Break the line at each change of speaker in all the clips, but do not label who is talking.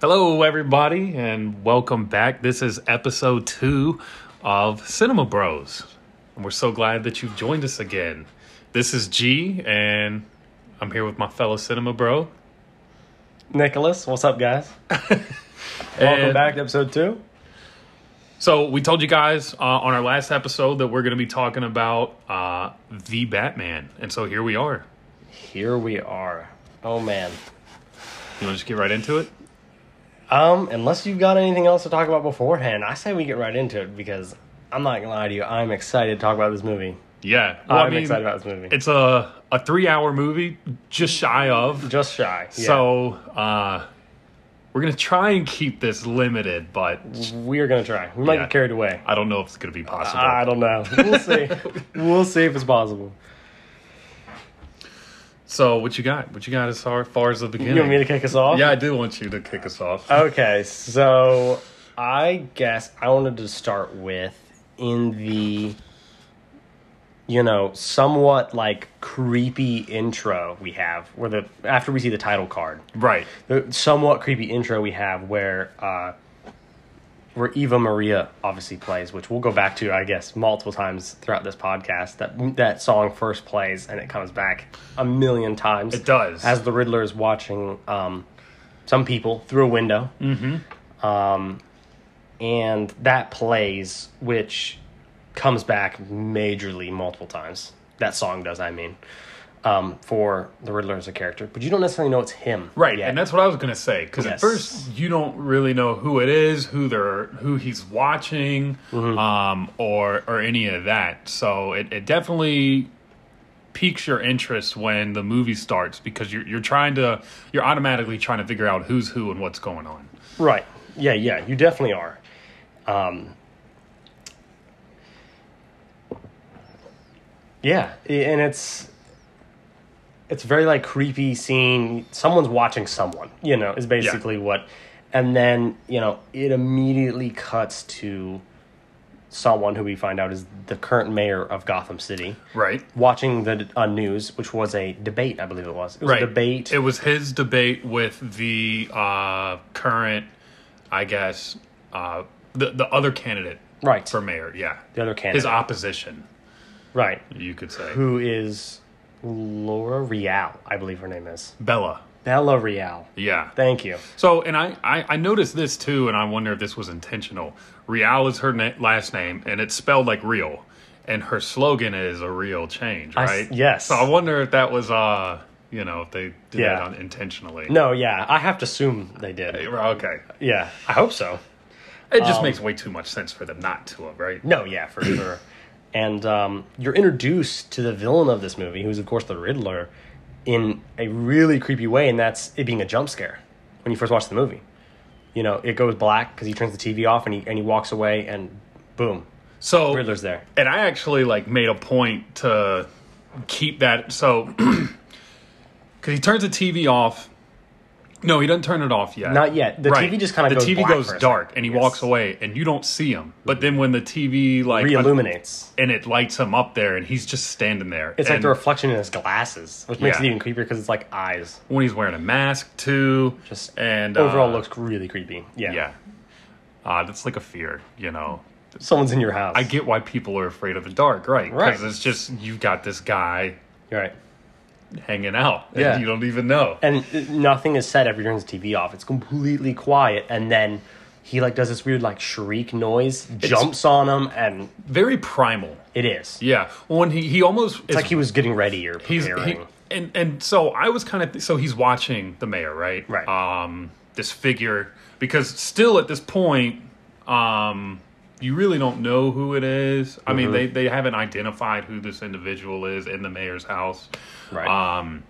Hello, everybody, and welcome back. This is episode two of Cinema Bros, and we're so glad that you've joined us again. This is G, and I'm here with my fellow Cinema Bro.
Nicholas, what's up, guys? Welcome
And
back to episode two.
So, we told you guys uh, on our last episode that we're going to be talking about uh, the Batman, and so here we are.
Here we are. Oh man.
You want to just get right into it?
Um, unless you've got anything else to talk about beforehand, I say we get right into it because I'm not gonna lie to you, I'm excited to talk about this movie.
Yeah, Well,
I'm excited about this movie.
It's a a three hour movie, just shy of.
Just shy. yeah.
So uh, we're gonna try and keep this limited, but
we are gonna try. We might
Yeah.
get carried away.
I don't know if it's gonna be possible.
I don't know. We'll see. we'll see if it's possible.
so what you got? What you got as far, far as the beginning?
You want me to kick us off? Uh,
yeah, I do want you to kick us off.
Okay, so I guess I wanted to start with in the you know, somewhat like creepy intro we have where the after we see the title card.
right.
The somewhat creepy intro we have where uh where Eva Maria obviously plays, which we'll go back to, I guess, multiple times throughout this podcast. That that song first plays and it comes back a million times.
It does.
As the Riddler is watching um, some people through a window. Mm-hmm. Um, and that plays, which comes back majorly multiple times. That song does, I mean, um, for the Riddler as a character. But you don't necessarily know it's him.
Right,
yet.
and that's what I was gonna say. Because at
Yes.
first you don't really know who it is, who they're, who he's watching,
Mm-hmm.
um, or or any of that. So it, it definitely piques your interest when the movie starts because you're you're trying to you're automatically trying to figure out who's who and what's going on.
Right. Yeah, yeah, you definitely are. Um, yeah, i- and it's it's very like creepy scene. Someone's watching someone, you know, is basically what and then, you know, it immediately cuts to someone who we find out is the current mayor of Gotham City
Right.
watching the uh, news, which was a debate, I believe it was. It was
right.
a debate.
It was his debate with the uh, current, I guess, uh, the the other candidate
right.
for mayor. Yeah,
the other candidate.
his opposition,
right.
you could say.
who is Laura Real, I believe her name is.
Bella.
Bella Real.
Yeah.
Thank you.
So, and I, I I noticed this too, and I wonder if this was intentional. Real is her na- last name, and it's spelled like real, and her slogan is a real change,
s-
right?
yes.
So I wonder if that was uh, you know, if they did
Yeah.
that on intentionally.
No, yeah, I have to assume they did.
Okay.
Yeah, I hope so.
It
Um,
just makes way too much sense for them not to, have, right?
No, yeah, for sure. And um, you're introduced to the villain of this movie, who's of course the Riddler, in a really creepy way, and that's it being a jump scare when you first watch the movie. You know, it goes black because he turns the TV off and he and he walks away, and boom,
So
Riddler's there.
and I actually like made a point to keep that so because he turns the TV off. No, he doesn't turn it off yet.
Not yet. The TV just kinda
the
goes
TV
black
goes
for a
dark,
second.
and he
Yes.
walks away, and you don't see him. But then when the TV like
Reilluminates.
and it lights him up there, and he's just standing there.
It's like
And
the reflection in his glasses, which makes
Yeah.
it even creepier because it's like eyes.
when he's wearing a mask too.
Just
and
overall
uh,
looks really creepy. Yeah.
yeah. Uh, that's like a fear, you know.
Someone's in your house.
I get why people are afraid of the dark, right?
Right.
Because it's just you've got this guy
You're right.
hanging out. and
Yeah.
you don't even know.
And uh, nothing is said after he turns the TV off. It's completely quiet. And then he like does this weird like shriek noise, jumps on him, and
Very primal.
it is.
Yeah. When he he almost
It's like he was getting ready or
he's
preparing.
he, and and so I was kind of so he's watching the mayor, right?
Right.
Um this figure because still at this point um you really don't know who it is. I
Mm-hmm.
mean they they haven't identified who this individual is in the mayor's house.
right.
Um,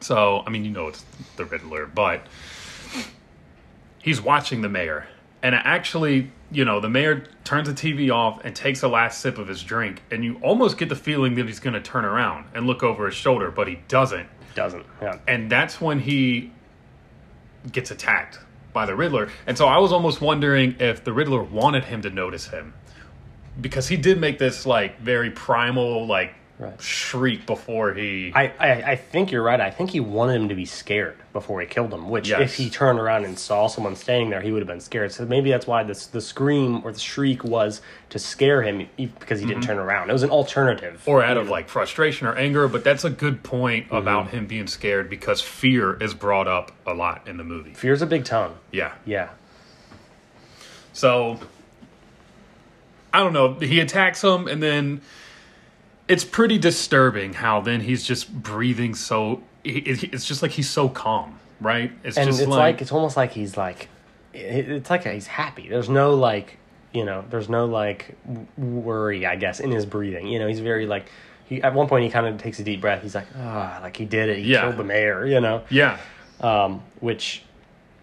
so I mean, you know, it's the Riddler, but he's watching the mayor, and it actually, you know, the mayor turns the TV off and takes a last sip of his drink, and you almost get the feeling that he's going to turn around and look over his shoulder, but he doesn't,
Doesn't. Yeah.
and that's when he gets attacked by the Riddler, and so I was almost wondering if the Riddler wanted him to notice him. Because he did make this like very primal, like
Right.
shriek before he.
I, I, I think you're right. I think he wanted him to be scared before he killed him, which
Yes.
if he turned around and saw someone standing there, he would have been scared. So maybe that's why this, the scream or the shriek was to scare him e- because he didn't
Mm-hmm.
turn around. It was an alternative.
or out of like frustration or anger, but that's a good point about him being scared because fear is brought up a lot in the movie.
Fear's a big tongue.
Yeah.
Yeah.
So I don't know. He attacks him, and then it's pretty disturbing how then he's just breathing so. he- he- It's just like he's so calm, right? It's
And
just
it's like, it's almost like he's like, it- it's like he's happy. There's no like, you know, there's no like w- worry, I guess, in his breathing. You know, he's very like, he, at one point he kind of takes a deep breath. He's like, ah, like he did it. He
Yeah.
killed the mayor, you know?
yeah,
um, which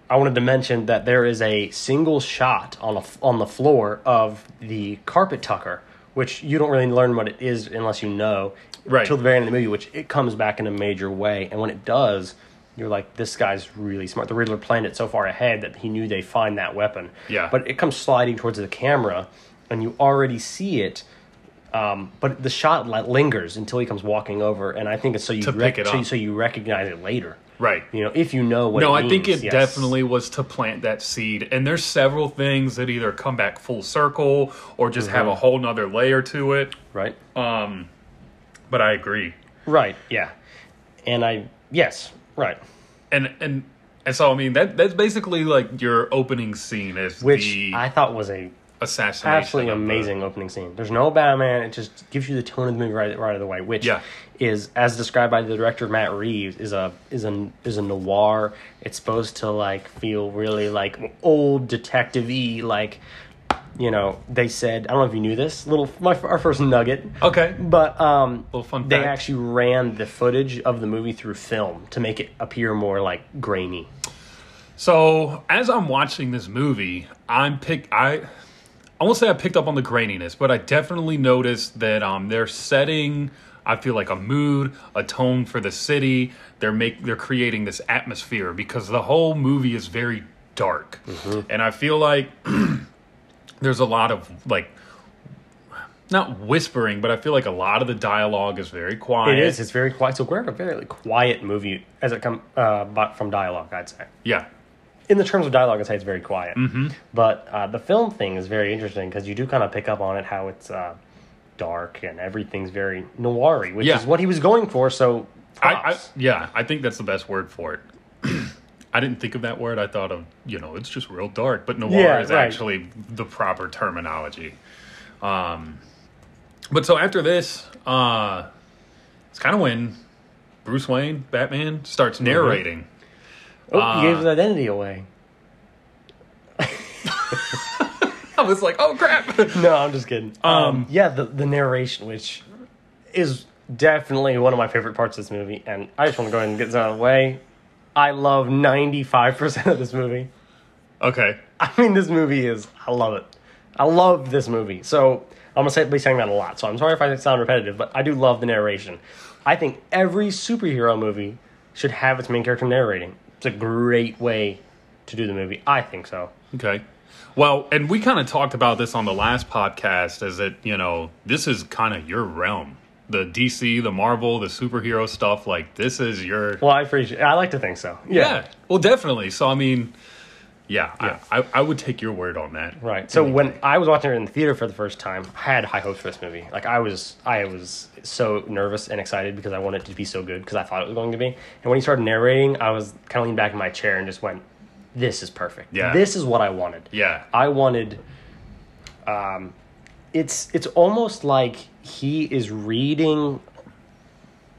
I wanted to mention that there is a single shot on a, on the floor of the carpet tucker, which you don't really learn what it is unless you know
Right.
till the very end of the movie, which it comes back in a major way, and when it does. You're like this guy's really smart. The Riddler planned it so far ahead that he knew they find that weapon.
Yeah.
But it comes sliding towards the camera, and you already see it. Um, but the shot like, lingers until he comes walking over, and I think it's so you
To
rec-
pick it
so-
up.
so you recognize it later
right.
you know, if you know what.
No,
it
I think
means,
it
yes.
definitely was to plant that seed. And there's several things that either come back full circle or just have a whole nother layer to it.
right,
Uh, But I agree.
right, yeah, and I yes, right,
And and and so I mean that that's basically like your opening scene is
which
the
I thought was a
assassination.
absolutely
of the-
amazing opening scene. There's no Batman; it just gives you the tone of the movie right right away, which
Yeah.
is as described by the director Matt Reeves is a is a is a noir. It's supposed to like feel really like old detective y like. You know, they said I don't know if you knew this little my our first nugget.
Okay.
But um,
Little fun
they
fact.
actually ran the footage of the movie through film to make it appear more like grainy.
So as I'm watching this movie, I'm pick I I won't say I picked up on the graininess, but I definitely noticed that um they're setting I feel like a mood, a tone for the city. They're make they're creating this atmosphere because the whole movie is very dark.
Mm-hmm.
And I feel like there's a lot of like not whispering, but I feel like a lot of the dialogue is very quiet.
It is. It's very quiet. So we're a very quiet movie as it come uh, but from dialogue. I'd say
Yeah.
in the terms of dialogue, I'd say it's very quiet.
Mm-hmm.
But uh, the film thing is very interesting because you do kind of pick up on it how it's uh, dark and everything's very noiry, which
Yeah.
is what he was going for. So
I, I
props.
yeah, I think that's the best word for it. I didn't think of that word. I thought of you know it's just real dark, but noir
Yeah,
is
right.
actually the proper terminology. Um, but so after this, uh, it's kind of when Bruce Wayne Batman starts narrating.
oh, you
uh,
gave his identity away.
I was like, oh crap!
No, I'm just kidding. Um, yeah, the, the narration, which is definitely one of my favorite parts of this movie, and I just want to go ahead and get this out of the way. I love 95% of this movie.
okay,
I mean, this movie is, I love it. I love this movie. So I'm going to say, be saying that a lot. So I'm sorry if I sound repetitive, but I do love the narration. I think every superhero movie should have its main character narrating. It's a great way to do the movie. I think so.
okay. Well, and we kind of talked about this on the last podcast. Is that you know this is kind of your realm, the DC, the Marvel, the superhero stuff. Like this is your
Well, I appreciate I like to think so.
Yeah. Well, definitely. So I mean, yeah, I, I I would take your word on that.
Right. So when I was watching it in the theater for the first time, I had high hopes for this movie. Like I was, I was so nervous and excited because I wanted it to be so good because I thought it was going to be. And when he started narrating, I was kind of leaned back in my chair and just went, "This is perfect.
Yeah.
This is what I wanted.
Yeah.
I wanted." Um, it's it's almost like he is reading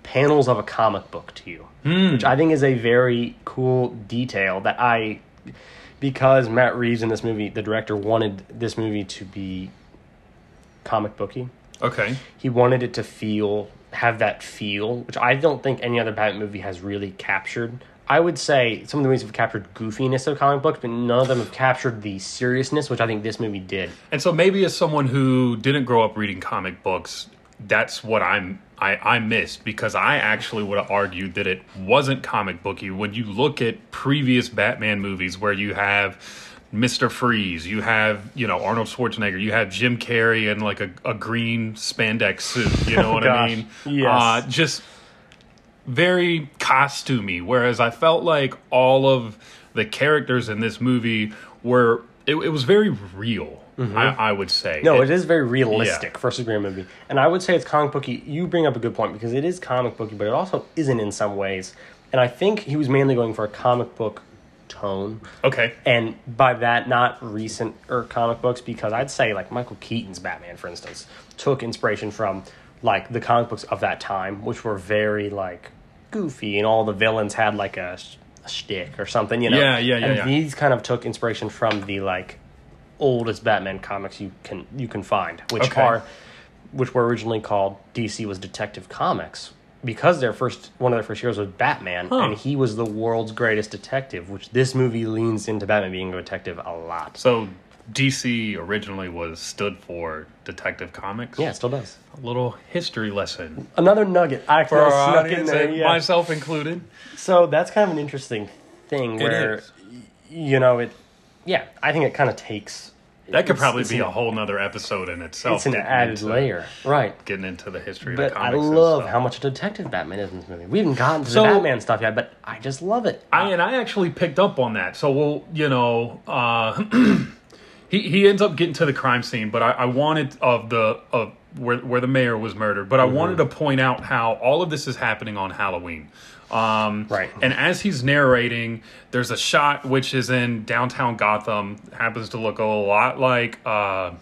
panels of a comic book to you, which I think is a very cool detail that I, because Matt Reeves in this movie, the director wanted this movie to be comic booky.
Okay.
He wanted it to feel have that feel, which I don't think any other Batman movie has really captured. I would say some of the movies have captured goofiness of comic books, but none of them have captured the seriousness, which I think this movie did.
And so maybe as someone who didn't grow up reading comic books, that's what I'm I, I missed because I actually would have argued that it wasn't comic booky. When you look at previous Batman movies where you have Mr. Freeze. You have, you know, Arnold Schwarzenegger. You have Jim Carrey in like a, a green spandex suit. You know what
Oh, Gosh,
I mean?
yes.
Uh, just very costumey. Whereas I felt like all of the characters in this movie were, it, it was very real, I, I would say.
Mm-hmm. No, it is very realistic for a superhero movie, and I would say it's comic booky. You bring up a good point because it is comic booky, but it also isn't in some ways. And I think he was mainly going for a comic book tone,
Okay.
and by that, not recent or comic books, because I'd say like Michael Keaton's Batman, for instance, took inspiration from like the comic books of that time, which were very like goofy, and all the villains had like a, s- a shtick or something, you know.
Yeah, yeah, yeah,
And
yeah.
these kind of took inspiration from the like oldest Batman comics you can you can find, which
Okay.
are which were originally called DC was Detective Comics because their first one of their first heroes was Batman, and he was the world's greatest detective. Which this movie leans into Batman being a detective a lot.
So DC originally was stood for Detective Comics.
Yeah, it still does.
A little history lesson
Another nugget I
for
kind of
our
snuck in
audience,
there.
and
yeah.
myself included.
So that's kind of an interesting thing where
is.
y- you know it. Yeah, I think it kind of takes.
That could
it's-
probably
it's
be
an-
a whole nother episode in itself.
It's an
getting
added
into-
layer, right?
Getting into the history of
But
the
I
comics. and
love
stuff.
how much a detective Batman is in this movie. We haven't gotten to
So-
the Batman stuff yet, but I just love it.
I and I actually picked up on that. So we'll, you know, uh, he he ends up getting to the crime scene, but I, I wanted of the of where where the mayor was murdered, but I
Mm-hmm.
wanted to point out how all of this is happening on Halloween. Um,
Right.
And as he's narrating, there's a shot which is in downtown Gotham. Happens to look a lot like. Uh,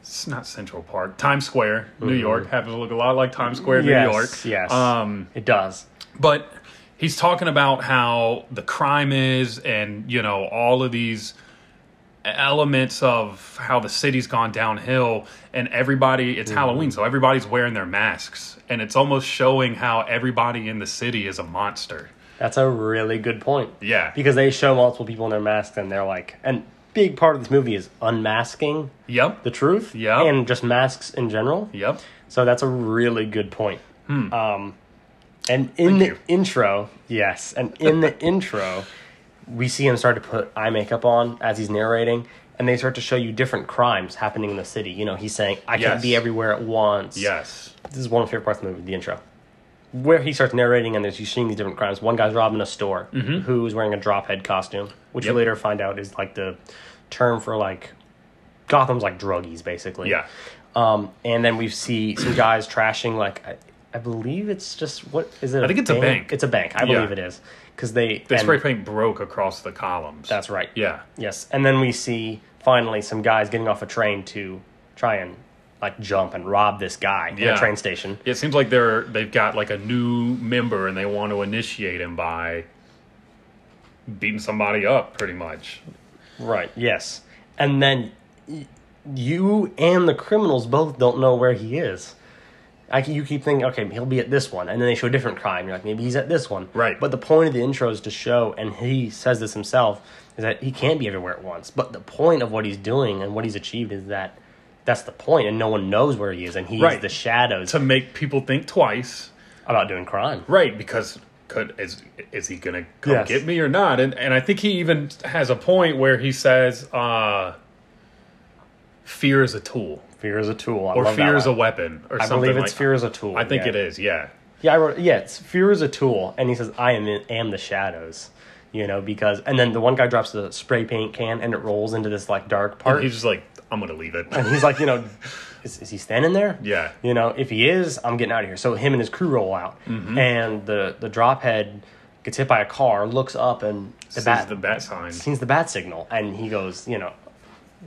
it's not Central Park, Times Square, New York. Happens to look a lot like Times Square, New York.
Mm-hmm. Yes,
Um,
it does.
but he's talking about how the crime is and you know all of these elements of how the city's gone downhill and everybody
Mm-hmm.
it's halloween so everybody's wearing their masks and it's almost showing how everybody in the city is a monster
That's a really good point.
Yeah.
because they show multiple people in their masks, and they're like, and big part of this movie is unmasking
yep
the truth,
Yeah.
and just masks in general.
yep
So that's a really good point. Um, and in the
Hmm. you.
intro, yes, and in the intro, we see him start to put eye makeup on as he's narrating, and they start to show you different crimes happening in the city. You know, he's saying, "I
Yes.
can't be everywhere at once."
yes
this is one of my favorite parts of the movie, the intro, where he starts narrating and there's you seeing these different crimes. One guy's robbing a store who is wearing a drophead costume, which
Mm-hmm. Yep.
you later find out is like the term for like Gotham's like druggies basically.
yeah
Um, and then we see some guys trashing like I, I believe it's just what is it? I
think it's a bank.
It's a bank. I
Yeah.
believe it is because they.
the
and-
spray paint broke across the columns
that's right.
yeah
Yes, and then we see finally some guys getting off a train to try and like jump and rob this guy in
Yeah.
a train station.
it seems like they're they've got like a new member and they want to initiate him by beating somebody up pretty much
Right. Yes. And then y- you and the criminals both don't know where he is. I, c- you keep thinking, okay, he'll be at this one, and then they show a different crime. You're like, maybe he's at this one.
Right.
But the point of the intro is to show, and he says this himself, is that he can't be everywhere at once. But the point of what he's doing and what he's achieved is that that's the point, and no one knows where he is, and he's
Right.
the shadows
to make people think twice,
about doing crime.
right? Because could is is he gonna come
Yes.
get me or not? And and I think he even has a point where he says, uh, "Fear is a tool,
Fear is a tool. I
or
love that
fear is a
line.
weapon, or
I
something."
believe it's
like-
fear is a tool.
I think
yeah.
it is. Yeah,
Yeah, I wrote. Yeah, it's fear is a tool, and he says, "I am am the shadows," you know, because and then the one guy drops the spray paint can, and it rolls into this like dark part.
he's just like, "I'm gonna leave it."
and he's like, you know, is, is he standing there?
Yeah.
You know, if he is, I'm getting out of here. So him and his crew roll out,
Mm-hmm.
and the the drop head gets hit by a car, looks up, and the
Sees
bat
the bat sign.
sees the bat signal, and he goes, you know,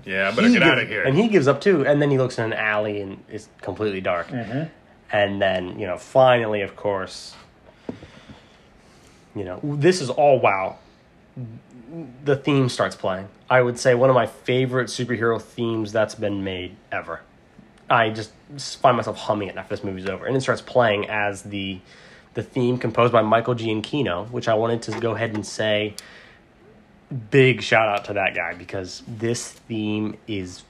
Yeah, I better get
gives-
out of here.
And he gives up too. And then he looks in an alley and it's completely dark. And then, you know, finally, of course, you know, this is all wow. The theme starts playing. I would say one of my favorite superhero themes that's been made ever. I just find myself humming it after this movie's over, and it starts playing as the the theme composed by Michael Giacchino, which I wanted to go ahead and say. Big shout out to that guy because this theme is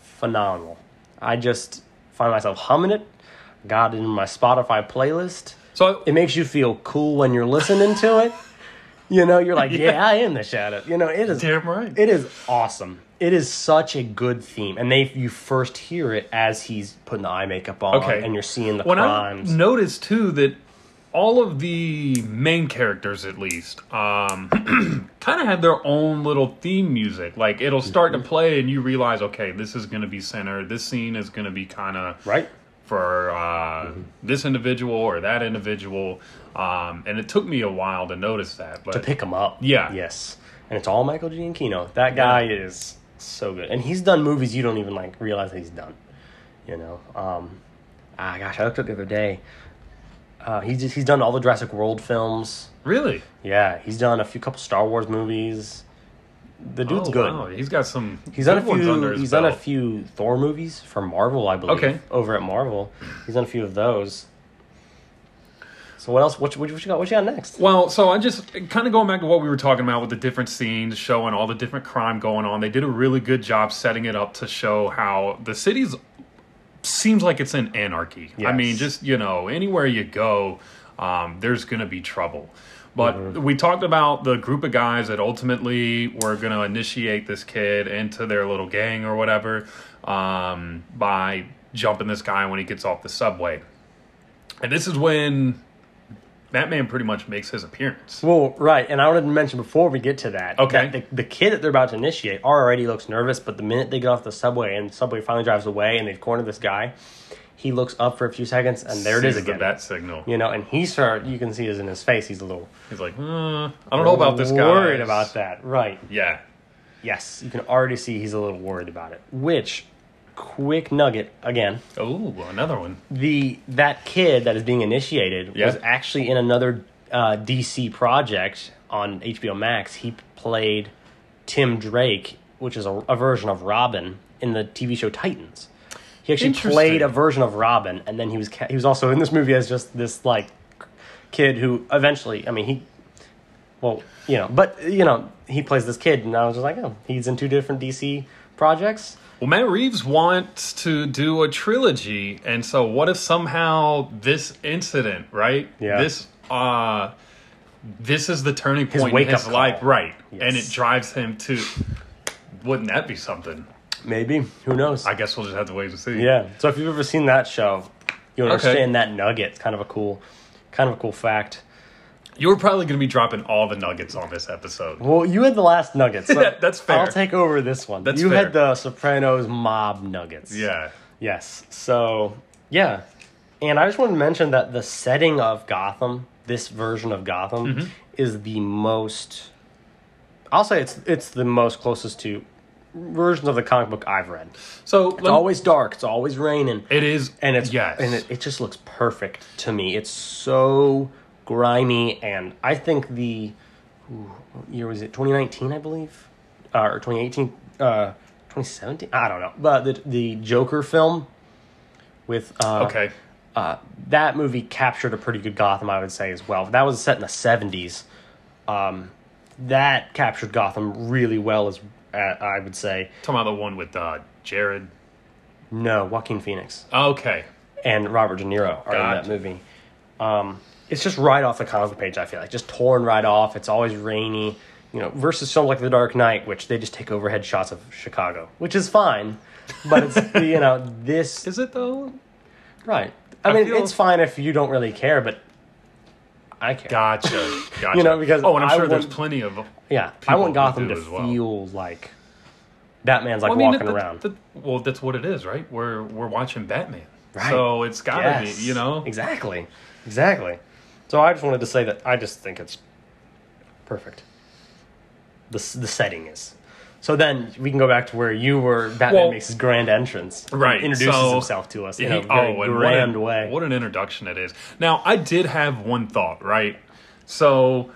phenomenal. I just find myself humming it. Got it in my Spotify playlist.
so
It makes you feel cool when you're listening to it. You know, you're like, yeah. I am the shadow. You know, it is
Damn right.
it is awesome. It is such a good theme, and they you first hear it as he's putting the eye makeup on,
Okay.
and you're seeing the
when
crimes.
I noticed too that all of the main characters, at least, um, kind of had their own little theme music. Like it'll start
Mm-hmm.
to play, and you realize, okay, this is going to be centered. This scene is going to be kind of
right? Mm-hmm.
for uh, this individual or that individual. Um, and it took me a while to notice that, but
To pick him up.
Yeah.
Yes. And it's all Michael Giacchino. That guy is so good, and he's done movies you don't even like realize that he's done. You know, um, ah, gosh, I looked up the other day. Uh, he's just, he's done all the Jurassic World films.
really,
Yeah, he's done a few couple Star Wars movies. The dude's
Oh,
good.
wow, He's got some.
He's done a
good ones under
few.
his
He's done a
belt.
few Thor movies for Marvel, I believe.
Okay.
Over at Marvel, he's done a few of those. So what else? What, you- what, you- what you got? What you got next?
Well, so I just kind of going back to what we were talking about with the different scenes showing all the different crime going on. They did a really good job setting it up to show how the city's seems like it's in anarchy. I
Yes.
mean, just you know, anywhere you go, um, there's gonna be trouble. But we talked about the group of guys that ultimately were gonna initiate this kid into their little gang or whatever um, by jumping this guy when he gets off the subway. And this is when Batman pretty much makes his appearance.
Well, right, and I wanted to mention before we get to that.
Okay.
that the, the kid that they're about to initiate already looks nervous, but the minute they get off the subway and the subway finally drives away and they've cornered this guy, he looks up for a few seconds and there it is
Sees
again.
The bat signal.
You know, and he start. You can see it in his face. He's a little
He's like, uh, I don't know about this guy.
worried about that. Right.
Yeah.
Yes, you can already see he's a little worried about it. Which, quick nugget again,
Oh, another one.
the that kid that is being initiated
Yeah.
was actually in another uh, DC project on HBO Max. He played Tim Drake, which is a, a version of Robin in the TV show Titans. He actually
Interesting.
played a version of Robin, and then he was ca- he was also in this movie as just this like kid who eventually, I mean, he well, you know, but you know, he plays this kid, and I was just like, oh, he's in two different DC projects.
Well, Matt Reeves wants to do a trilogy, and so what if somehow this incident, right?
Yeah.
This uh this is the turning point
wake-up
in his
call.
life, right? And
Yes.
it drives him to wouldn't that be something?
Maybe who knows?
I guess we'll just have to wait and see.
Yeah. So if you've ever seen that show, you understand
Okay.
that nugget. It's kind of a cool, kind of a cool fact.
You were probably gonna be dropping all the nuggets on this episode.
Well, you had the last nuggets. So
That- that's fair.
I'll take over this one.
That's
you
fair.
had the Sopranos mob nuggets.
Yeah.
Yes. So yeah, and I just want to mention that the setting of Gotham, this version of Gotham,
Mm-hmm.
is the most. I'll say it's it's the most closest to versions of the comic book I've read. It's
So let me-
always dark. It's always raining.
it is
and it's
yes.
and it, it just looks perfect to me. It's so grimy, and I think the ooh, what year was it 2019, I believe, uh, or 2018, uh, 2017. I don't know, but the the Joker film with uh,
okay.
uh, that movie captured a pretty good Gotham, I would say as well. That was set in the 70s. Um, that captured Gotham really well, as uh, I would say.
Talking about the one with uh Jared.
No, Joaquin Phoenix.
Okay.
and Robert De Niro are
Gotcha.
in that movie. Um, it's just right off the comic book page. I feel like just torn right off. It's always rainy, you know. Versus something like The Dark Knight, which they just take overhead shots of Chicago, which is fine, but it's you know this
Is it though?
right. I,
I
mean,
feel-
it's fine if you don't really care, but I care.
Gotcha. Gotcha.
know, because
oh, and I'm
I
sure there's
wouldn't-
plenty of
yeah, I want
who
Gotham
do
to
as well.
feel like Batman's like
Well, I mean,
walking
that-
around.
that- well, that's what it is, right? We're we're watching Batman,
Right.
so it's gotta
Yes.
be, you know.
Exactly. Exactly. So I just wanted to say that I just think it's perfect. The s- the setting is. So then we can go back to where you were. Batman
Well-
makes his grand entrance. He
Right,
Introduces
so-
himself to us in a
He- oh,
very
and what
grand
an-
way.
What an introduction it is. Now, I did have one thought, right? So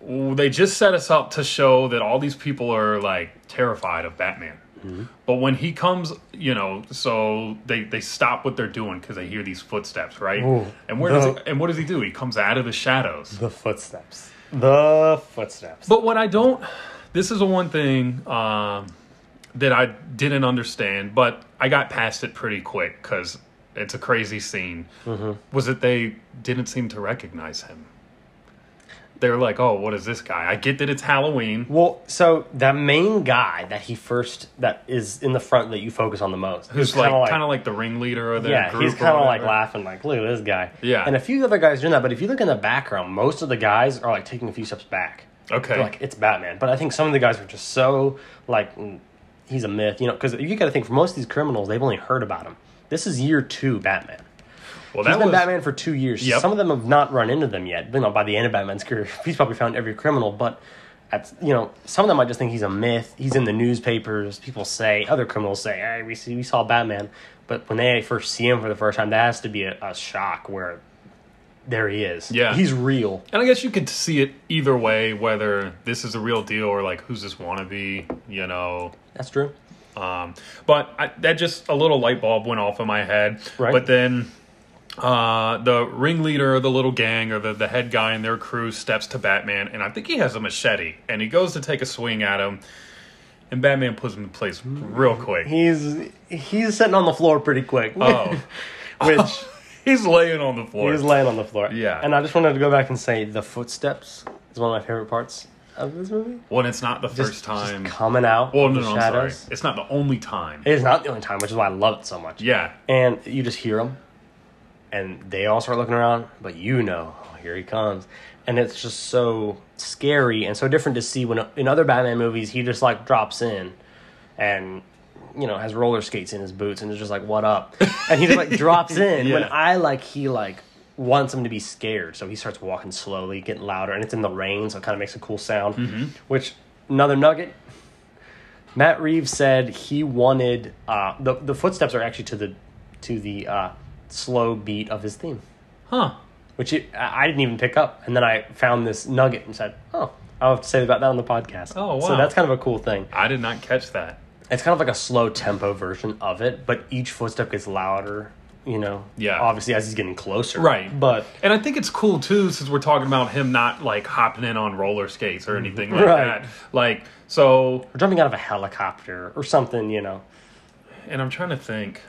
w- they just set us up to show that all these people are like terrified of Batman.
Mm-hmm.
But when he comes, you know, so they, they stop what they're doing because they hear these footsteps, right?
Ooh,
and where does
the-
he, and what does he do? He comes out of the shadows.
the footsteps. The footsteps.
But what I don't, this is the one thing um, that I didn't understand, but I got past it pretty quick because it's
Mm-hmm.
a crazy scene. Was that they didn't seem to recognize him? They're like, oh, what is this guy? I get that it's Halloween.
Well, so that main guy that he first that is in the front that you focus on the most,
Who's
is
like
kinda
kind of like the ringleader of the
yeah,
group.
he's
or
kind of like
whatever.
laughing, like look at this guy.
Yeah.
and a few other guys doing that, but if you look in the background, most of the guys are like taking a few steps back.
Okay.
They're like it's Batman, but I think some of the guys are just so like mm, he's a myth, you know, because you got to think for most of these criminals, they've only heard about him. This is year two Batman.
well,
He's
that
been
was
Batman for two years.
Yep.
Some of them have not run into them yet. You know, by the end of Batman's career, he's probably found every criminal. But at you know, some of them I just think he's a myth. He's in the newspapers. People say other criminals say, "Hey, we see we saw Batman," but when they first see him for the first time, that has to be a, a shock. Where there he is.
Yeah.
he's real.
And I guess you could see it either way, whether this is a real deal or like who's this wannabe, you know.
That's true.
Um, but I, that just a little light bulb went off in my head.
Right.
But then uh, the ringleader of the little gang or the, the head guy in their crew steps to Batman, and I think he has a machete, and he goes to take a swing at him, and Batman puts him in place real quick.
He's he's sitting on the floor pretty quick.
Oh,
which
he's laying on the floor.
he's laying on the floor.
Yeah.
and I just wanted to go back and say the footsteps is one of my favorite parts of this movie.
when it's not the first
just-
time.
just coming out.
well,
of
no,
the
no, I'm sorry.
shadows.
It's not the only time.
It is not the only time, which is why I love it so much.
yeah.
And you just hear them, and they all start looking around, but you know, oh, here he comes, and it's just so scary and so different to see when in other Batman movies he just like drops in, and you know has roller skates in his boots and is just like what up, and he just like drops in when
Yeah.
I like he like. Wants him to be scared, so he starts walking slowly, getting louder, and it's in the rain, so it kind of makes a cool sound.
Mm-hmm.
Which another nugget, Matt Reeves said he wanted uh, the the footsteps are actually to the to the uh, slow beat of his theme,
Huh.
which it, I I didn't even pick up, and then I found this nugget and said, "Oh, I'll have to say about that on the podcast."
Oh,
So
wow.
that's kind of a cool thing.
I did not catch that.
It's kind of like a slow tempo version of it, but each footstep gets louder. You know,
Yeah.
Obviously, as he's getting closer,
Right.
But
And I think it's cool too, since we're talking about him not like hopping in on roller skates or anything like
Right.
that. Like so,
or jumping out of a helicopter or something, you know.
and I'm trying to think.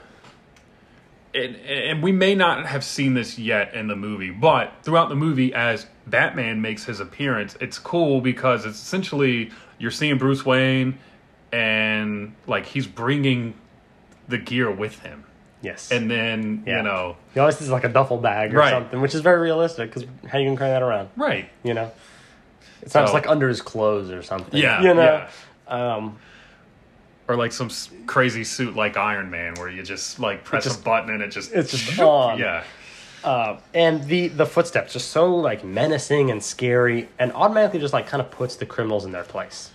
And, and we may not have seen this yet in the movie, but throughout the movie, as Batman makes his appearance, it's cool because it's essentially you're seeing Bruce Wayne, and like he's bringing the gear with him,
Yes.
and then
Yeah.
you know,
he always is like a duffel bag or
Right.
something, which is very realistic because how you gonna carry that around?
right?
you know it's not just
So-
like under his clothes or something
Yeah,
you know um
or like some s- crazy suit like Iron Man, where you just like press
just-
a button and it just
it's just on.
Yeah,
uh, and the the footsteps just so like menacing and scary and automatically just like kind of puts the criminals in their place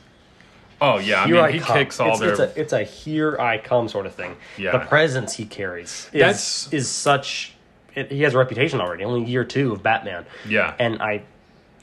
oh yeah. I
here
mean, he
come.
kicks all
it's,
their.
it's a, it's a here i come sort of thing
Yeah.
the presence he carries is,
That's-
is such it, he has a reputation already only year two of batman
Yeah.
and i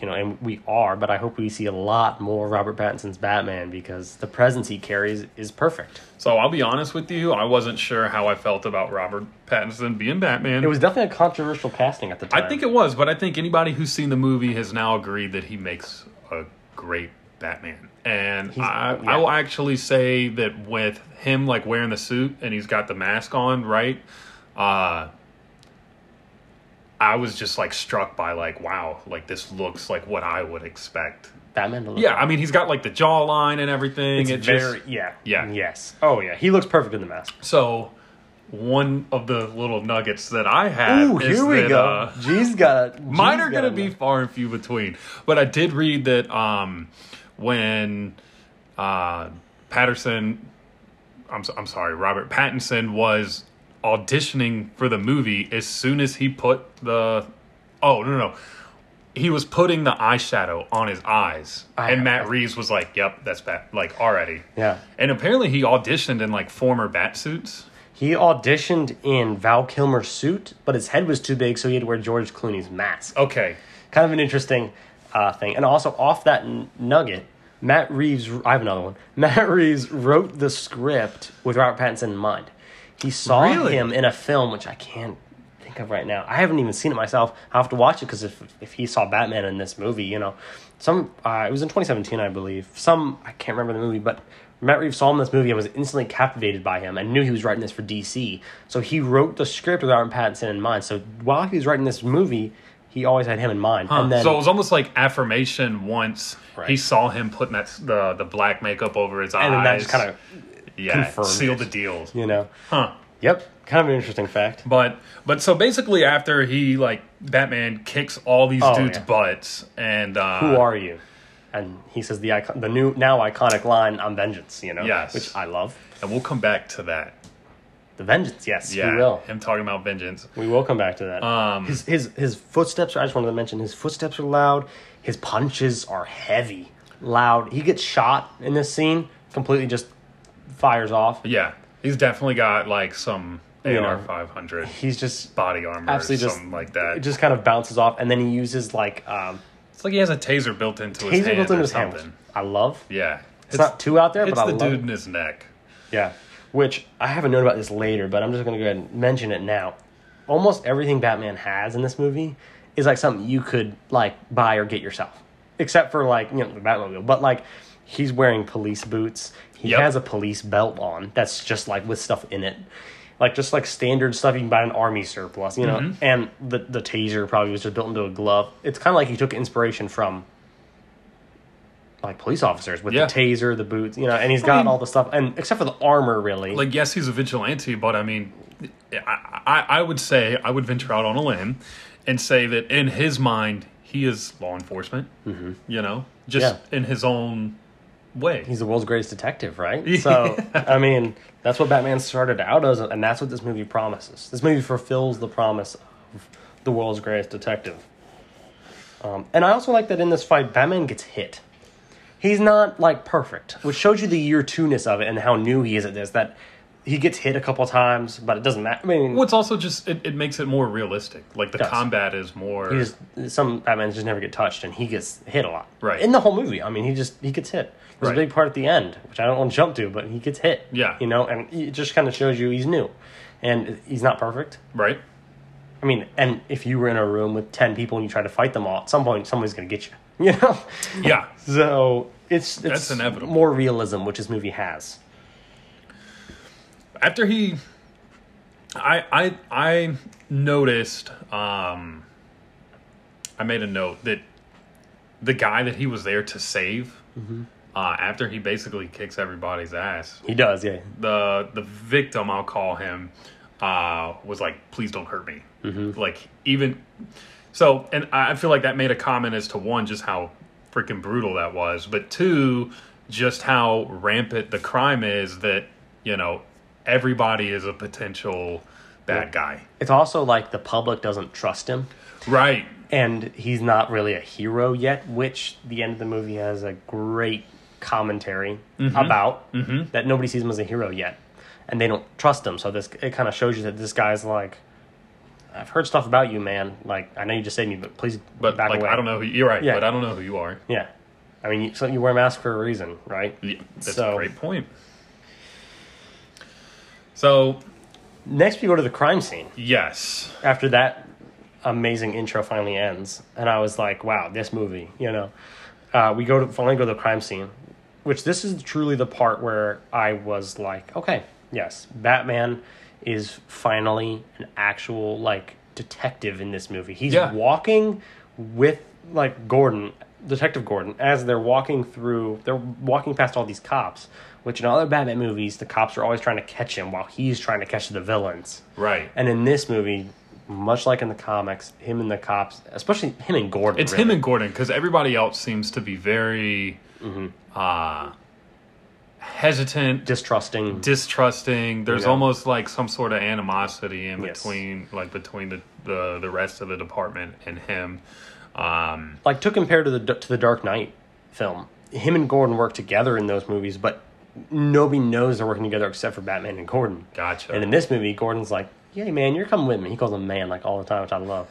you know and we are but i hope we see a lot more robert pattinson's batman because the presence he carries is perfect
so I'll be honest with you, I wasn't sure how I felt about Robert Pattinson being Batman.
it was definitely a controversial casting at the time
I think it was, but I think anybody who's seen the movie has now agreed that he makes a great Batman. And I,
yeah.
I will actually say that with him like wearing the suit and he's got the mask on, right? Uh I was just like struck by like wow, like this looks like what I would expect.
Batman. To look
Yeah, I mean he's got like the jawline and everything.
it's
It just-
very yeah,
Yeah.
yes. Oh yeah, he looks perfect in the mask.
so one of the little nuggets that I had.
Ooh,
is
here we
that,
go.
uh,
G's got a.
Mine
G's
are
got
going
a-
to be far and few between. But I did read that um, when uh, Patterson, I'm, so- I'm sorry, Robert Pattinson was auditioning for the movie as soon as he put the. Oh, no, no, no. He was putting the eyeshadow on his eyes.
I-
and Matt
I-
Reeves was like, yep, that's Bat. Like, already.
Ah, Yeah,
And apparently he auditioned in like former bat suits.
he auditioned in Val Kilmer's suit, but his head was too big, so he had to wear George Clooney's mask.
Okay.
Kind of an interesting uh, thing. And also off that n- nugget, Matt Reeves. I have another one. Matt Reeves wrote the script with Robert Pattinson in mind. He saw
Really?
him um, in a film, which I can't think of right now. I haven't even seen it myself. I'll have to watch it because if if he saw Batman in this movie, you know, some uh, it was in 2017, I believe. Some I can't remember the movie, but Matt Reeves saw him in this movie and was instantly captivated by him and knew he was writing this for DC. So he wrote the script with Robert Pattinson in mind. So while he was writing this movie, he always had him in mind.
Huh.
And then
so it was almost like affirmation once he
Right.
saw him putting that s- the the black makeup over his eyes.
and then that just kind of
yeah,
confirmed
sealed
it.
the deal.
you know.
Huh.
Yep, kind of an interesting fact.
But but so basically after he like Batman kicks all these
Oh,
dudes
yeah.
butts and uh
Who are you? And he says the icon, the new now iconic line, "I'm vengeance," you know,
Yes.
which I love.
and we'll come back to that.
The vengeance, yes,
Yeah.
we will.
Him talking about vengeance.
We will come back to that.
Um,
his his his footsteps. I just wanted to mention his footsteps are loud. His punches are heavy, loud. He gets shot in this scene. Completely just fires off.
Yeah. He's definitely got like some AR
You know.
five hundred
He's just
body armor
Absolutely
or
just-
something like that.
it just kind of bounces off, and then he uses like um,
it's like he has a taser built into his
taser
hand
built into
or
his hand.
something.
which I love.
Yeah.
It's, not too out there,
it's
but I
the
love.
dude
it.
in his neck.
Yeah, which I haven't known about this later, but I'm just gonna go ahead and mention it now. Almost everything Batman has in this movie is like something you could like buy or get yourself, except for like you know the Batmobile. But like he's wearing police boots. He
Yep.
has a police belt on that's just like with stuff in it. Like just like standard stuff you can buy in an army surplus, you know,
Mm-hmm.
and the the taser probably was just built into a glove. It's kind of like he took inspiration from like police officers with
Yeah.
the taser, the boots, you know, and he's got
mean-
all the stuff, and except for the armor, really.
like yes he's a vigilante but i mean I, I i would say i would venture out on a limb and say that in his mind he is law enforcement mm-hmm. you know just in his own way
he's the world's greatest detective, right? So, I mean, that's what Batman started out as, and that's what this movie promises. This movie fulfills the promise of the world's greatest detective. Um, and I also like that in this fight, Batman gets hit. He's not like perfect, which shows you the year two ness of it and how new he is at this. That he gets hit a couple times, but it doesn't matter. I mean,
well it's also just it, it makes it more realistic like the
Yes.
combat is more
He just some Batman just never get touched, and he gets hit a lot.
Right.
in the whole movie. I mean, he just he gets hit. There's
Right.
a big part at the end, which I don't want to jump to, but he gets hit.
Yeah.
you know, and it just kind of shows you he's new, and he's not perfect.
right
I mean, and if you were in a room with ten people and you try to fight them all, at some point somebody's going to get you. You know,
yeah
so it's, it's
That's inevitable.
More realism, which this movie has.
after he i i i noticed um i made a note that the guy that he was there to save uh, after he basically kicks everybody's ass
He does, yeah.
the the victim I'll call him uh, was like, please don't hurt me.
Mm-hmm.
Like even so, and I I feel like that made a comment as to one, just how freaking brutal that was, but two, just how rampant the crime is that you know everybody is a potential bad guy,
It's also like the public doesn't trust him.
right?
and he's not really a hero yet, which the end of the movie has a great commentary
Mm-hmm.
about that nobody sees him as a hero yet, and they don't trust him. So this it kind of shows you that this guy's like, I've heard stuff about you, man. Like I know you just saved me, but please
But
back
like
away.
I don't know who you're right,
Yeah.
but I don't know who you are.
Yeah, I mean, you, so you wear a mask for a reason, right?
Yeah, That's a
So-
great point. So
Next, we go to the crime scene.
yes,
after that amazing intro finally ends, and I was like, "Wow, this movie!" You know, uh, we go to finally go to the crime scene, which this is truly the part where I was like, "Okay, yes, Batman is finally an actual like detective in this movie. He's
Yeah.
walking with like Gordon." Detective Gordon, as they're walking through, they're walking past all these cops, which in all the Batman movies, the cops are always trying to catch him while he's trying to catch the villains.
right.
And in this movie, much like in the comics, him and the cops, especially him and Gordon.
It's him
really.
and Gordon because everybody else seems to be very
Mm-hmm.
uh, hesitant,
distrusting.
distrusting. There's
Yeah.
almost like some sort of animosity in
Yes.
between, like between the, the the rest of the department and him. Um,
like to compare to the to the Dark Knight film, him and Gordon work together in those movies, but nobody knows they're working together except for Batman and Gordon.
Gotcha.
And in this movie, Gordon's like, "Yay, man, you're coming with me." He calls him man like all the time, which I love.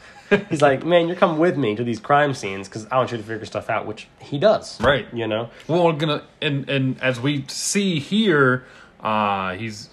He's like, "Man, you're coming with me to these crime scenes because I want you to figure stuff out," which he does.
Right.
You know.
well, we're gonna and and as we see here, uh, he's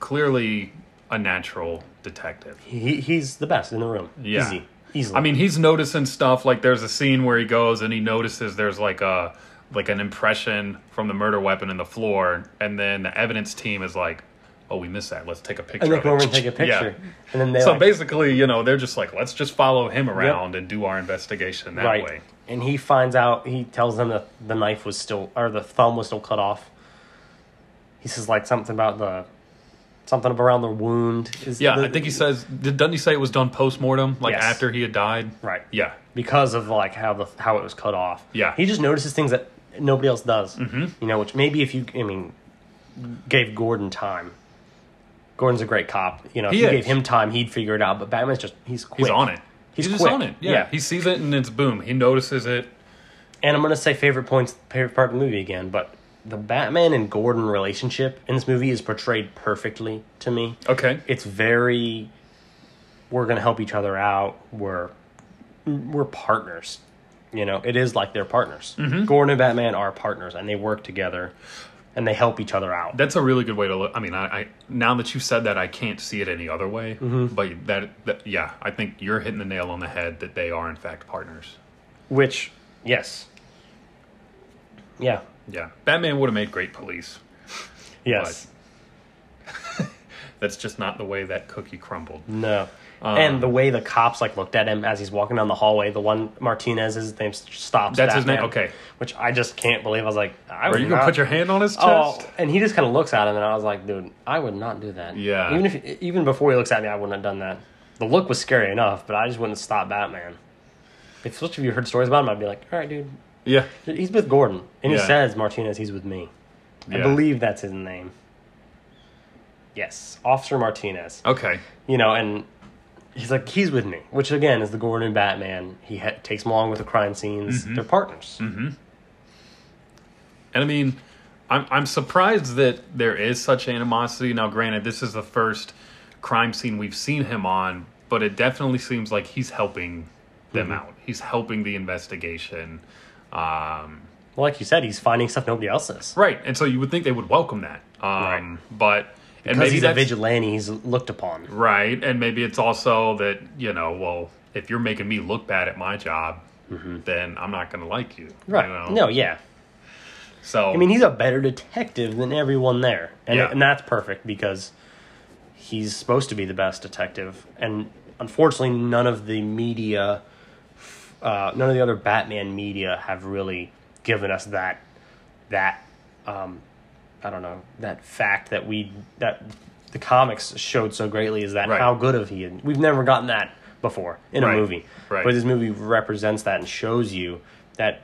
clearly a natural detective.
He, he's the best in the room.
Yeah.
Easy. Easily.
I mean, he's noticing stuff. Like there's a scene where he goes and he notices there's like a like an impression from the murder weapon in the floor, and then the evidence team is like, oh, we missed that. Let's take a picture.
and they
of
go
it."
over and take a
Yeah.
picture, and then they
So
like,
basically, you know, they're just like, let's just follow him around and do our investigation that
right,
way.
and he finds out. He tells them that the knife was still, or the thumb was still cut off. He says like something about the, something around the wound. Is
Yeah,
the-
I think he says. did- Doesn't he say it was done post mortem, like
Yes.
after he had died?
right.
Yeah,
because of like how the how it was cut off.
Yeah.
he just notices things that nobody else does. Mm-hmm. You know, which maybe if you, I mean, gave Gordon time. Gordon's a great cop. You know, if
He
you
is.
gave him time, he'd figure it out. But Batman's just he's quick.
he's on it.
He's
just
quick.
on it. Yeah.
Yeah.
he sees it and it's boom. He notices it.
And I'm gonna say favorite points, favorite part of the movie again, but. The Batman and Gordon relationship in this movie is portrayed perfectly to me.
Okay.
it's very we're going to help each other out we're we're partners you know it is like they're partners gordon and batman are partners and they work together and they help each other out
That's a really good way to look. I mean, I, I now that you've said that, I can't see it any other way. But that, that, yeah, I think you're hitting the nail on the head that they are in fact partners.
which yes yeah
Yeah, Batman would have made great police.
yes
That's just not the way that cookie crumbled.
no
Um,
and the way the cops like looked at him as he's walking down the hallway the one martinez is his name stops
That's his
Batman,
name? Okay.
which i just can't believe i was like i
Are
would
you gonna
not-
put your hand on his chest?
Oh, and he just kind of looks at him, and I was like, dude, I would not do that.
Yeah.
Even if even before he looks at me, I wouldn't have done that. The look was scary enough, but I just wouldn't stop Batman. If such of you heard stories about him, I'd be like, all right, dude,
Yeah,
he's with Gordon, and
Yeah.
he says Martinez, he's with me. I
Yeah.
believe that's his name. Yes, Officer Martinez.
Okay.
You know, and he's like, he's with me, which again is the Gordon and Batman. He ha- takes him along with the crime scenes.
Mm-hmm.
They're partners.
And I mean, I'm I'm surprised that there is such animosity. Now, granted, this is the first crime scene we've seen him on, but it definitely seems like he's helping them out. He's helping the investigation. Um,
Well, like you said, he's finding stuff nobody else is.
right. And so you would think they would welcome that. Um, But and
Because
maybe
he's a
that's
vigilante, he's looked upon.
right. And maybe it's also that you know, well, if you're making me look bad at my job, then I'm not going to like you. You know?
Mm-hmm. No, yeah.
So
I mean, he's a better detective than everyone there. And,
Yeah.
and that's perfect because he's supposed to be the best detective. And unfortunately, none of the media, uh, none of the other Batman media have really given us that, that, um, I don't know, that fact that we, that the comics showed so greatly is that
Right.
how good of he is. We've never gotten that before in a
Right.
movie.
Right.
But this movie represents that and shows you that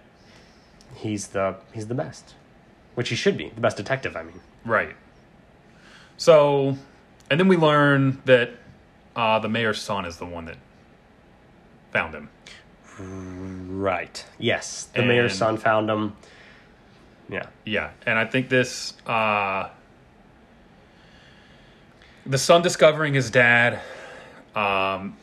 he's the he's the best, which he should be the best detective. I mean,
Right. So, and then we learn that uh, the mayor's son is the one that found him.
right? Yes, the
And-
mayor's son found him. Yeah,
Yeah, and I think this uh, the son discovering his dad. Um,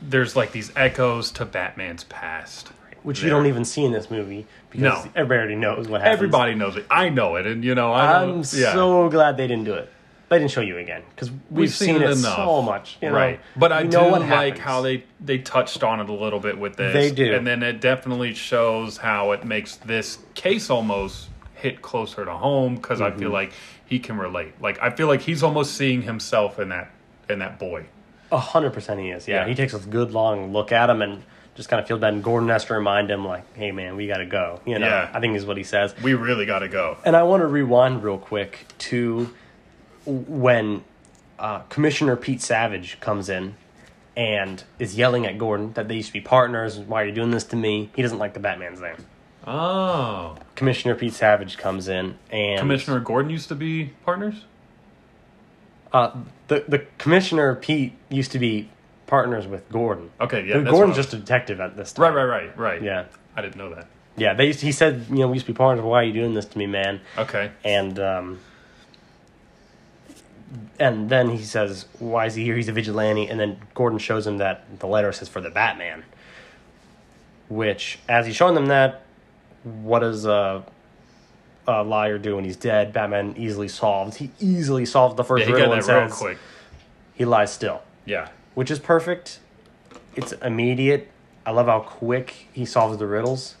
there's like these echoes to Batman's past.
which you
There.
don't even see in this movie because
No.
everybody already knows what happens.
Everybody knows it. I know it, and you know I
I'm
don't, yeah.
so glad they didn't do it. They didn't show you again because we've, seen, it, so
enough.
much, you know?
right but i
We
do like
happens.
how they they touched on it a little bit with this
They do.
and then it definitely shows how it makes this case almost hit closer to home because i
Mm-hmm.
feel like he can relate like i feel like he's almost seeing himself in that in that boy
A hundred percent, he is. Yeah.
Yeah.
he takes a good long look at him and just kind of feels bad. And Gordon has to remind him, like, "Hey, man, we got to go." You know,
Yeah.
I think is what he says.
we really gotta go
And I want to rewind real quick to when uh, Commissioner Pete Savage comes in and is yelling at Gordon that they used to be partners. Why are you doing this to me? He doesn't like the Batman's name.
oh
Commissioner Pete Savage comes in and
commissioner gordon used to be partners
uh, the the Commissioner Pete used to be partners with Gordon.
okay yeah
But
that's
Gordon's
what I was-
just a detective at this time.
right right right right
Yeah.
i didn't know that
Yeah, they used he said, you know, we used to be partners. Why are you doing this to me, man?
okay
And um, and then he says, why is he here? He's a vigilante. And then Gordon shows him that the letter says for the Batman. Which, as he's showing them that, what does a, a liar do when he's dead? Batman easily solves. He easily solved the first
yeah he
riddle
got
and
that real
says
quick
he lies still
yeah
which is perfect. It's immediate. I love how quick he solves the riddles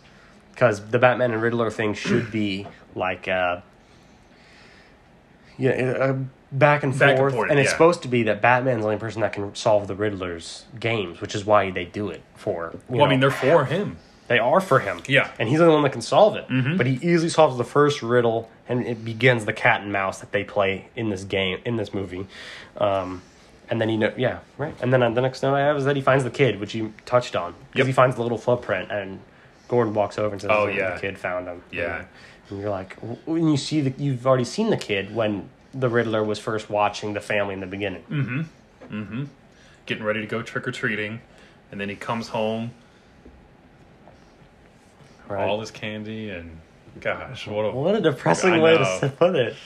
because the Batman and Riddler thing should be like, uh, yeah, it- uh, back and
Back and
forth, and,
forth,
it's
yeah.
supposed to be that Batman's the only person that can solve the Riddler's games, which is why they do it for. you
Well, I mean,
know,
they're for him.
they are for him.
Yeah. Mm-hmm.
and he's the only one that can solve it. But he easily solves the first riddle, and it begins the cat and mouse that they play in this game in this movie. Um, and then you know, yeah, right. And then uh, the next note I have is that he finds the kid, which you touched on, because
Yep.
he finds the little footprint, and Gordon walks over and says,
Oh,
"Oh
yeah.
the kid found him."
Yeah.
and you're like, w- when you see the, you've already seen the kid when the Riddler was first watching the family in the beginning.
Mm. Getting ready to go trick or treating, and then he comes home,
Right.
all his candy, and gosh, what a
What a depressing
I
way
know.
to put it.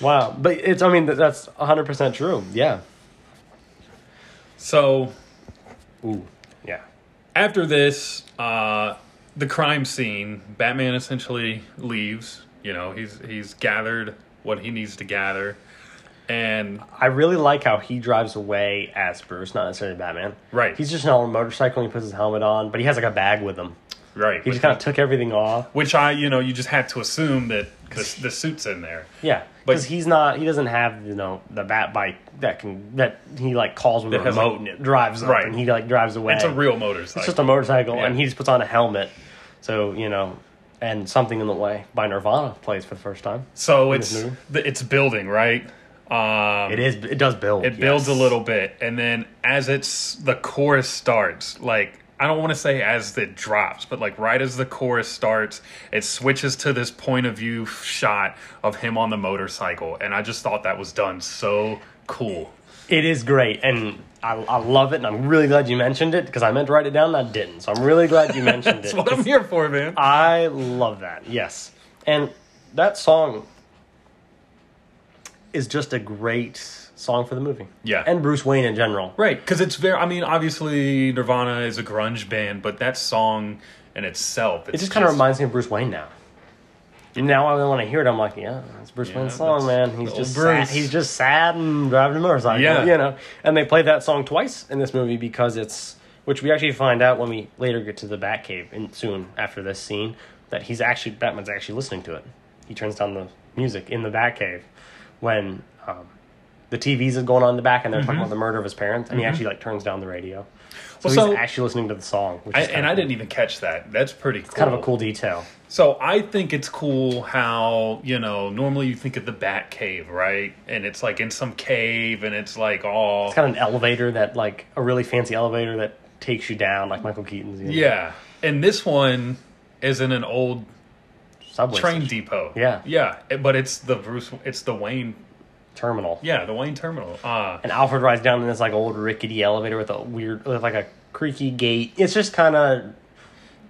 Wow. But it's, I mean, that- that's 100% true. Yeah.
so
Ooh. Yeah.
after this, uh, the crime scene, Batman essentially leaves. You know, he's he's gathered what he needs to gather, and
I really like how he drives away as Bruce, not necessarily Batman.
Right.
He's just on a motorcycle and he puts his helmet on, but he has like a bag with him.
right,
He
which,
just kind of took everything off.
which I you know you just had to assume that the, the suit's in there.
Yeah.
But-
Because he's not, he doesn't have, you know, the bat bike that can, that he like calls with a
That has,
remote
like-
and it drives up
Right.
and he like drives away.
It's a real motorcycle.
It's just a motorcycle,
Yeah.
and he just puts on a helmet. So you know, and something in the way by Nirvana plays for the first time.
so
this
it's
movie.
the, it's building right. Um,
It is. It does build.
it builds a
yes.
little bit and then as it's the chorus starts like i don't want to say as it drops but like right as the chorus starts it switches to this point of view shot of him on the motorcycle and i just thought that was done so cool
It is great, and I, I love it, and I'm really glad you mentioned it because I meant to write it down and I didn't. So I'm really glad you mentioned
that's
it.
what i'm here for man
I love that. Yes, and that song is just a great song for the movie.
Yeah.
and Bruce Wayne in general.
right because it's very i mean obviously nirvana is a grunge band but that song in itself it's
It just kind of reminds me of Bruce Wayne now. And now I want to hear it. I'm like, yeah, that's Bruce
Yeah,
Wayne's song,
that's
man. He's
old
just
Bruce.
sad. he's just sad and driving a motorcycle.
Yeah.
you know. And they play that song twice in this movie because it's which we actually find out when we later get to the Batcave and soon after this scene that he's actually Batman's actually listening to it. He turns down the music in the Batcave when um, the TVs is going on in the back and they're talking about the murder of his parents, and he actually like turns down the radio. So
Mm-hmm. Well,
he's
so-
actually listening to the song, which
I,
is kinda
and i
cool.
didn't even catch that that's pretty cool.
Kind of a cool detail.
So I think it's cool how, you know, normally you think of the Bat Cave, right? And it's like in some cave and it's like all
It's kind of an elevator that, like, a really fancy elevator that takes you down, like Michael Keaton's. You know,
Yeah. And this one is in an old
subway
train
station.
depot.
Yeah.
Yeah. It- But it's the Bruce it's the Wayne
terminal.
yeah, the Wayne terminal. Uh
And Alfred rides down in this like old rickety elevator with a weird, with like a creaky gate. It's just kind of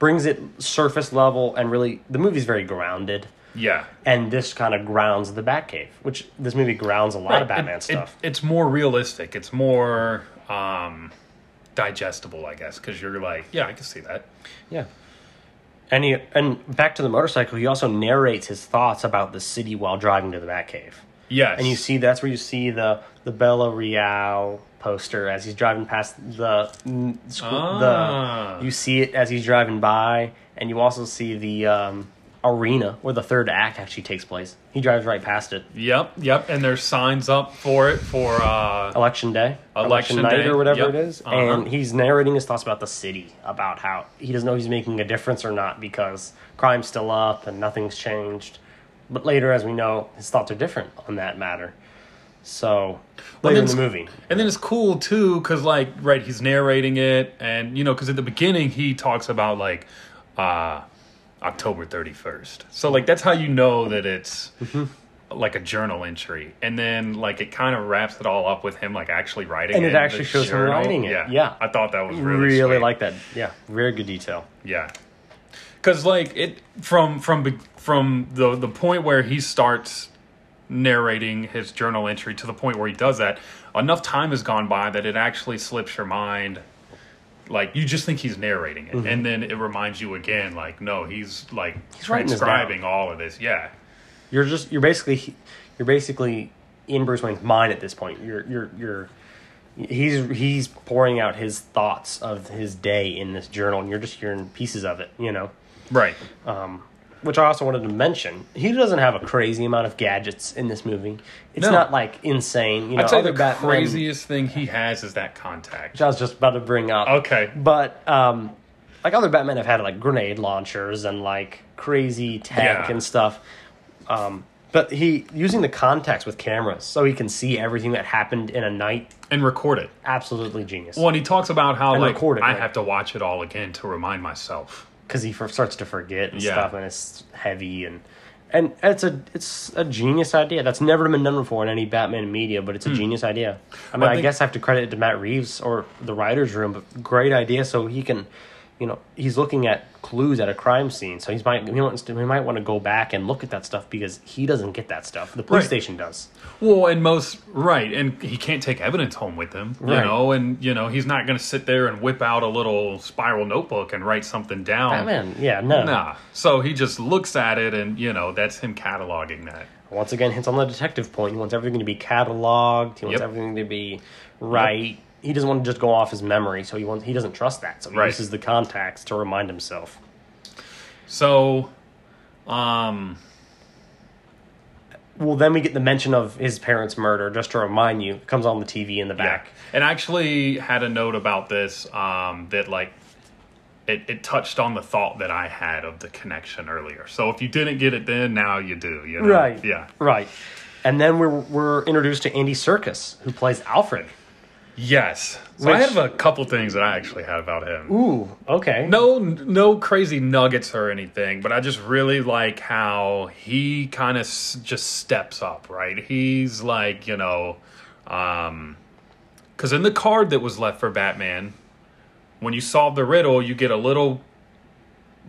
brings it surface level and really the movie's very grounded.
yeah.
And this kind of grounds the Batcave, which this movie grounds a lot of
Right.
Batman
It- it-
stuff.
it's more realistic. It's more um digestible, I guess, cuz you're like, yeah, I can see that.
Yeah. And he and back to the motorcycle, he also narrates his thoughts about the city while driving to the Batcave.
Yes.
and you see that's where you see the the Bella Real poster as he's driving past the mm, school.
Ah.
The you see it as he's driving by, and you also see the um, arena where the third act actually takes place. He drives right past it.
Yep, yep, and there's signs up for it for uh
Election day,
Election
night,
day,
or whatever
yep.
it is,
Uh-huh.
and he's narrating his thoughts about the city, about how he doesn't know he's making a difference or not because crime's still up and nothing's changed. But later, as we know, his thoughts are different on that matter. So later in
then
the movie,
And then it's cool too, cause like right, he's narrating it, and you know, cause at the beginning he talks about like uh, October thirty first. So like that's how you know that it's
Mm-hmm.
like a journal entry, and then like it kind of wraps it all up with him like actually writing
And
it.
it
in the
actually shows him
journal.
writing it,
Yeah,
yeah.
I thought that was really
really,
sweet.
like that. Yeah, very good detail.
Yeah, because like it from from be- from the the point where he starts narrating his journal entry to the point where he does that, enough time has gone by that it actually slips your mind. Like you just think he's narrating
Mm-hmm.
it, and then it reminds you again, like no, he's like
writing this down.
transcribing all of this. Yeah,
You're just you're basically you're basically in Bruce Wayne's mind at this point. You're you're you're he's he's pouring out his thoughts of his day in this journal, and you're just hearing pieces of it. You know,
right.
which I also wanted to mention, he doesn't have a crazy amount of gadgets in this movie. It's
No.
not like insane. You know,
I'd say
other
the
Batman-
craziest thing he has is that contact.
which I was just about to bring up.
Okay.
But um, like other Batman have had like grenade launchers and like crazy tech
Yeah.
and stuff. Um, but he using the contacts with cameras so he can see everything that happened in a night.
And record it.
Absolutely genius.
When he talks about how like
record it,
I
right.
have to watch it all again to remind myself.
because he for, starts to forget and
Yeah.
stuff, and it's heavy and and it's a it's a genius idea that's never been done before in any Batman media, but it's a genius idea. I mean,
Hmm. I
I,
think-
guess I have to credit it to Matt Reeves or the writers' room, but great idea. So he can, you know, he's looking at clues at a crime scene, so he's might he wants to, he might want to go back and look at that stuff because he doesn't get that stuff. The police
Right.
station does.
Well, and most right, and he can't take evidence home with him, you
Right.
know, and you know he's not going to sit there and whip out a little spiral notebook and write something down.
Batman, yeah, no.
Nah. So he just looks at it, and you know that's him cataloging that.
Once again, hits on the detective point. He wants everything to be cataloged. He
Yep.
wants everything to be right. He doesn't want to just go off his memory, so he wants he doesn't trust that. So he
Right.
uses the contacts to remind himself.
So, um,
Well, then we get the mention of his parents' murder, just to remind you. It comes on the TV in the back.
And I actually had a note about this um, that like it, it touched on the thought that I had of the connection earlier. So if you didn't get it then, now you do. You know?
Right.
Yeah.
Right. And then we're we're introduced to Andy Circus, who plays Alfred.
Yes. So I
Which-
have a couple things that I actually had about him.
Ooh, okay.
No, no crazy nuggets or anything, but I just really like how he kind of s- just steps up. Right. He's like you know, um, because in the card that was left for Batman, when you solve the riddle, you get a little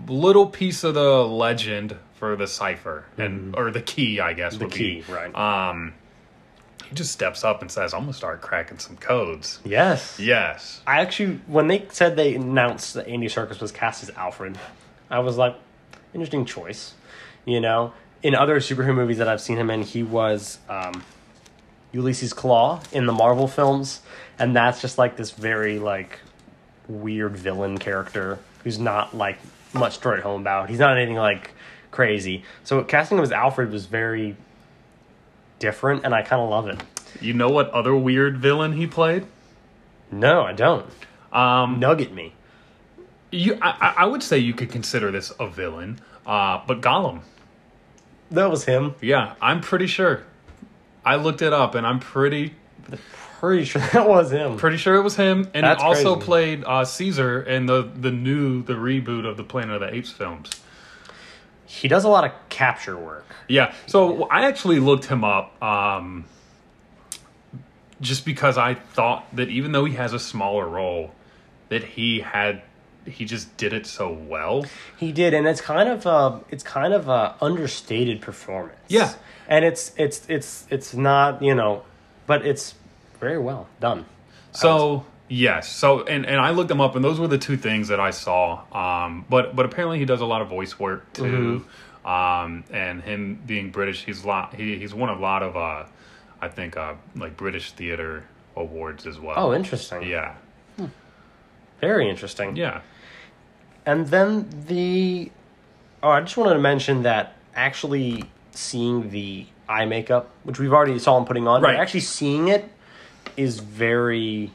little piece of the legend for the cipher and or the key, I guess.
Mm-hmm. the
would
key,
Be.
right?
He just steps up and says, "I'm gonna start cracking some codes."
yes.
Yes.
I actually, when they said they announced that Andy Serkis was cast as Alfred, I was like, interesting choice. You know, in other superhero movies that I've seen him in, he was um, Ulysses Claw in the Marvel films, and that's just like this very like weird villain character who's not like much to write home about. He's not anything like crazy. So casting him as Alfred was very different, and I kind of love it.
You know what other weird villain he played?
No, I don't. Um, Nugget me.
You, I, I- I would say you could consider this a villain, uh, but Gollum.
That was him.
Yeah, I'm pretty sure. I looked it up, and I'm pretty
Pretty sure that was him.
pretty sure it was him. And
That's
he also
crazy.
played uh, Caesar in the the new the reboot of the Planet of the Apes films.
He does a lot of capture work.
Yeah. So I actually looked him up um, just because I thought that even though he has a smaller role, that he had he just did it so well.
He did, and it's kind of a it's kind of a understated performance.
Yeah.
and it's it's it's it's not you know, but it's very well done.
So yes, so and, and I looked them up, and those were the two things that I saw. Um, but but apparently he does a lot of voice work too.
Mm-hmm.
Um, and him being British, he's lot he, he's won a lot of uh, I think uh, like British theater awards as well.
Oh, interesting.
yeah,
very interesting.
yeah,
And then the oh, I just wanted to mention that actually seeing the eye makeup, which we've already saw him putting on, but
Right.
actually seeing it is very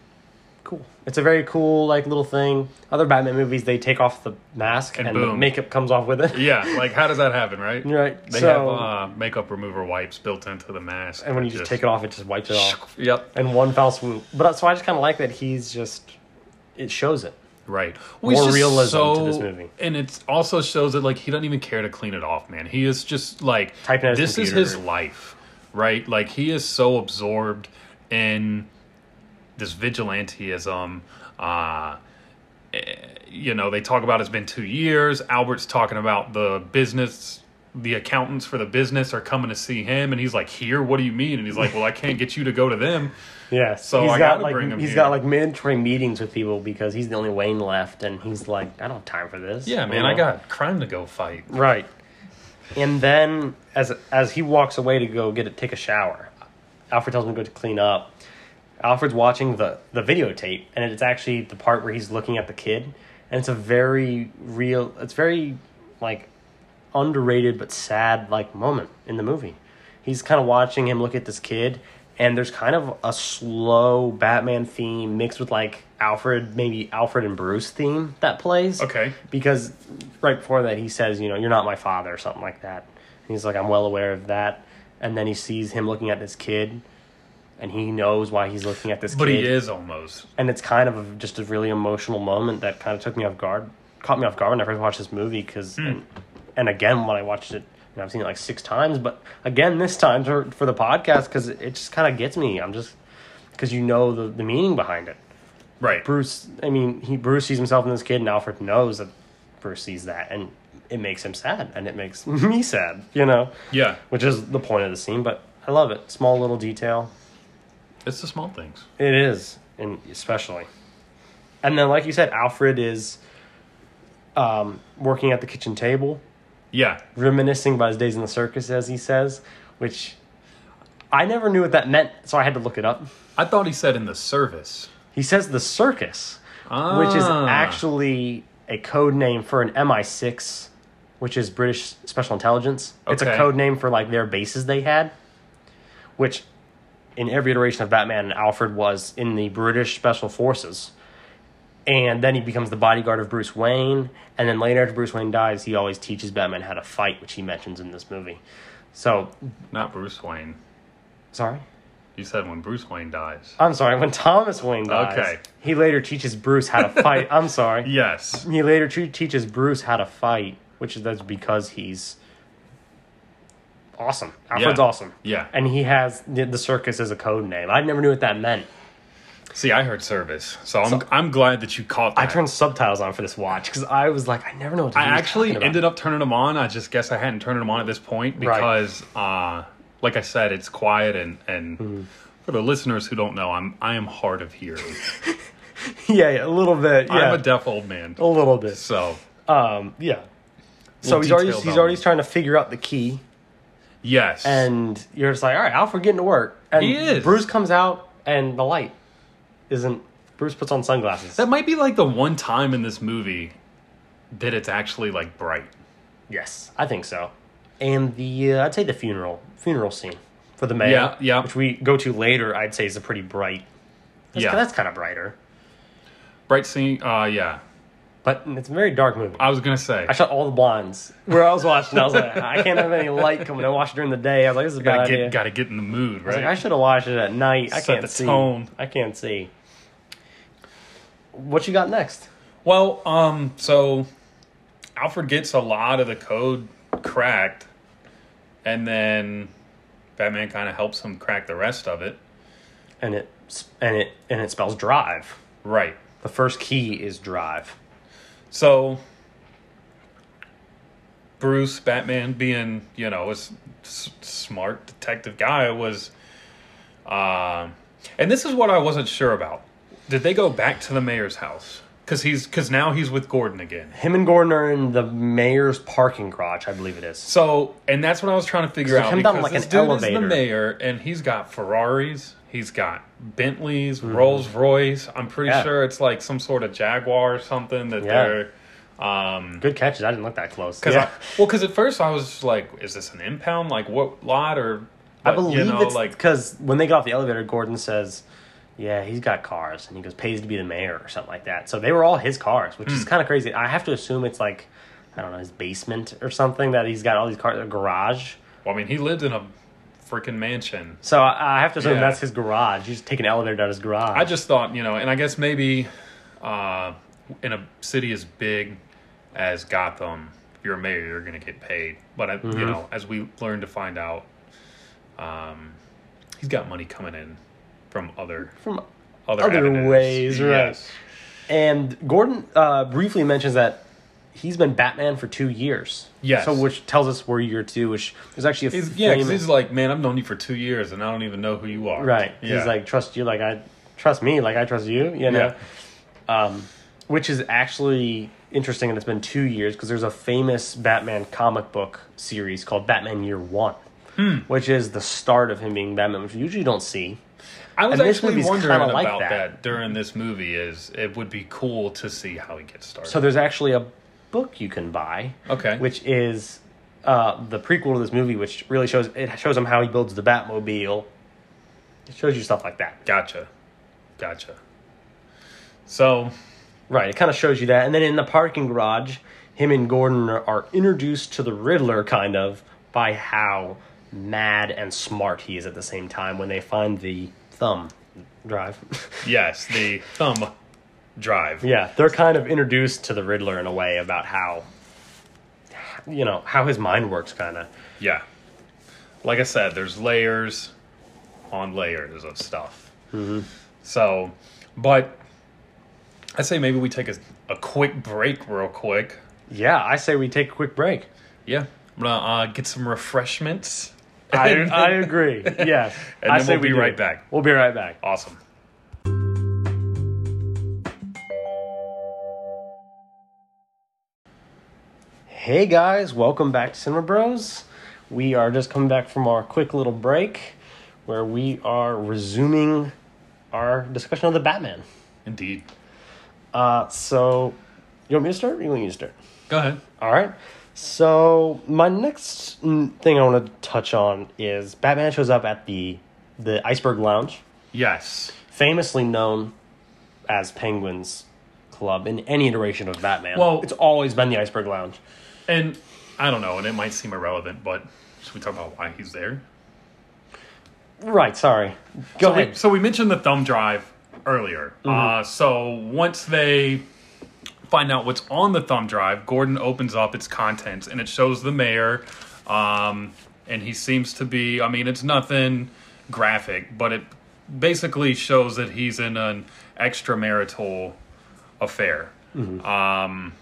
cool. It's a very cool like little thing. Other Batman movies, they take off the mask and,
And
the
boom.
makeup comes off with it.
yeah. Like how does that happen, right?
Right.
They
so
have uh, makeup remover wipes built into the mask,
and when you just, take it off, it just wipes it off
Yep.
in one fell swoop. But so I just kind of like that he's just it shows it.
Right. Well,
More
he's just
realism to this movie.
And it also shows that like he doesn't even care to clean it off, man. He is just like
Typing at his
this is
computer.
his life, right? Like he is so absorbed in this vigilanteism. Uh eh, you know, they talk about it's been two years. Albert's talking about the business the accountants for the business are coming to see him and he's like, Here, what do you mean? And he's like, Well, I can't get you to go to them.
Yeah,
So
he's
I
got
gotta
like
bring him
he's
here.
got like mandatory meetings with people because he's the only Wayne left, and he's like, I don't have time for this.
Yeah, man,
you
I
know?
got crime to go fight.
right. And then as as he walks away to go get a, take a shower, Alfred tells him to go to clean up. Alfred's watching the the videotape, and it's actually the part where he's looking at the kid, and it's a very real. It's very like underrated but sad like moment in the movie. He's kind of watching him look at this kid, and there's kind of a slow Batman theme mixed with like Alfred, maybe Alfred and Bruce theme that plays.
Okay.
Because right before that, he says, you know, you're not my father or something like that. And he's like, I'm well aware of that. And then he sees him looking at this kid, and he knows why he's looking at this
But
kid
he is almost.
and it's kind of a, just a really emotional moment that kind of took me off guard, caught me off guard when I first watched this movie. Because
Hmm.
and, and again, when I watched it, and I've seen it like six times, but again this time for, for the podcast because it just kind of gets me. I'm just because you know the, the meaning behind it.
Right.
Bruce, I mean, he Bruce sees himself in this kid, and Alfred knows that Bruce sees that, and it makes him sad, and it makes me sad, you know,
Yeah.
which is the point of the scene. But I love it. Small little detail.
It's the small things.
It is, and especially. And then, like you said, Alfred is um, working at the kitchen table,
Yeah.
reminiscing about his days in the circus, as he says, which I never knew what that meant, so I had to look it up.
I thought he said in the service.
He says the circus, which is
Ah.
actually a code name for an MI6, which is British Special Intelligence. It's a
Okay.
code name for like their bases they had, which in every iteration of Batman, Alfred was in the British Special Forces. And then he becomes the bodyguard of Bruce Wayne. And then later, after Bruce Wayne dies, he always teaches Batman how to fight, which he mentions in this movie. So,
Not Bruce Wayne.
sorry?
You said when Bruce Wayne dies.
I'm sorry, when Thomas Wayne dies,
Okay.
he later teaches Bruce how to fight. I'm sorry.
Yes.
he later t- teaches Bruce how to fight, which is that's because he's awesome. Alfred's
Yeah.
awesome.
Yeah.
And he has the the circus as a code name. I never knew what that meant.
See, I heard service, so I'm I'm glad that you caught that.
I turned subtitles on for this watch because I was like, I never know what
I actually ended up turning them on. I just guess I hadn't turned them on at this point
Right.
because, uh, like I said, it's quiet and and for the listeners who don't know, I'm I am hard of hearing.
Yeah, yeah, a little bit. Yeah,
I'm a deaf old man,
a little bit.
so
Um, yeah. So he's
detailed
already he's
element.
already trying to figure out the key,
yes,
and you're just like, all right, Alfred, getting to work. And
He is.
Bruce comes out, and the light isn't. Bruce puts on sunglasses.
that might be like the one time in this movie that it's actually like bright.
Yes, I think so. And the uh, I'd say the funeral funeral scene for the mayor,
Yeah, yeah.
which we go to later. I'd say is a pretty bright. That's,
Yeah.
that's kind of brighter,
Bright scene, uh, yeah.
but it's a very dark movie.
I was gonna say,
I shut all the blinds where I was watching. I was like, I can't have any light coming. I watched it during the day. I was like, this is a bad
gotta
idea.
get gotta get in the mood,
I was
right?
like, I should have watched it at night. I
Set
can't
the
see.
tone.
I can't see. What you got next?
Well, um, so Alfred gets a lot of the code cracked, and then Batman kind of helps him crack the rest of it.
And it and it and it spells drive.
Right.
The first key is drive.
So Bruce, Batman, being you know a s- s- smart detective guy, was, uh, and this is what I wasn't sure about. Did they go back to the mayor's house? Because he's because now he's with Gordon again.
Him and Gordon are in the mayor's parking garage, I believe it is.
So, and that's what I was trying to figure
So
out
come
because
down like
this
an
dude is
elevator.
the mayor, and he's got Ferraris, he's got Bentleys, Rolls Royce. I'm pretty
Mm-hmm. Yeah.
sure it's like some sort of Jaguar or something that
Yeah.
they're.
Good catches. I didn't look that close.
Cause
Yeah.
I, well, because at first I was just like, "Is this an impound? Like what lot or?"
I,
but,
believe
you know,
it's
like
because when they get off the elevator, Gordon says, "Yeah, he's got cars," and he goes, "Pays to be the mayor" or something like that. So they were all his cars, which
Hmm.
is kind of crazy. I have to assume it's like I don't know his basement or something that he's got all these cars, a garage.
well, I mean, he lived in a freaking mansion.
So I, I have to assume
Yeah.
that's his garage. He's taking an elevator down his garage.
I just thought, you know, and I guess maybe uh, in a city as big as Gotham, if you're a mayor, you're going to get paid. But, I,
Mm-hmm.
you know, as we learned to find out, um, he's got money coming in from other
From-
other,
other
avenues.
ways, right.
Yes.
And Gordon uh, briefly mentions that he's been Batman for two years.
Yes.
So which tells us we're year two, which is actually a
He's, yeah, 'cause
famous-
he's like, man, I've known you for two years and I don't even know who you are.
Right.
Yeah.
He's like, trust you like I trust me like I trust you, you know? Um, which is actually interesting, and it's been two years because there's a famous Batman comic book series called Batman Year One, which is the start of him being Batman, which you usually don't see.
I was
and this
actually
movie's
wondering
kinda
about
like
that.
that.
during this movie. Is it would be cool to see how he gets started?
So there's actually a book you can buy,
okay,
which is uh, the prequel to this movie, which really shows it shows him how he builds the Batmobile. It shows you stuff like that,
Gotcha. Gotcha. So,
right? It kind of shows you that, and then in the parking garage, him and Gordon are, are introduced to the Riddler, kind of by how mad and smart he is at the same time when they find the thumb drive.
yes, the thumb drive.
Yeah, they're kind of introduced to the Riddler in a way about how, you know, how his mind works, kind of.
Yeah. Like I said, there's layers on layers of stuff. So, but I say maybe we take a, a quick break, real quick.
Yeah, I say we take a quick break.
Yeah. I'm going to uh, get some refreshments.
I, I agree. Yes,
And
I
then
say
we'll be
do.
right back.
We'll be right back.
awesome.
Hey guys, welcome back to Cinema Bros. We are just coming back from our quick little break, where we are resuming our discussion of the Batman.
Indeed.
Uh, so, you want me to start? Or you want you to start?
Go ahead.
All right. So my next mm, thing I want to touch on is Batman shows up at the the Iceberg Lounge,
Yes.
famously known as Penguin's Club in any iteration of Batman.
Well-
it's always been the Iceberg Lounge.
And I don't know, and it might seem irrelevant, but should we talk about why he's there?
Right. Sorry. Go
so
ahead. Mm-hmm.
We, so we mentioned the thumb drive earlier. Uh, so once they find out what's on the thumb drive, Gordon opens up its contents and it shows the mayor. Um, and he seems to be, I mean, it's nothing graphic, but it basically shows that he's in an extramarital affair
Mm-hmm.
um,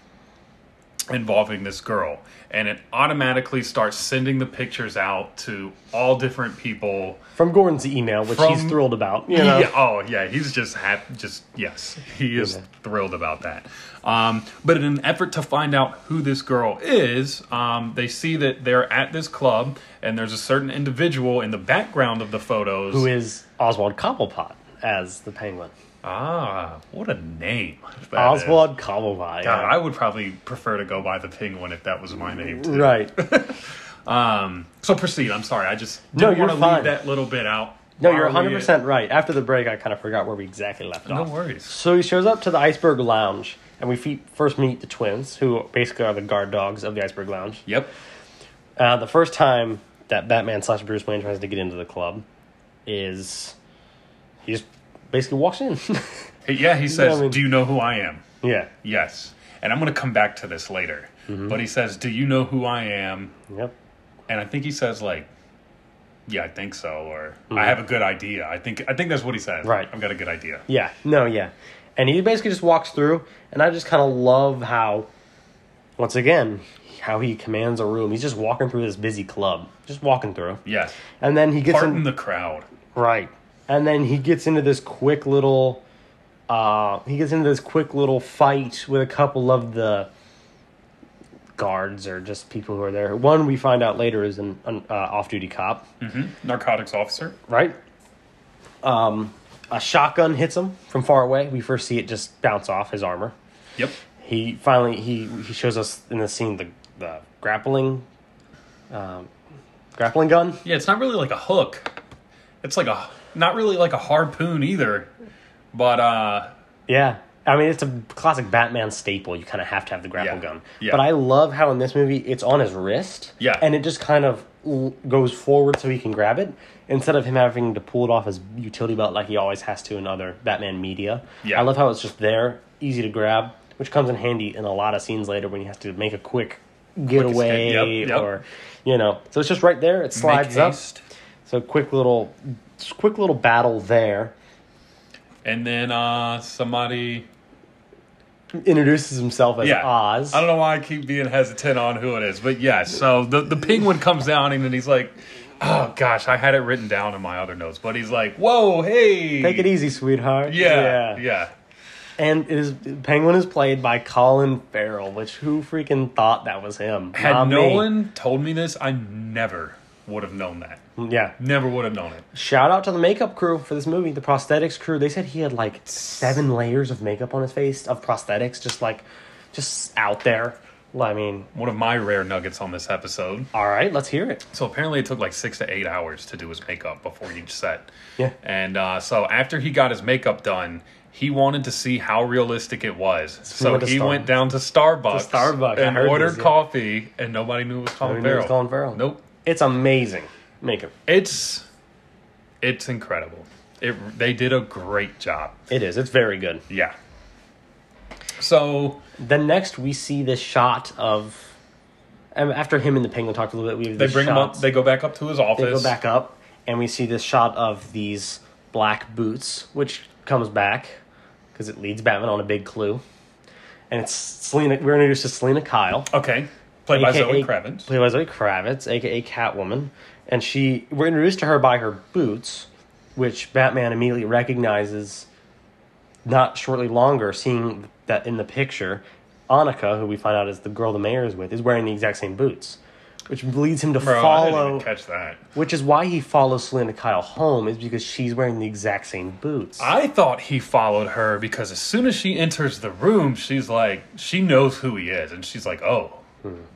involving this girl and it automatically starts sending the pictures out to all different people
From Gordon's email, which he's
From-
thrilled about. You know.
yeah, oh yeah, he's just happy. Just yes, he is
Yeah.
thrilled about that. Um, but in an effort to find out who this girl is, um, they see that they're at this club, and there's a certain individual in the background of the photos.
Who is Oswald Cobblepot as the Penguin?
ah, what a name! that is.
Oswald
God,
Cobblepot. yeah.
I would probably prefer to go by the penguin if that was my name too.
Right.
Um, so proceed. I'm sorry, I just
No,
didn't
you're
want to
fine.
leave that little bit out.
No, you're
Are we- uh,
100 percent right. After the break, I kind of forgot where we exactly left
No
off.
worries.
So he shows up to the Iceberg Lounge, and we fe- first meet the twins, who basically are the guard dogs of the Iceberg Lounge.
Yep.
Uh, the first time that Batman slash Bruce Wayne tries to get into the club is he just basically walks in.
Yeah, he says,
I mean-
"Do you know who I am?"
yeah.
Yes. And I'm going to come back to this later. But he says, Do you know who I am?
Yep.
And I think he says, like, yeah, I think so, or I have a good idea. I think I think that's what he says.
Right.
I've got a good idea.
Yeah. No. Yeah. And he basically just walks through, and I just kind of love how, once again, how he commands a room. He's just walking through this busy club, just walking through,
Yes.
and then he gets
Part
in.
in the crowd.
Right. And then he gets into this quick little uh he gets into this quick little fight with a couple of the guards or just people who are there. One we find out later is an, an uh, off-duty cop,
Narcotics officer.
right? Um a shotgun hits him from far away. We first see it just bounce off his armor.
Yep.
He finally he he shows us in the scene the the grappling um grappling gun.
Yeah, it's not really like a hook. It's like a not really like a harpoon either. But uh
Yeah. I mean, it's a classic Batman staple. You kind of have to have the grapple
Yeah.
gun.
Yeah.
But I love how in this movie it's on his wrist.
Yeah.
And it just kind of l- goes forward so he can grab it instead of him having to pull it off his utility belt like he always has to in other Batman media.
Yeah.
I love how it's just there, easy to grab, which comes in handy in a lot of scenes later when you have to make a quick getaway
escape. Yep, yep.
or, you know. So it's just right there. It slides up.
haste.
So quick little, quick little battle there.
and then uh somebody
Introduces himself as
yeah.
Oz.
I don't know why I keep being hesitant on who it is, but yeah. So the the penguin comes down and then he's like, "Oh gosh, I had it written down in my other notes," but he's like, "Whoa, hey,
Take it easy, sweetheart.
Yeah, yeah,
And it is Penguin is played by Colin Farrell, which who freaking thought that was him?
Had
Not me.
no one told me this, I never would have known that.
Yeah.
Never would have known it.
Shout out to the makeup crew for this movie, the prosthetics crew. They said he had like seven layers of makeup on his face of prosthetics, just like, just out there. Well, I mean,
One of my rare nuggets on this episode.
all right, let's hear it.
So apparently, it took like six to eight hours to do his makeup before each set.
Yeah.
And uh, so after he got his makeup done, he wanted to see how realistic it was.
he
So
went to
he
Starbucks.
went down to Starbucks,
To Starbucks, I
and
heard
ordered
this, yeah.
coffee, and nobody knew it was Colin
Nobody knew it
Farrell.
was Colin Farrell.
Nope.
It's amazing. Makeup.
It's it's incredible. It they did a great job.
It is. It's very good.
Yeah. So
Then next we see this shot of um, after him and the penguin talked a little bit. We have
they
these
bring him up.
shots.
They go back up to his office.
They go back up, and we see this shot of these black boots, which comes back because it leads Batman on a big clue. And it's Selena. We're introduced to Selena Kyle,
Okay. Played by
AKA
Zoe Kravitz.
played by Zoe Kravitz, aka Catwoman, and she. We're introduced to her by her boots, which Batman immediately recognizes. Not shortly longer, seeing that in the picture, Annika, who we find out is the girl the mayor is with, is wearing the exact same boots, which leads him to
Bro, I didn't
follow
even catch that.
which is why he follows Selena Kyle home, is because she's wearing the exact same boots.
I thought he followed her because as soon as she enters the room, she's like, she knows who he is, and she's like, oh,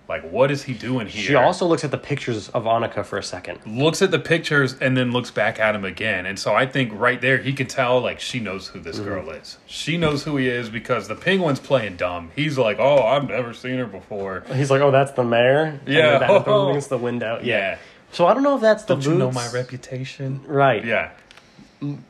like what is he doing here?
she also looks at the pictures of Annika for a second.
looks at the pictures and then looks back at him again, and so I think right there he can tell like she knows who
Mm-hmm.
this girl is. She knows who he is because the penguin's playing dumb. He's like, oh, I've never seen her before.
He's like, "Oh, that's the mayor." And
Yeah. Oh.
then Batman throws him against the window.
Yeah,
So I don't know if that's the
don't
boots.
you know my reputation?
Right.
Yeah,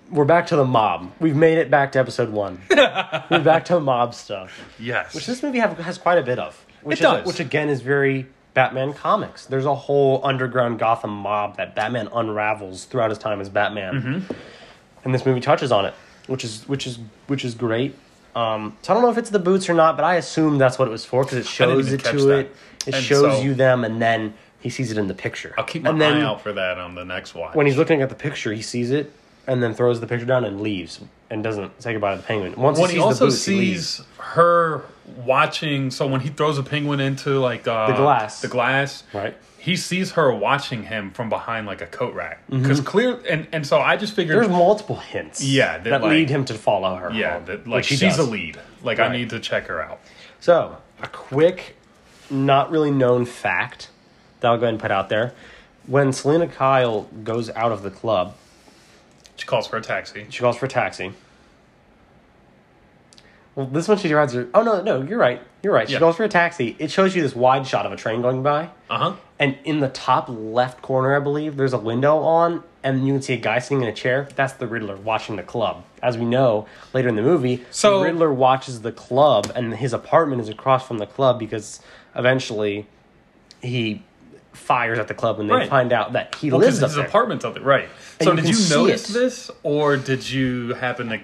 We're back to the mob. We've made it back to episode one. We're back to mob stuff,
yes.
which this movie have, has quite a bit of. Which
It
is-
does.
which again is very Batman comics. There's a whole underground Gotham mob that Batman unravels throughout his time as Batman.
Mm-hmm.
and this movie touches on it, which is which is which is great. Um, so I don't know if it's the boots or not, but I assume that's what it was for because it
didn't
shows
even
it
catch
to
that.
it. It
And
shows
so-
you them, and then he sees it in the picture.
I'll keep my
and then
eye out for that on the next watch.
When he's looking at the picture, he sees it, and then throws the picture down and leaves, and doesn't say goodbye to the penguin. Once
when
he
he,
sees
also
the boots, he leaves.
sees her watching so when he throws a penguin into like uh,
The glass.
the glass
Right.
he sees her watching him from behind like a coat rack because clear and and so i just figured
Mm-hmm. There's multiple hints.
Yeah, that,
that,
like-
lead him to follow her.
yeah
home,
that, like
which he
she's a
does.
lead like i
Right.
need to check her out
So, a quick, not really known fact that I'll go ahead and put out there. When Selena Kyle goes out of the club,
she calls for a taxi
she calls for a taxi. Well, this one she rides her. Oh, no, no, you're right. You're right. She
Yeah.
calls for a taxi. It shows you this wide shot of a train going by.
uh-huh
And in the top left corner, I believe, there's a window on, and you can see a guy sitting in a chair. That's the Riddler watching the club. As we know later in the movie,
So-
the Riddler watches the club, and his apartment is across from the club because eventually he fires at the club when they
Right.
find out that he
because
lives up
his
there.
apartment's up there right so
you
did
can
you
see
notice
it.
this or did you happen to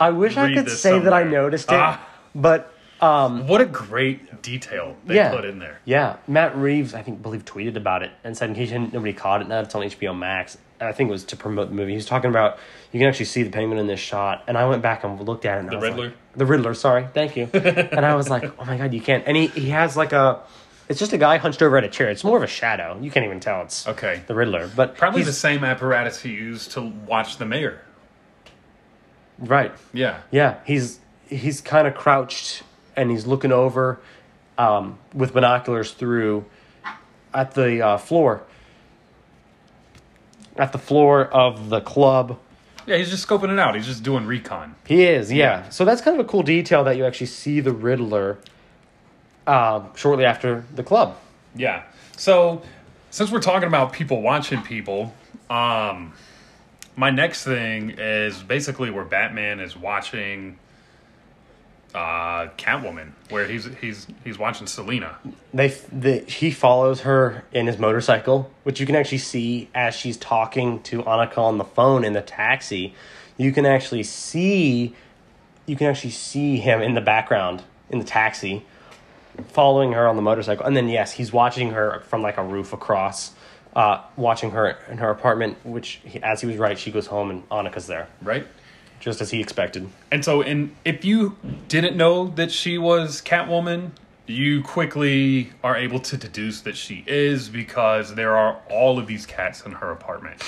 I wish I
read
could
this
say that I
somewhere.
noticed it,
Ah.
but
what a great detail they
yeah,
put in there
Yeah, Matt Reeves, I think, believe tweeted about it and said in case you didn't- nobody caught it, now it's on HBO Max. I think it was to promote the movie. He was talking about you can actually see the penguin in this shot, and I went back and looked at it. And the
Riddler?
the Riddler. Sorry, thank you. and I was like, oh my god, you can't. And he, he has like a, it's just a guy hunched over at a chair. It's more of a shadow. You can't even tell it's
Okay.
the Riddler. But
probably the
he's-
same apparatus he used to watch the mayor
right.
yeah
Yeah, he's he's kind of crouched and he's looking over um, with binoculars through at the uh, floor at the floor of the club.
yeah he's just scoping it out he's just doing recon
He is, yeah. So that's kind of a cool detail that you actually see the Riddler um, shortly after the club.
Yeah. So, since we're talking about people watching people, um, my next thing is basically where Batman is watching uh, Catwoman, where he's he's he's watching Selena.
they the, he follows her in his motorcycle, which you can actually see as she's talking to Annika on the phone in the taxi. You can actually see, you can actually see him in the background in the taxi, following her on the motorcycle, and then yes, he's watching her from like a roof across, uh, watching her in her apartment. Which, he, as he was right, she goes home and Annika's there,
Right.
just as he expected.
And so, and if you didn't know that she was Catwoman, you quickly are able to deduce that she is because there are all of these cats in her apartment.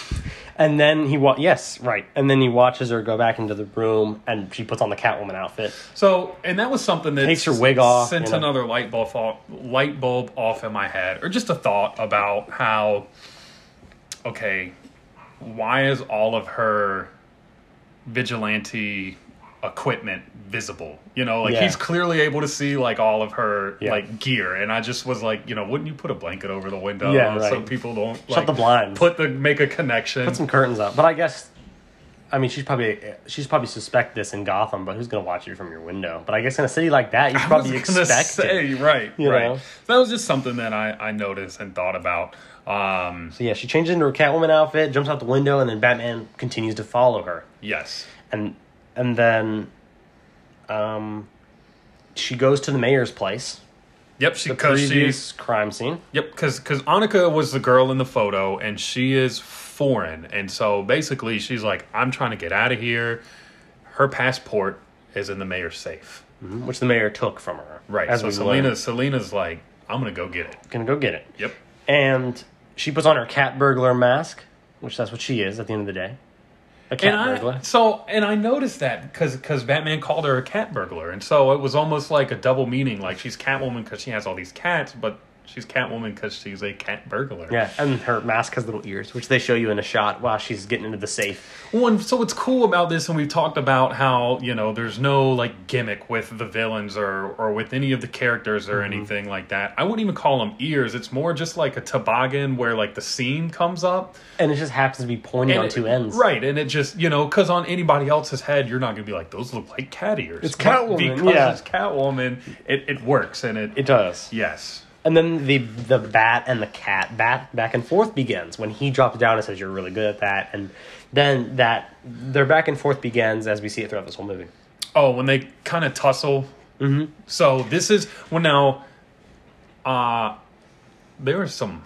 And then he wa- yes, right. And then he watches her go back into the room, and she puts on the Catwoman outfit.
So, and that was something that
Takes her wig off,
sent
you know.
another light bulb off, light bulb off in my head, or just a thought about how, okay, why is all of her vigilante equipment visible? You know, like
Yeah.
he's clearly able to see like all of her
Yeah.
like gear, and I just was like, you know, wouldn't you put a blanket over the window
Yeah,
so
right.
people don't
Shut
like,
the blinds.
put the make a connection?
Put some curtains up. But I guess, I mean, she's probably she's probably suspect this in Gotham, but who's gonna watch you from your window? But I guess in a city like that, you
I was
probably
gonna
expect it.
say, right,
you
right.
know?
So that was just something that I, I noticed and thought about. Um,
So yeah, she changes into her Catwoman outfit, jumps out the window, and then Batman continues to follow her.
yes,
and and then um she goes to the mayor's place
yep. She because she's
previous crime scene
yep because because Annika was the girl in the photo and she is foreign and so basically she's like I'm trying to get out of here. Her passport is in the mayor's safe.
which the mayor took from her
Mm-hmm. Right.
as
so
we
Selena
learn.
Selena's like I'm gonna go get it.
gonna go get it
Yep.
and she puts on her cat burglar mask which that's what she is at the end of the day a cat
and I,
burglar
so and I noticed that because Batman called her a cat burglar, and so it was almost like a double meaning. Like she's Catwoman because she has all these cats, but she's Catwoman because she's a cat burglar.
yeah and her mask has little ears which they show you in a shot while she's getting into the safe
Well, and so what's cool about this, and we've talked about how you know there's no like gimmick with the villains or or with any of the characters
Mm-hmm.
or anything like that. I wouldn't even call them ears. It's more just like a toboggan where like the seam comes up.
and it just happens to be pointed on
And
two
it-
ends
Right, and it just you know because on anybody else's head, you're not going to be like those look like cat ears.
It's
But
Catwoman,
because
yeah.
it's Catwoman. It it works, and it,
it does
yes,
And then the the bat and the cat bat back and forth begins when he drops down and says you're really good at that, and then that their back and forth begins as we see it throughout this whole movie.
Oh, when they kind of tussle. Mm-hmm. So this is well now. Uh there is some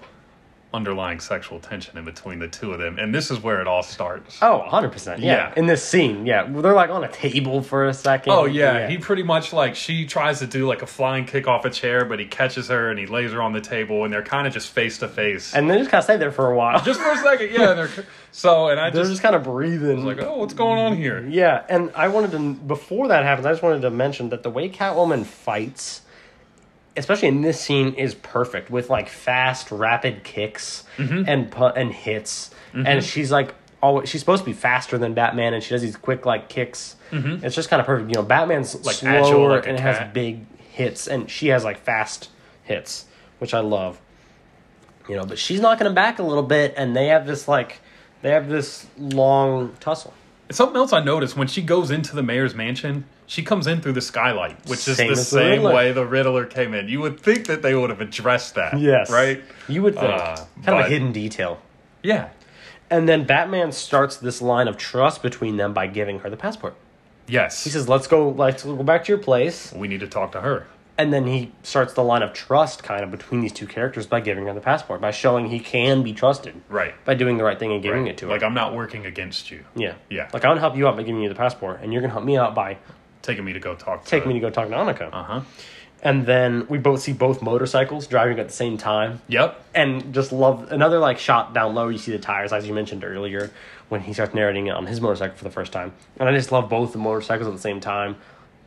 underlying sexual tension in between the two of them, and this is where it all starts.
Oh, 100 percent, yeah.
Yeah.
In this scene, yeah, Well, they're like on a table for a second.
Oh yeah, he pretty much like she tries to do like a flying kick off a chair, but he catches her and he lays her on the table, and they're kind of just face to face.
and they just kind of stay there for a while.
Just for a second, yeah. They're, so and I
they're
just
just kind of breathing.
like, oh, what's going on here?
yeah, and I wanted to before that happens, I just wanted to mention that the way Catwoman fights, especially in this scene, is perfect with like fast, rapid kicks
Mm-hmm.
and pu- and hits, and she's like always she's supposed to be faster than Batman, and she does these quick like kicks. It's just kind of perfect, you know. Batman's like
Mm-hmm. Like
slower
agile like a
and has
cat.
big hits, and she has like fast hits, which I love. You know, but she's knocking him back a little bit, and they have this like they have this long tussle.
Something else I noticed when she goes into the mayor's mansion, she comes in through the skylight, which is
Same
the
as the
same
Riddler.
way the Riddler came in. You would think that they would have addressed that.
Yes.
Right?
You would think.
Uh,
kind of a
but-
hidden detail.
Yeah.
And then Batman starts this line of trust between them by giving her the passport.
Yes.
He says, "Let's go. Let's go back to your place."
we need to talk to her.
And then he starts the line of trust, kind of between these two characters, by giving her the passport, by showing he can be trusted,
Right.
by doing the right thing and giving it to her.
Like, I'm not working against you.
yeah,
Yeah.
Like I'm gonna help you out by giving you the passport, and you're gonna help me out by
Taking me to go talk to
taking me to go talk to Annika.
Uh huh.
And then we both see both motorcycles driving at the same time.
Yep.
and just love another like shot down low. You see the tires, as you mentioned earlier, when he starts narrating it on his motorcycle for the first time. And I just love both the motorcycles at the same time.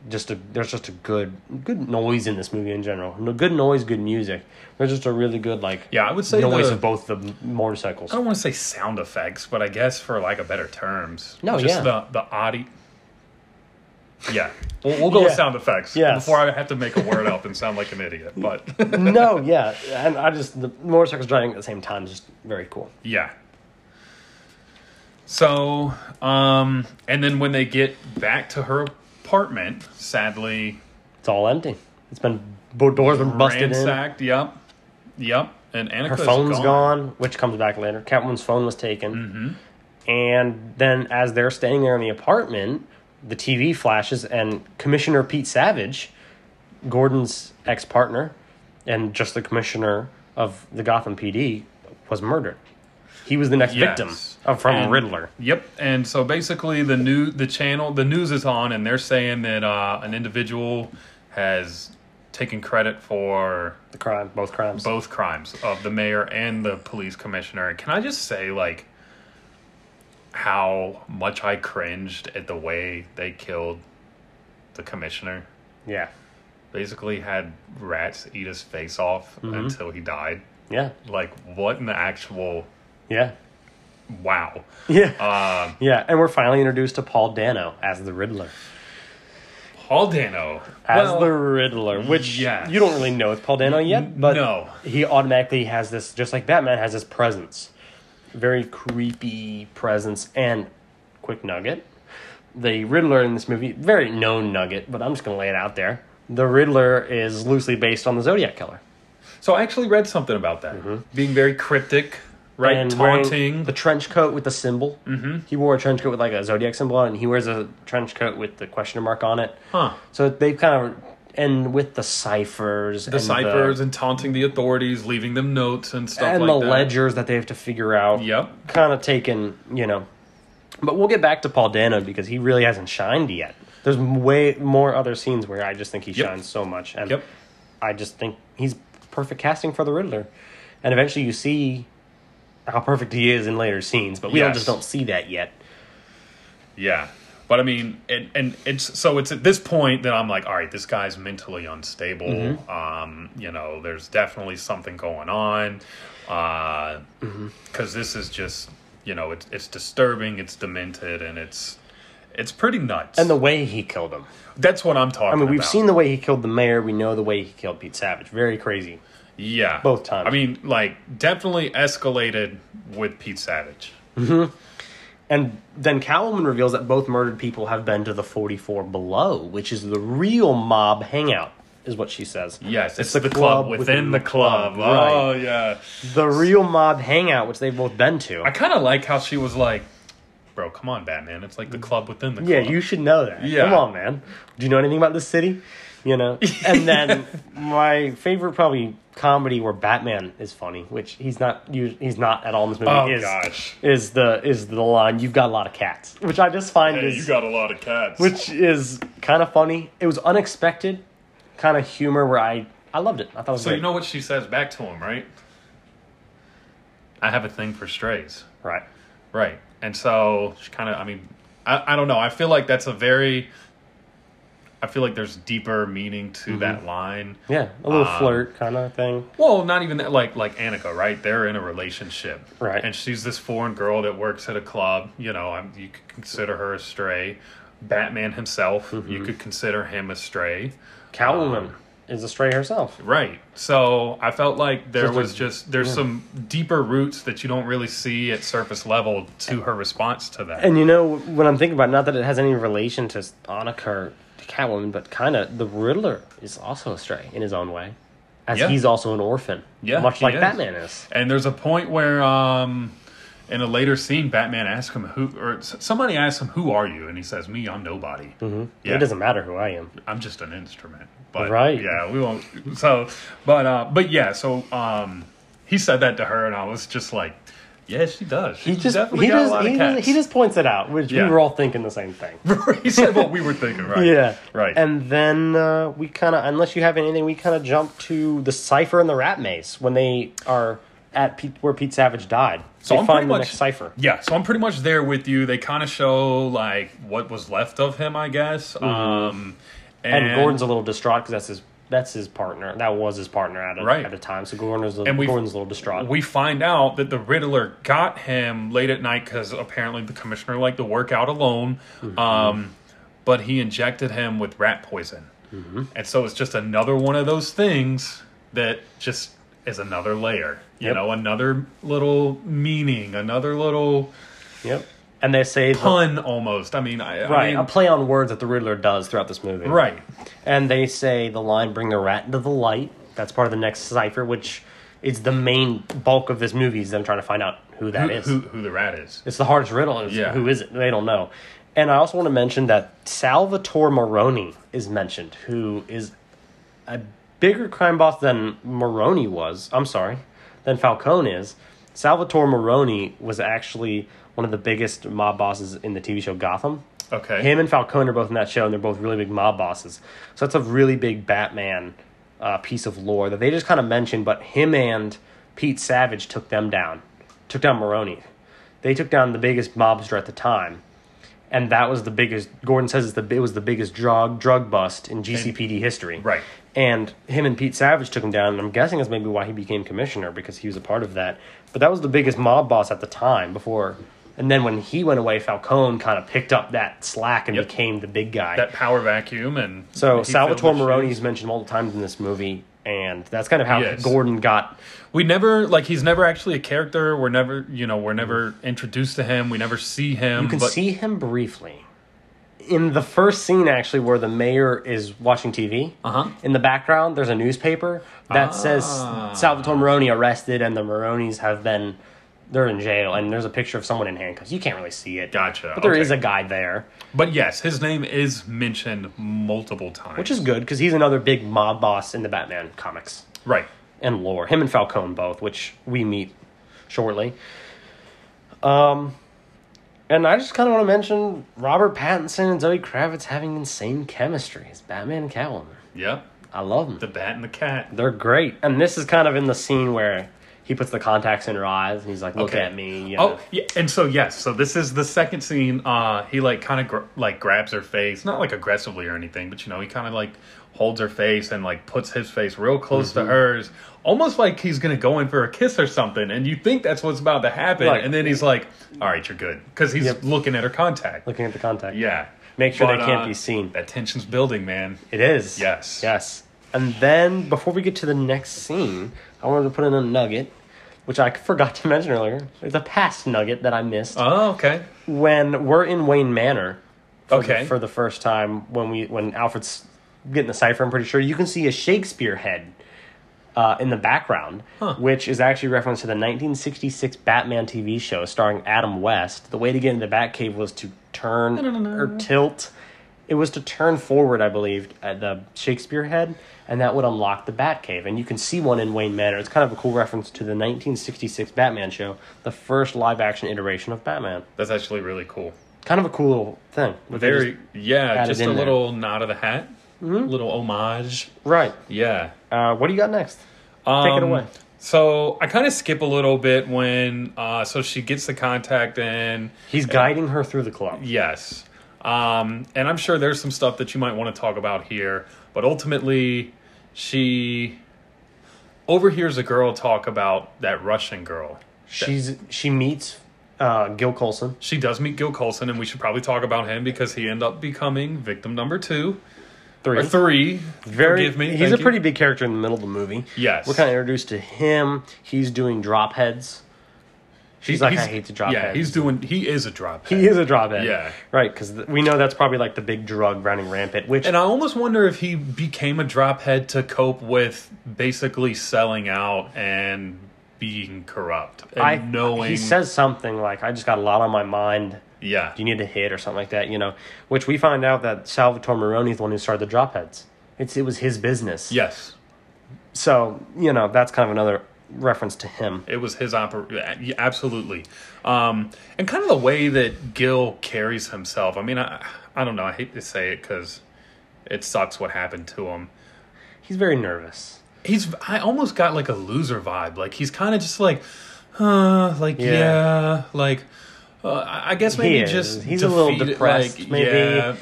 Just a, there's just a good good noise in this movie in general. No good noise, good music. There's just a really good like
Yeah, I would say
noise
the- Oh.
of both the m- motorcycles.
I don't want to say sound effects, but I guess for like a better terms.
No,
just
yeah.
the the audi. Yeah, we'll, we'll go with
Yeah.
sound effects
Yes.
before I have to make a word up and sound like an idiot. But
no, yeah, and I just the motorcycles driving at the same time is just very cool.
Yeah. So, um, and then when they get back to her apartment, sadly
It's all empty. It's been bo- doors been busted in.
ransacked. Yep. Yep. And Annika.
her phone's gone. which comes back later. Catwoman's phone was taken,
Mm-hmm.
and then as they're standing there in the apartment, the TV flashes, and Commissioner Pete Savage, Gordon's ex-partner, and just the commissioner of the Gotham PD, was murdered. He was the next
Yes.
victim of, from
And-
Riddler.
Yep. And so basically, the new the channel the news is on, and they're saying that uh, an individual has taking credit for
The crime, both crimes.
both crimes of the mayor and the police commissioner. Can I just say, like, how much I cringed at the way they killed the commissioner?
Yeah,
Basically, had rats eat his face off
Mm-hmm.
until he died.
yeah,
Like, what in the actual
yeah,
wow?
yeah,
Uh,
yeah. And we're finally introduced to Paul Dano as the Riddler.
Paul Dano
As
Well,
the Riddler, which
yes.
you don't really know it's Paul Dano yet, but
no.
he automatically has this, just like Batman has this presence, very creepy presence. And quick nugget: the Riddler in this movie, very known nugget, but I'm just gonna lay it out there. The Riddler is loosely based on the Zodiac killer,
So I actually read something about that being very cryptic, right?
Mm-hmm. And wearing
Taunting.
the trench coat with the symbol. Mm-hmm. He wore a trench coat with like a Zodiac symbol, on it, and he wears a trench coat with the question mark on it.
Huh.
So they kind of and with the ciphers,
The ciphers and taunting the authorities, leaving them notes and stuff
and
like
the
that.
ledgers that they have to figure out.
Yep.
Kind of taken, you know. But we'll get back to Paul Dano because he really hasn't shined yet. There's m- way more other scenes where I just think he
Yep.
shines so much, and
Yep.
I just think he's perfect casting for the Riddler. And eventually, you see how perfect he is in later scenes, but we don't,
Yes.
just don't see that yet.
Yeah. But I mean, it, and it's so it's at this point that I'm like, all right, this guy's mentally unstable.
Mm-hmm.
Um, you know, there's definitely something going on. Because
Mm-hmm.
this is just, you know, it's it's disturbing, it's demented, and it's it's pretty nuts.
And the way he killed him.
that's what I'm talking.
I mean, we've
about.
seen the way he killed the mayor. We know the way he killed Pete Savage. Very crazy.
Yeah.
Both times.
I mean, like, definitely escalated with Pete Savage.
And then Catwoman reveals that both murdered people have been to the 44 Below, which is the real mob hangout, is what she says.
Yes. It's, the, club, within, the club. Oh,
Right.
yeah.
Uh, The real mob hangout, which they've both been to.
I kind of like how she was like, bro, come on, Batman. It's like the club within the
yeah,
club.
you should know that.
Yeah.
Come on, man. Do you know anything about this city? You know? And then my favorite, probably, comedy where Batman is funny, which he's not us- he's not at all in this movie.
Oh,
is,
gosh.
Is the, is the line, you've got a lot of cats, which I just find
Hey,
is.
you got a lot of cats.
which is kind of funny. It was unexpected, kind of humor where I I loved it. I thought it was
so
great.
you know what she says back to him, right? I have a thing for strays.
right?
Right. And so she kind of, I mean, I, I don't know. I feel like that's a very, I feel like there's deeper meaning to that line.
Yeah, a little
Um,
flirt kind of thing.
Well, not even that. Like like Annika, right? They're in a relationship,
Right.
And she's this foreign girl that works at a club. You know, I'm, you could consider her a stray. Batman himself,
Mm-hmm.
you could consider him a stray,
Catwoman Um, is a stray herself.
right? So I felt like there
Just a-
was just there's some deeper roots that you don't really see at surface level to her response to that.
And you know when I'm thinking about, it, not that it has any relation to Annika or to Catwoman, but kind of the Riddler is also a stray in his own way, as
Yeah.
he's also an orphan.
Yeah,
much
he
like
is.
Batman is.
And there's a point where, um, in a later scene, Batman asks him who, or s- somebody asks him, "Who are you?" And he says, "Me, I'm nobody." Mm-hmm.
It doesn't matter who I am.
I'm just an instrument. But
Right.
yeah, we won't so but uh but yeah, so um he said that to her and I was just like, Yeah, she does. She
He just
definitely
he
got
just,
a lot
he,
of
just,
cats.
he just points it out, which
Yeah.
we were all thinking the same thing.
he said what we were thinking, right?
Yeah.
Right.
And then uh, we kind of, unless you have anything, we kind of jump to the cipher and the rat maze when they are at Pete, where Pete Savage died.
So
they
I'm pretty
find the
much-
next cipher.
yeah, so I'm pretty much there with you. They kinda show like what was left of him, I guess.
Mm-hmm.
Um and,
And, Gordon's a little distraught because that's his that's his partner. That was his partner at a,
Right.
at the time. So Gordon's a,
And we-
Gordon's a little distraught.
we find out that the Riddler got him late at night because apparently the commissioner liked to work out alone.
Mm-hmm.
Um, but he injected him with rat poison.
Mm-hmm.
And so it's just another one of those things that just is another layer, you
Yep.
know, another little meaning, another little
yep. And they say the-
pun almost. I mean, I,
right
I
a
mean,
play on words that the Riddler does throughout this movie.
right.
And they say the line "Bring the rat into the light." That's part of the next cipher, which is the main bulk of this movie. Is them trying to find out who that
Who,
is.
who, who the rat is.
It's the hardest riddle. Is
Yeah.
Who is it? They don't know. And I also want to mention that Salvatore Moroni is mentioned, who is a bigger crime boss than Moroni was. I'm sorry, than Falcone is. Salvatore Moroni was actually one of the biggest mob bosses in the TV show Gotham.
Okay.
Him and Falcone are both in that show, and they're both really big mob bosses. So that's a really big Batman uh, piece of lore that they just kind of mentioned, but him and Pete Savage took them down, took down Maroney. They took down the biggest mobster at the time, and that was the biggest. Gordon says it's the it was the biggest drug drug bust in GCPD history.
Right.
And him and Pete Savage took him down, and I'm guessing that's maybe why he became commissioner because he was a part of that. But that was the biggest mob boss at the time before. And then when he went away, Falcone kind of picked up that slack and
Yep.
became the big guy.
that power vacuum and
So
he
Salvatore
filled the
Maroni
shoes.
is mentioned multiple times in this movie, and that's kind of how
He is.
Gordon got.
We never like he's never actually a character. We're never you know we're never introduced to him. We never see him.
You can
but
see him briefly in the first scene, actually, where the mayor is watching TV.
Uh-huh.
In the background, there's a newspaper that says
Ah.
Salvatore Maroni arrested, and the Maronis have been they're in jail, and there's a picture of someone in handcuffs. You can't really see it.
Gotcha,
But there
okay.
is a guy there,
but yes, his name is mentioned multiple times,
which is good because he's another big mob boss in the Batman comics.
right.
and lore. Him and Falcone both, which we meet shortly. Um, and I just kind of want to mention Robert Pattinson and Zoe Kravitz having insane chemistry as Batman and Catwoman.
Yeah,
I love them.
the bat and the cat.
They're great. And this is kind of in the scene where he puts the contacts in her eyes and he's like, "Look
Okay.
at me." You know.
Oh, yeah, and so yes, so this is the second scene. Uh, he like kind of gr- like grabs her face, not like aggressively or anything, but you know, he kind of like holds her face and like puts his face real close
Mm-hmm.
to hers, almost like he's gonna go in for a kiss or something. And you think that's what's about to happen,
Right.
and then he's like, "All right, you're good," because he's
Yep.
looking at her contact.
looking at the contact.
yeah,
Make sure they
But,
can't
uh,
be seen.
That tension's building, man.
It is.
Yes.
Yes. And then before we get to the next scene, I wanted to put in a nugget, which I forgot to mention earlier. It's a past nugget that I missed.
Oh, okay.
when we're in Wayne Manor, for
Okay.
the, for the first time when we when Alfred's getting the cipher, I'm pretty sure you can see a Shakespeare head uh, in the background, which is actually a reference to the 1966 Batman TV show starring Adam West. The way to get into the Batcave was to turn or tilt. It was to turn forward, I believe, at the Shakespeare head, and that would unlock the Batcave. And you can see one in Wayne Manor. It's kind of a cool reference to the 1966 Batman show, the first live action iteration of Batman
That's actually really cool.
kind of a cool little thing. But they
Very,
just-
yeah,
added
just a
in there. Mm-hmm.
little nod of the hat, little homage.
right.
Yeah.
Uh, what do you got next? Take
Um,
it away.
So I kind of skip a little bit when uh, so she gets the contact in.
He's guiding her through the club.
Yes, um, and I'm sure there's some stuff that you might want to talk about here, but ultimately she overhears a girl talk about that Russian girl.
She's she meets uh, Gil Colson.
She does meet Gil Colson, and we should probably talk about him because he ended up becoming victim number two
Three.
or three.
Very.
Forgive me.
He's
Thank
a
you.
pretty big character in the middle of the movie.
Yes.
We're kind of introduced to him. He's doing drop heads. She's like, I hate to drop
Yeah,
heads.
he's doing. He is a drop.
He is a drop head.
Yeah.
Right, because we know that's probably like the big drug running rampant. Which
And I almost wonder if he became a drop head to cope with basically selling out and being corrupt and
I
knowing.
he says something like, "I just got a lot on my mind."
yeah,
do you need a hit or something like that? You know, which we find out that Salvatore Maroni is the one who started the drop heads. It's it was his business.
yes,
So you know that's kind of another reference to him.
it was his opera. yeah, Absolutely, um, and kind of the way that Gil carries himself. I mean, I I don't know. I hate to say it because it sucks what happened to him.
He's very nervous.
He's I almost got like a loser vibe. Like he's kind of just like, huh, like yeah,
Yeah.
like. Uh, I I guess
He
maybe
is.
just
He's a little
defeated,
depressed,
like,
maybe.
yeah,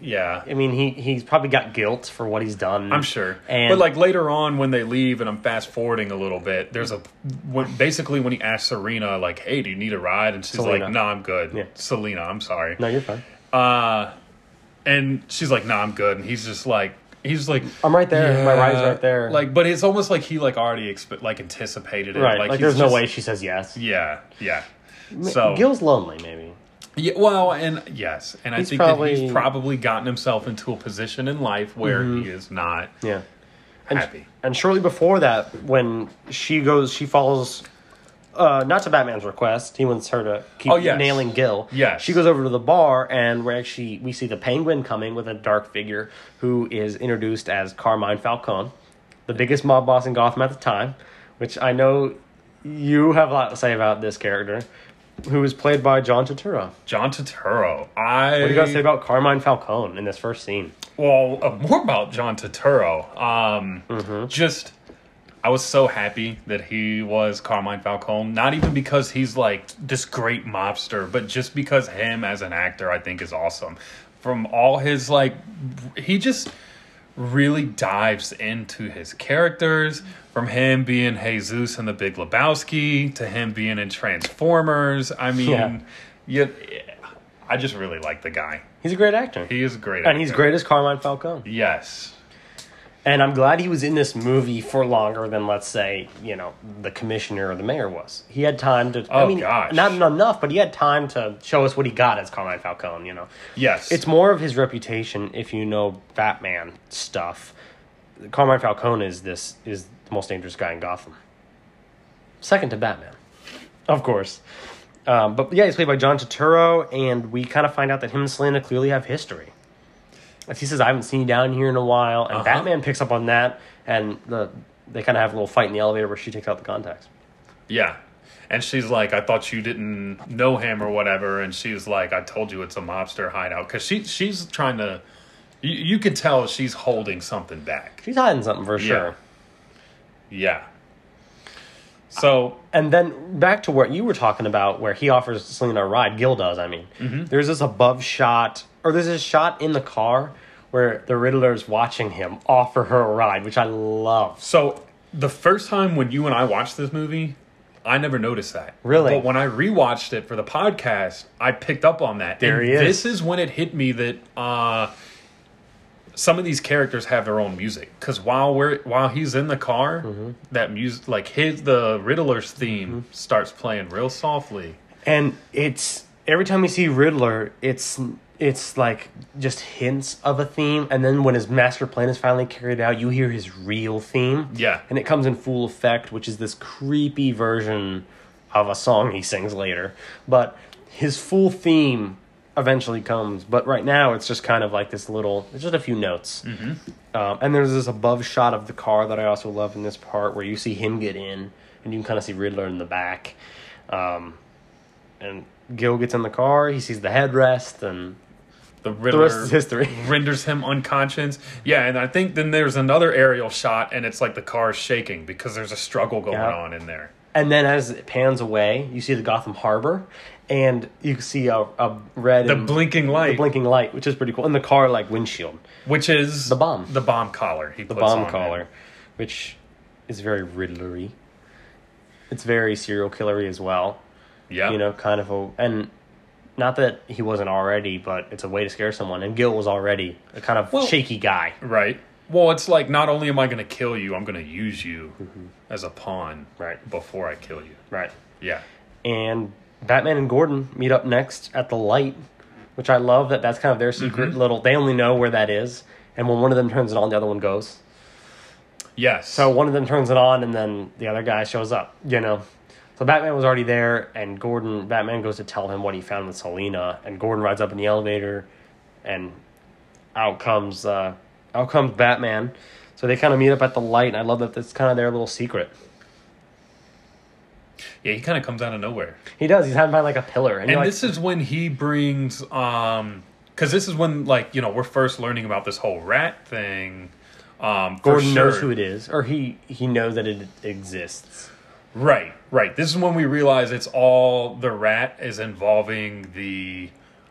yeah.
I mean, he he's probably got guilt for what he's done.
I'm sure.
And
but like later on when they leave and I'm fast forwarding a little bit, there's a when basically when he asks Serena like, "Hey, do you need a ride?" and she's
Selena.
like, "No, I'm good."
Yeah.
Selena, I'm sorry.
no, you're fine.
And she's like, "No, I'm good." And he's just like he's like
I'm right there. My ride's
"Yeah."
right there.
Like but it's almost like he like already expe- like anticipated it.
right. Like,
he's
there's no
just-
way she says yes.
Yeah. Yeah. So
Gil's lonely, maybe.
Yeah, well, and yes, and I
He's
think that he's
probably-
probably gotten himself into a position in life where he is not
Yeah.
happy.
And shortly before that, when she goes, she follows. Uh, not to Batman's request. He wants her to keep
Oh, yes.
nailing Gil.
Yes.
She goes over to the bar, and we actually we see the Penguin coming with a dark figure who is introduced as Carmine Falcone, the biggest mob boss in Gotham at the time, which I know you have a lot to say about this character, who is played by John Turturro.
John Turturro. I
What do you guys say about Carmine Falcone in this first scene?
well, uh, more about John Turturro. Um,
Mm-hmm.
Just, I was so happy that he was Carmine Falcone. Not even because he's like this great mobster, but just because him as an actor, I think, is awesome. From all his like, he just really dives into his characters. From him being Jesus in The Big Lebowski to him being in Transformers. I mean, yeah,
Yeah.
I just really like the guy.
He's a great actor.
He is great.
and he's
actor.
great as Carmine Falcone.
Yes.
And I'm glad he was in this movie for longer than, let's say, you know, the commissioner or the mayor was. He had time to. I
Oh,
mean,
gosh.
not enough, but he had time to show us what he got as Carmine Falcone. You know,
Yes.
it's more of his reputation if you know Batman stuff. Carmine Falcone is this is the most dangerous guy in Gotham, second to Batman, of course. Um, but yeah, he's played by John Turturro, and we kind of find out that him and Selena clearly have history. As he says, "I haven't seen you down here in a while," and Batman picks up on that, and the they kind of have a little fight in the elevator where she takes out the contacts.
yeah. And she's like, I thought you didn't know him or whatever. And she's like, I told you it's a mobster hideout because she she's trying to. You, you could tell she's holding something back.
She's hiding something for sure.
Yeah. So
And then back to what you were talking about, where he offers Selena a ride. Gil does, I mean. There's this above shot, or there's this shot in the car where the Riddler's watching him offer her a ride, which I love.
so the first time when you and I watched this movie, I never noticed that.
Really?
But when I rewatched it for the podcast, I picked up on that.
There
And
he is.
This is when it hit me that uh, some of these characters have their own music because while we're while he's in the car,
Mm-hmm.
that music like his the Riddler's theme starts playing real softly.
And it's every time we see Riddler, it's it's like just hints of a theme, and then when his master plan is finally carried out, you hear his real theme.
Yeah.
And it comes in full effect, which is this creepy version of a song he sings later. But his full theme eventually comes. But right now, it's just kind of like this little, it's just a few notes. Um, and there's this above shot of the car that I also love in this part where you see him get in and you can kind of see Riddler in the back. Um, and Gil gets in the car, he sees the headrest, and
The
the
Riddler
rest is history.
renders him unconscious. Yeah, and I think then there's another aerial shot, and it's like the car is shaking because there's a struggle going
Yeah.
on in there.
And then as it pans away, you see the Gotham Harbor and you see a, a red
The
and
blinking light,
the blinking light, which is pretty cool. And the car like windshield,
which is
The bomb.
the bomb collar. He
the bomb collar, which is very riddlery. It's very serial killery as well.
Yeah,
You know, kind of a and not that he wasn't already, but it's a way to scare someone. And Gil was already a kind of
Well-
shaky guy.
Right. Well, it's like not only am I going to kill you, I'm going to use you as a pawn
Mm-hmm. Right.
before I kill you.
Right.
Yeah.
and Batman and Gordon meet up next at the light, which I love that that's kind of their
Mm-hmm.
secret little. They only know where that is, and when one of them turns it on, the other one goes.
Yes.
So one of them turns it on, and then the other guy shows up. You know, so Batman was already there, and Gordon. Batman goes to tell him what he found with Selina, and Gordon rides up in the elevator, and out comes uh, out comes Batman. So they kind of meet up at the light, and I love that that's kind of their little secret.
yeah, he kind of comes out of nowhere.
He does. He's hiding by like a pillar, and,
And
you're like,
this is when he brings um cuz this is when like, you know, we're first learning about this whole rat thing. Um for
Gordon knows
sure.
who it is, or he he knows that it exists.
Right, right. This is when we realize it's all the rat is involving the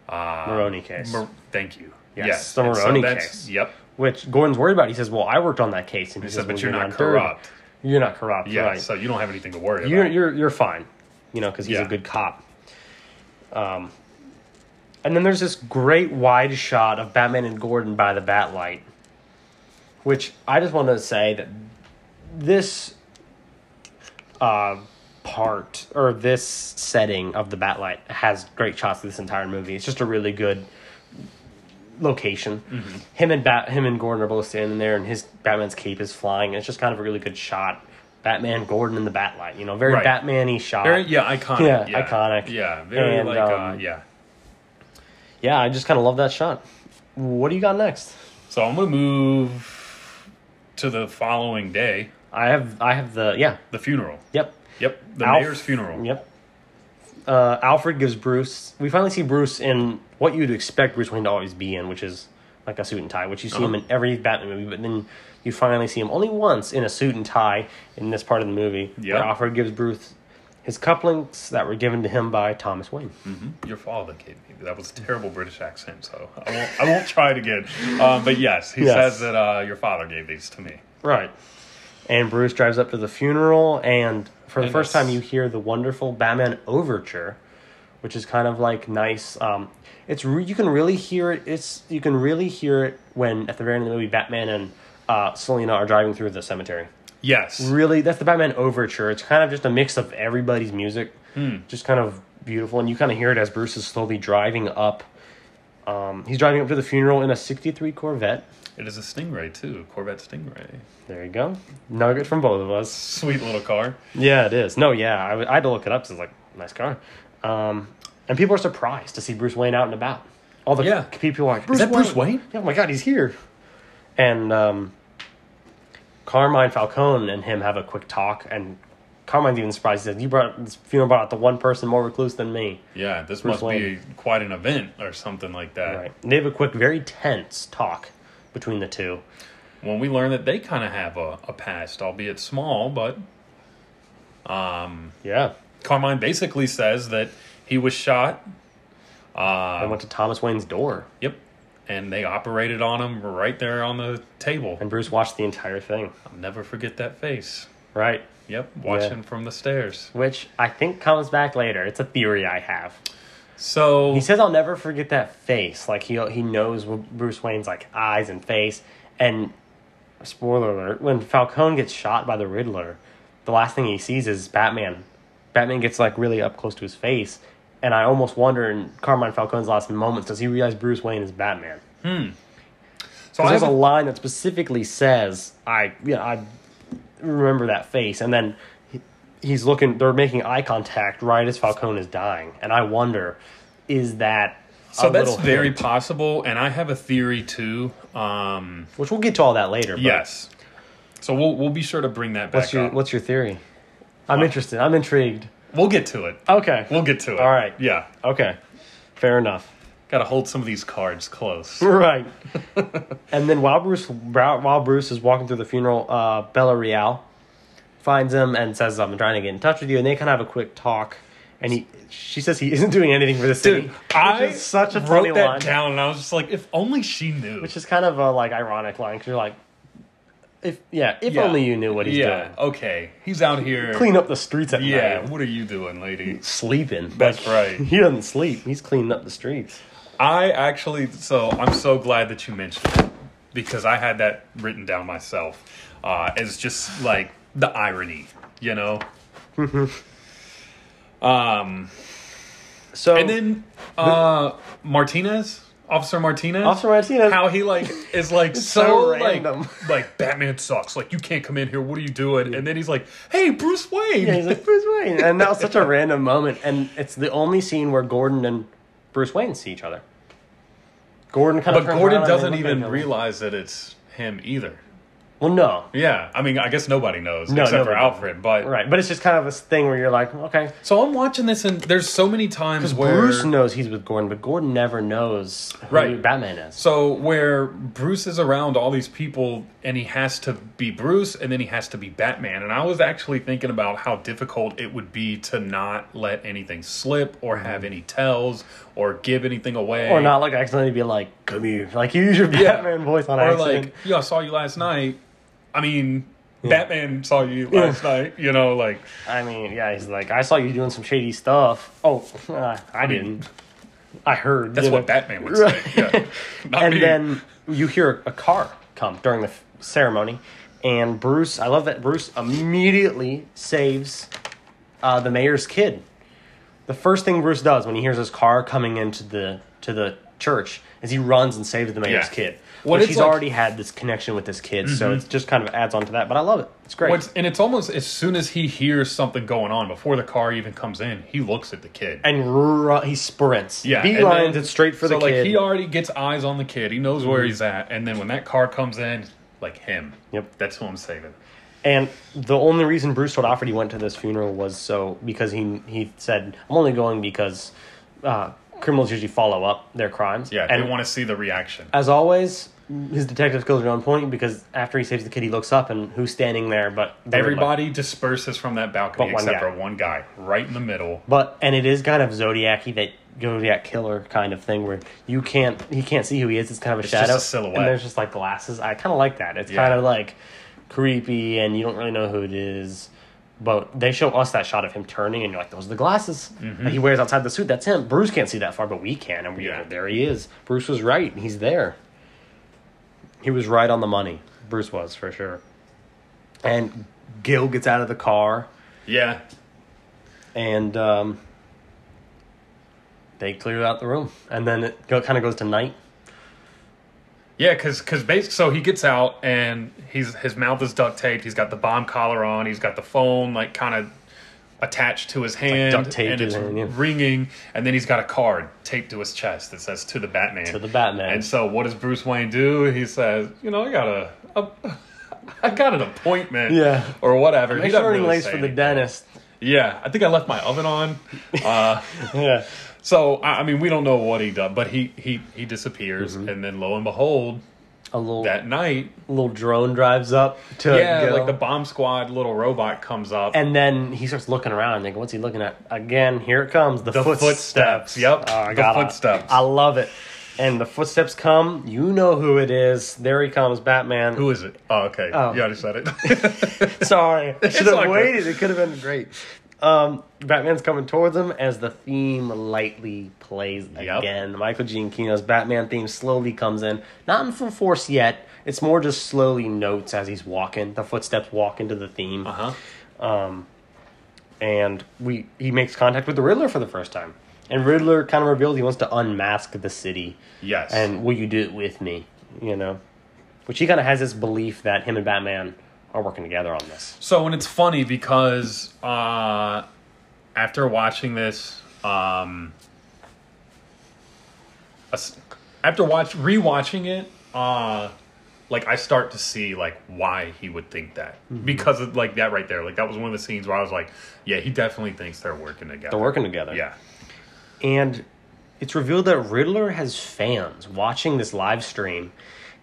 uh
Maroni case.
Mar- thank you.
Yes,
Yes,
the
and
Maroni
that's-
case.
Yep.
Which Gordon's worried about. He says, "Well, I worked on that case," and he,
He
says,
said, "But
"Well,
you're not
not dirty.
corrupt."
You're not corrupt,
Yeah,
right?
so you don't have anything to worry
you're
about.
you're you're fine, you know, because he's a
Yeah.
good cop." Um, and then there's this great wide shot of Batman and Gordon by the Batlight, which I just want to say that this uh, part or this setting of the Batlight has great shots of this entire movie. It's just a really good location.
Mm-hmm.
Him and Bat, him and Gordon are both standing there, and his Batman's cape is flying. It's just kind of a really good shot. Batman, Gordon, and the Batlight. You know, very
Right.
Batman-y shot.
Very yeah, iconic.
Yeah,
Yeah,
iconic.
Yeah, very
And,
like uh,
um,
yeah.
yeah, I just kind of love that shot. What do you got next?
So I'm gonna move to the following day,
I have, I have the yeah,
the funeral.
yep,
Yep, the
Alf-
mayor's funeral.
Yep. Uh, Alfred gives Bruce. We finally see Bruce in what you'd expect Bruce Wayne to always be in, which is like a suit and tie, which you see
Uh-huh.
him in every Batman movie, but then you finally see him only once in a suit and tie in this part of the movie.
Yeah.
where Alfred gives Bruce his cufflinks that were given to him by Thomas Wayne.
Your father gave me that was a terrible British accent, so I won't. I won't try it again. Um, but yes, he
Yes.
says that uh, your father gave these to me.
Right. And Bruce drives up to the funeral, and for the
And
first
that's-
time, you hear the wonderful Batman overture, which is kind of like nice. Um, it's re- you can really hear it. It's you can really hear it when at the very end of the movie, Batman and uh, Selina are driving through the cemetery.
Yes,
Really, that's the Batman overture. It's kind of just a mix of everybody's music, just kind of beautiful, and you kind of hear it as Bruce is slowly driving up. Um, he's driving up to the funeral in a '63 Corvette.
it is a Stingray too, Corvette Stingray.
There you go, nugget from both of us.
Sweet little car.
Yeah, it is. No, yeah, I, w- I had to look it up. 'cause It's like nice car, um, and people are surprised to see Bruce Wayne out and about. All the
Yeah.
c- people are like, Bruce
that
Wayne?
Bruce Wayne?
Yeah, oh my god, he's here!" And um, Carmine Falcone and him have a quick talk, and Carmine's even surprised. He says, "You brought this funeral brought out the one person more recluse than me."
Yeah, this must
Wayne.
be quite an event or something like that.
Right. And they have a quick, very tense talk between the two.
When we learn that they kind of have a, a past, albeit small, but
Yeah,
Carmine basically says that he was shot.
I went to Thomas Wayne's door,
Yep, and they operated on him right there on the table.
and Bruce watched the entire thing.
I'll never forget that face.
Right.
Yep, watching from the stairs.
which I think comes back later. It's a theory I have.
So
He says, "I'll never forget that face." Like he he knows what Bruce Wayne's like eyes and face. And spoiler alert: when Falcone gets shot by the Riddler, the last thing he sees is Batman. Batman gets like really up close to his face, and I almost wonder in Carmine Falcone's last moments, does he realize Bruce Wayne is Batman?
so
Because
I have
there's a
a,
line that specifically says, "I you know, I remember that face," and then he, he's looking. They're making eye contact right as Falcone is dying, and I wonder, is that
so
a
that's
little
very
hint?
possible, and I have a theory too. Um,
which we'll get to all that later. But
yes. So we'll we'll be sure to bring that back
what's your
up.
what's your theory? I'm interested. I'm intrigued.
We'll get to it.
Okay.
We'll get to it.
All right.
Yeah.
Okay. Fair enough.
Got to hold some of these cards close.
Right. and then while Bruce while Bruce is walking through the funeral, uh, Bella Real finds him and says, "I'm trying to get in touch with you." And they kind of have a quick talk. And he, she says he isn't doing anything for the city.
Dude,
which
I
is such a
wrote
funny
that
line,
down, and I was just like, if only she knew.
which is kind of a like ironic line because you're like, if yeah, if
Yeah.
only you knew what he's
yeah.
doing.
Okay. He's out here.
Clean up the streets at
Yeah.
night.
What are you doing, lady?
Sleeping.
That's right.
He doesn't sleep. He's cleaning up the streets.
I actually, so I'm so glad that you mentioned it because I had that written down myself uh, as just like the irony, you know? um,
So
and then uh, Martinez, Officer Martinez.
Officer Martinez-
How he like is like so,
so
like,
random.
like Batman sucks. Like you can't come in here. What are you doing? And then he's like, "Hey, Bruce Wayne."
Yeah, he's like Bruce Wayne, and that was such a random moment, and it's the only scene where Gordon and Bruce Wayne see each other. Gordon kind of,
but Gordon doesn't even realize that it's him either.
Well, no,
Yeah, I mean, I guess nobody knows
No,
except for
nobody knows.
Alfred. But
right, but it's just kind of a thing where you're like, okay,
so I'm watching this, and there's so many times where
Bruce knows he's with Gordon, but Gordon never knows who
Right.
Batman is.
so where Bruce is around all these people, and he has to be Bruce, and then he has to be Batman. And I was actually thinking about how difficult it would be to not let anything slip, or have any tells, or give anything away,
Or not like accidentally be like, come here, like you use your
Yeah.
Batman voice on
or
accident.
like, "Yo, I saw you last night." I mean, Batman saw you last night. You know, like
I mean, yeah, he's like, I saw you doing some shady stuff. Oh, uh, I didn't. I heard.
that's
you
what
know.
Batman would say. Yeah. Not
and
me.
then you hear a car come during the f- ceremony, and Bruce. I love that Bruce immediately saves uh, the mayor's kid. The first thing Bruce does when he hears his car coming into the to the church is he runs and saves the mayor's
Yeah.
kid.
What
What
it's
he's
like- Mm-hmm.
already had this connection with this kid, so it just kind of adds on to that. But I love it. It's great.
What's, and it's almost as soon as he hears something going on, before the car even comes in, he looks at the kid.
and ru- he sprints.
yeah, and
beelines
then-
it straight for
so
the
like
kid. Mm-hmm.
he already gets eyes on the kid. He knows where he's at, and then when that car comes in, like him.
Yep.
that's who I'm saving.
And the only reason Bruce told Alfred he went to this funeral was so because he he said I'm only going because uh, criminals usually follow up their crimes.
Yeah,
and
they want to see the reaction.
as always, his detective skills are on point because after he saves the kid, he looks up and who's standing there? But the Riddler.
Everybody disperses from that balcony
But one
except
guy.
for one guy right in the middle.
But and it is kind of Zodiacy that Zodiac killer kind of thing where you can't he can't see who he is. It's kind of a
just
shadow
a silhouette.
And there's just like glasses. I kind of like that. It's
Yeah.
kind of like creepy and you don't really know who it is. But they show us that shot of him turning, and you're like, "Those are the glasses that he wears outside the suit. That's him." Bruce can't see that far, but we can, and we
Mm-hmm. Yeah.
there he is. Bruce was right. He's there. He was right on the money. Bruce was for sure. And Gil gets out of the car
Yeah,
and um, they clear out the room, and then it go, kind of goes to night.
yeah, because because basically, so he gets out and he's his mouth is duct taped. He's got the bomb collar on. He's got the phone like kind of attached to his hand
duct taped
and
to his
it's
hand, yeah.
ringing. And then he's got a card taped to his chest that says "To the Batman."
To the Batman.
And so, what does Bruce Wayne do? He says, "You know, I got a, a I got an appointment."
Yeah.
or whatever.
Make
doesn't
sure he
really
lays
say
for the
anything.
dentist.
Yeah, I think I left my oven on. Uh,
Yeah,
so I, I mean, we don't know what he does, but he he he disappears,
Mm-hmm.
and then lo and behold,
a little
that night,
little drone drives up to
yeah,
go,
like the bomb squad little robot comes up.
and then he starts looking around. Like, what's he looking at? Again, here it comes the,
The
footsteps.
footsteps, yep,
Oh, I
the
gotta-
footsteps.
I love it. And the footsteps come. You know who it is. There he comes, Batman.
Who is it? Oh, okay,
Oh.
you already said it.
Sorry, I should
all
have
good.
waited. It could have been great. Um, Batman's coming towards him as the theme lightly plays
Yep.
again. Michael Giacchino's Batman theme slowly comes in, not in full force yet. It's more just slowly notes as he's walking. The footsteps walk into the theme,
uh huh.
and we he makes contact with the Riddler for the first time. And Riddler kind of reveals he wants to unmask the city.
Yes.
And will you do it with me? You know, which he kind of has this belief that him and Batman are working together on this.
So, and it's funny because uh, after watching this, um, as- after watch rewatching it, uh, like I start to see like why he would think that
Mm-hmm.
because of like that right there. Like that was one of the scenes where I was like, yeah, he definitely thinks they're working together.
They're working together.
Yeah.
And it's revealed that Riddler has fans watching this live stream.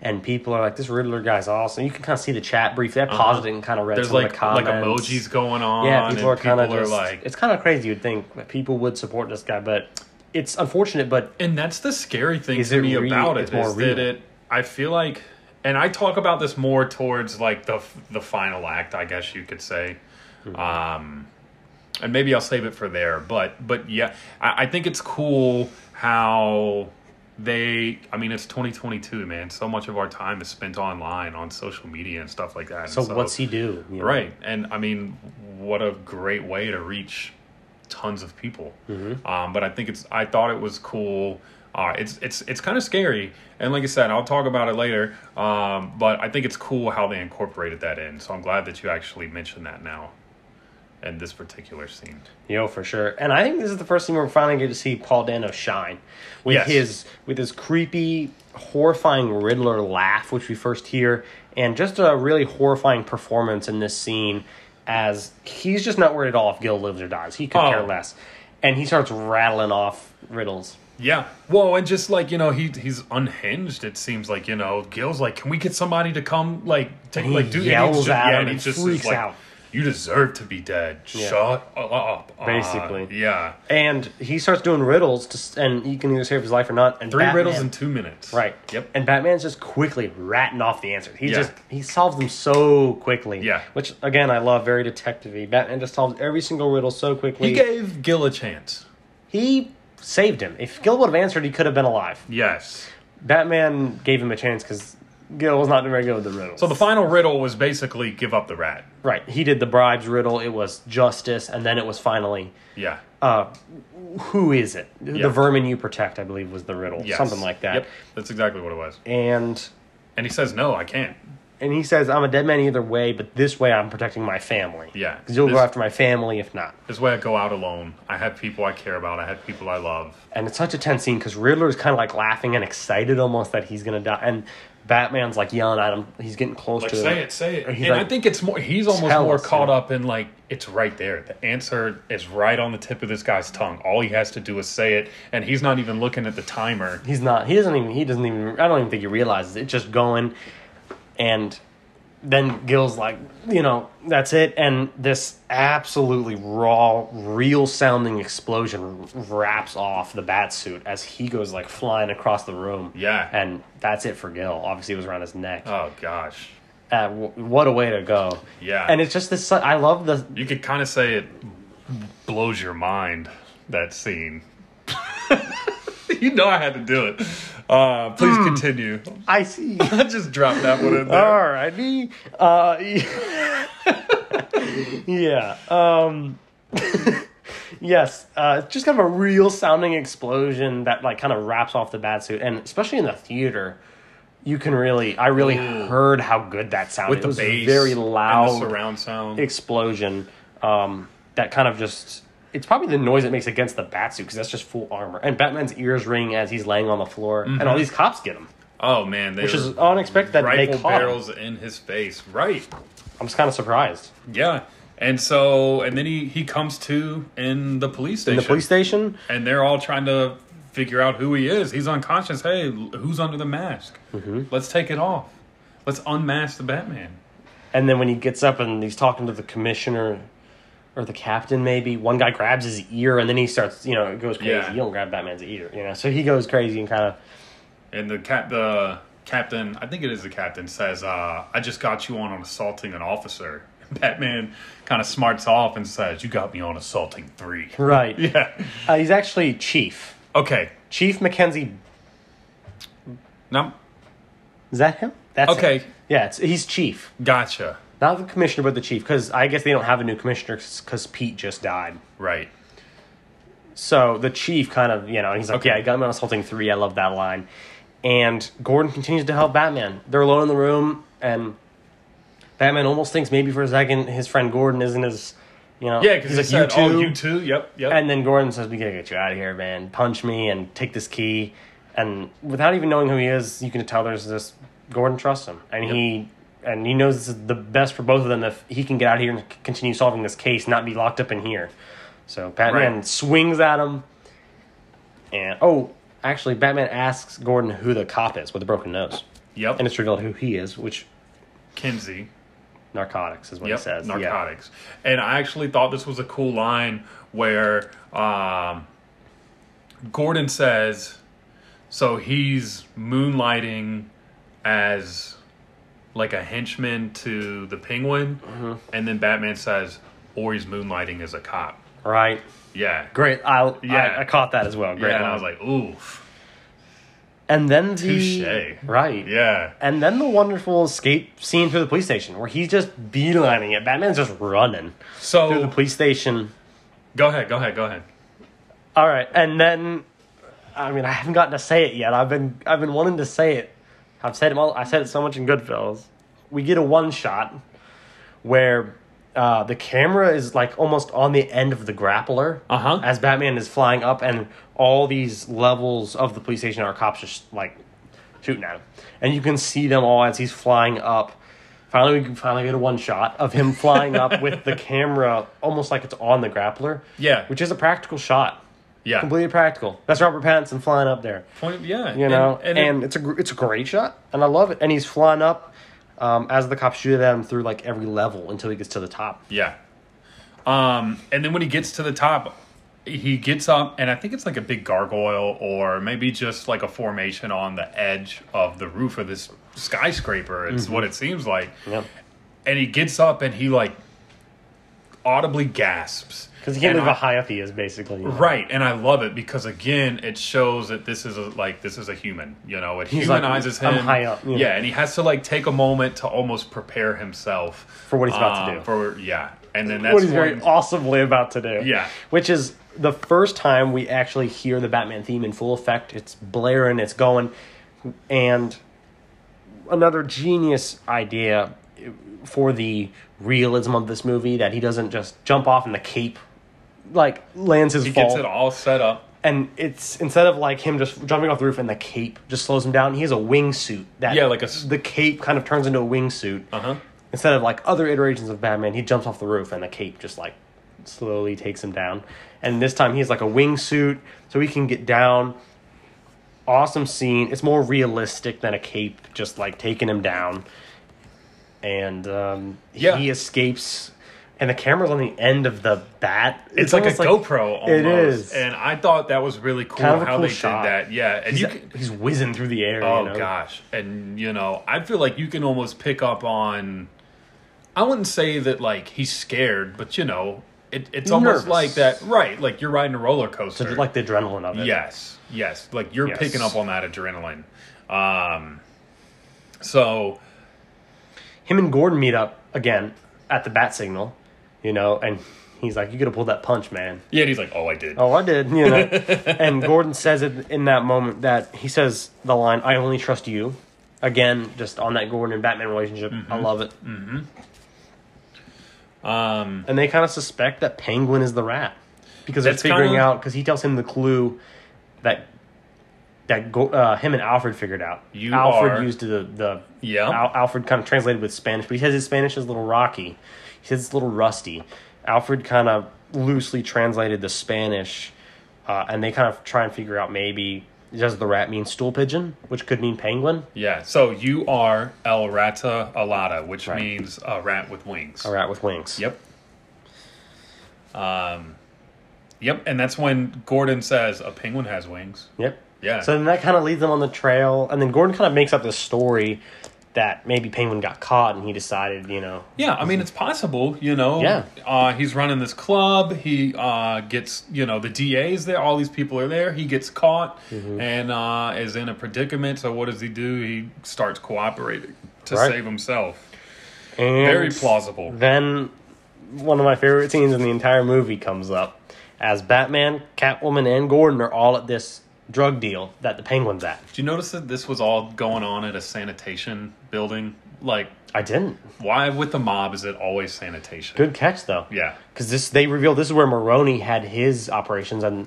And people are like, this Riddler guy's awesome. You can kind of see the chat briefly. I paused it and kind of read
Uh-huh. There's
some
like
of the
like
comments.
emojis going on.
Yeah, people are
and
kind of
people are
just.
like,
it's kind of crazy. You'd think that people would support this guy, but it's unfortunate. But
and that's the scary thing
Is
to
it
me
real-
about it
it's
is
more real.
that it i feel like and i talk about this more towards like the the final act i guess you could say
Hmm.
um and maybe i'll save it for there but but yeah i, I think it's cool how they i mean it's 2022 man so much of our time is spent online on social media and stuff like that And
so, what's he do? you know?
Right. And I mean, what a great way to reach tons of people. Um, but I think it's, I thought it was cool. Uh, it's it's it's kind of scary, and like I said, I'll talk about it later. Um, but I think it's cool how they incorporated that in. So I'm glad that you actually mentioned that now, in this particular scene.
Yo, for sure. And I think this is the first time we're finally going to see Paul Dano shine with
Yes.
his with his creepy, horrifying Riddler laugh, which we first hear, and just a really horrifying performance in this scene as he's just not worried at all if Gil lives or dies. He could
Oh.
care less. And he starts rattling off riddles.
Yeah. Well, and just like you know, he he's unhinged. It seems like you know, Gil's like, can we get somebody to come like take
He
like do
yells
and he's ju-
at him
and he
and
just is
freaks
like,
out.
You deserve to be dead. Shut up. Uh,
Basically.
yeah.
And he starts doing riddles to, s- and you can either save his life or not. And
Three riddles
Batman-
in two minutes.
Right.
Yep.
And Batman's just quickly ratting off the answers. He
Yeah.
just he solves them so quickly.
Yeah.
Which again I love, very detective-y. Batman just solves every single riddle so quickly.
he gave Gil a chance.
He saved him. If Gil would have answered, he could have been alive.
Yes.
Batman gave him a chance because Gil was not doing very good with the riddles.
So the final riddle was basically give up the rat.
right. He did the bribes riddle. It was justice, and then it was finally
Yeah.
uh, who is it?
Yeah.
The vermin you protect, I believe, was the riddle.
Yes.
Something like that.
Yep. That's exactly what it was.
And
And he says, "No, I can't."
and he says, "I'm a dead man either way, but this way I'm protecting my family.
Yeah.
because you'll go
This-
after my family if not."
This way I go out alone. I have people I care about. I have people I love.
And it's such a tense scene because Riddler is kind of like laughing and excited almost that he's gonna die, and Batman's like yelling at him. He's getting close
Like
to
say
him.
it, say it.
He's
And I
like,
think it's more. He's almost
"Tell
more
us,
caught
yeah."
up in like it's right there. The answer is right on the tip of this guy's tongue. All he has to do is say it, and he's not even looking at the timer.
He's not. He doesn't even. He doesn't even. I don't even think he realizes it. It's just going, and then Gil's like, you know, that's it. And this absolutely raw, real sounding explosion wraps off the bat suit as he goes like flying across the room.
Yeah.
and that's it for Gil. Obviously, it was around his neck. Uh,
Oh gosh,
w- what a way to go!
Yeah.
and it's just this. I love the
you could kind of say it blows your mind. That scene. you know I had to do it. Uh, please continue.
I see.
I just dropped that one in there.
Alrighty. Uh, yeah. Um, yes. Uh, just kind of a real sounding explosion that like kind of wraps off the bat suit, and especially in the theater, you can really. I really heard how good that sounded.
With
it
the
was a
bass,
very
and the
loud
surround sound.
explosion. Um, that kind of just. It's probably the noise it makes against the bat suit because that's just full armor. And Batman's ears ring as he's laying on the floor, and
Mm-hmm.
all these cops get him,
oh man, they
which is
were
unexpected that they
rifle
caught him.
barrels in his face. Right.
I'm just kind of surprised.
Yeah. And so, and then he he comes to in the police station,
In the police station,
and they're all trying to figure out who he is. He's unconscious. Hey, l- who's under the mask?
Mm-hmm.
Let's take it off. Let's unmask the Batman.
and then when he gets up and he's talking to the commissioner or the captain, maybe one guy grabs his ear and then he starts, you know, it goes crazy.
Yeah.
You don't grab Batman's ear, you know, so he goes crazy and kind of
And the cap the captain, I think it is the captain, says, uh, "I just got you on on assaulting an officer." Batman kind of smarts off and says, "You got me on assaulting three.
right.
Yeah.
Uh, he's actually chief,
Okay.
Chief Mackenzie.
Now,
Is that him? That's him.
Okay.
Yeah, it's, he's chief,
gotcha.
not the commissioner, but the chief. Because I guess they don't have a new commissioner because Pete just died.
Right.
So the chief kind of, you know, he's like,
Okay.
yeah, I got him on Assaulting 3. I love that line. And Gordon continues to help Batman. They're alone in the room, and Batman almost thinks maybe for a second his friend Gordon isn't as, you know,
Yeah, because he
he's
said,
like,
"Oh,
you
you
too.
too. Yep, yep."
And then Gordon says, we gotta get you out of here, man. Punch me and take this key. And without even knowing who he is, you can tell there's this Gordon trusts him. And he. And he knows this is the best for both of them if he can get out of here and c- continue solving this case, not be locked up in here. So Batman
Right.
swings at him, and oh, actually, Batman asks Gordon who the cop is with the broken nose,
yep.
and it's revealed who he is, which
Kinsey.
narcotics is what
Yep.
he says. Yeah.
narcotics. And I actually thought this was a cool line where um, Gordon says, so he's moonlighting as like a henchman to the Penguin,
Mm-hmm.
and then Batman says, or he's moonlighting as a cop.
Right.
Yeah.
Great. I,
Yeah.
I I caught that as well. Great.
yeah. And I
line.
was like, oof.
And then the
Touche.
right,
Yeah.
and then the wonderful escape scene through the police station where he's just beelining it. Batman's just running through the
So
police station.
go ahead, go ahead, go ahead.
All right, and then I mean I haven't gotten to say it yet. I've been I've been wanting to say it. I've said it all. I said it so much in Goodfellas. We get a one shot where uh, the camera is like almost on the end of the grappler
Uh-huh.
as Batman is flying up, and all these levels of the police station are cops just like shooting at him, and you can see them all as he's flying up. Finally, we can finally get a one shot of him flying up with the camera almost like it's on the grappler.
Yeah.
which is a practical shot
Yeah.
completely practical. That's Robert Pattinson flying up there,
Point, yeah.
you know, and,
and, it-
it's a gr- it's a great shot, and I love it. And he's flying up um, as the cops shoot at him through like every level until he gets to the top.
Yeah. Um, and then when he gets to the top, he gets up, and I think it's like a big gargoyle or maybe just like a formation on the edge of the roof of this skyscraper. It's
Mm-hmm.
what it seems like.
Yep.
And he gets up and he like audibly gasps.
Because he can't
And
believe how
I-
high up he is, basically.
Right, and I love it because again, it shows that this is a, like this is a human. You know, it
like,
humanizes
"I'm
him.
high up," you know.
Yeah, and he has to like take a moment to almost prepare himself
For what he's about to
uh,
do.
For yeah, and then that's
What he's very
when-
awesomely about to do.
Yeah.
Which is the first time we actually hear the Batman theme in full effect. It's blaring, it's going, and another genius idea for the realism of this movie that he doesn't just jump off in the cape, like lands his
He
fall,
gets it all set up.
and it's instead of like him just jumping off the roof and the cape just slows him down. He has a wingsuit that
Yeah, like a s-
the cape kind of turns into a wingsuit.
Uh huh.
Instead of like other iterations of Batman, he jumps off the roof and the cape just like slowly takes him down. And this time he has like a wingsuit so he can get down. Awesome scene. It's more realistic than a cape just like taking him down. And um,
Yeah.
he escapes. And the camera's on the end of the bat.
It's, like a
almost
GoPro almost.
It is.
And I thought that was really cool
Kind of a
how
cool
they
shot.
did that. Yeah. And
he's,
you can,
he's whizzing through the air.
Oh
you know?
gosh, and you know, I feel like you can almost pick up on. I wouldn't say that like he's scared, but you know, it, it's almost
Nervous.
like that, right? Like you're riding a roller coaster.
Just like the adrenaline of it.
yes, yes, like you're
Yes.
picking up on that adrenaline. Um, so
him and Gordon meet up again at the bat signal, you know, and he's like, "You could have pulled that punch, man."
yeah, and he's like, "Oh, I did."
Oh, I did, you know. and Gordon says it in that moment that he says the line, "I only trust you." Again, just on that Gordon and Batman relationship, I
Mm-hmm.
love it.
Um,
And they kind of suspect that Penguin is the rat because
That's
they're figuring
kinda-
out because he tells him the clue that that Go, uh, him and Alfred figured out.
You
Alfred
are-
used the the
Yeah.
Al- Alfred kind of translated with Spanish, but he says his Spanish is a little rocky. He says it's a little rusty. Alfred kind of loosely translated the Spanish, uh, and they kind of try and figure out maybe does the rat mean stool pigeon, which could mean penguin,
yeah, so you are El Rata Alada, which
Right.
means a rat with wings.
a rat with wings.
Yep. Um, yep, and that's when Gordon says a penguin has wings.
Yep.
Yeah.
So then that kind of leads them on the trail, and then Gordon kind of makes up this story that maybe Penguin got caught, and he decided, you know,
Yeah, I mean it's possible, you know.
Yeah.
Uh, he's running this club. He uh, gets, you know, the DA's there. All these people are there. He gets caught
Mm-hmm.
and uh, is in a predicament. So what does he do? He starts cooperating to
Right.
save himself.
and
Very plausible.
Then one of my favorite scenes in the entire movie comes up as Batman, Catwoman, and Gordon are all at this drug deal that the Penguin's at.
Do you notice that this was all going on at a sanitation building? Like,
I didn't.
why with the mob is it always sanitation?
Good catch though.
Yeah.
because this they revealed this is where Maroni had his operations, and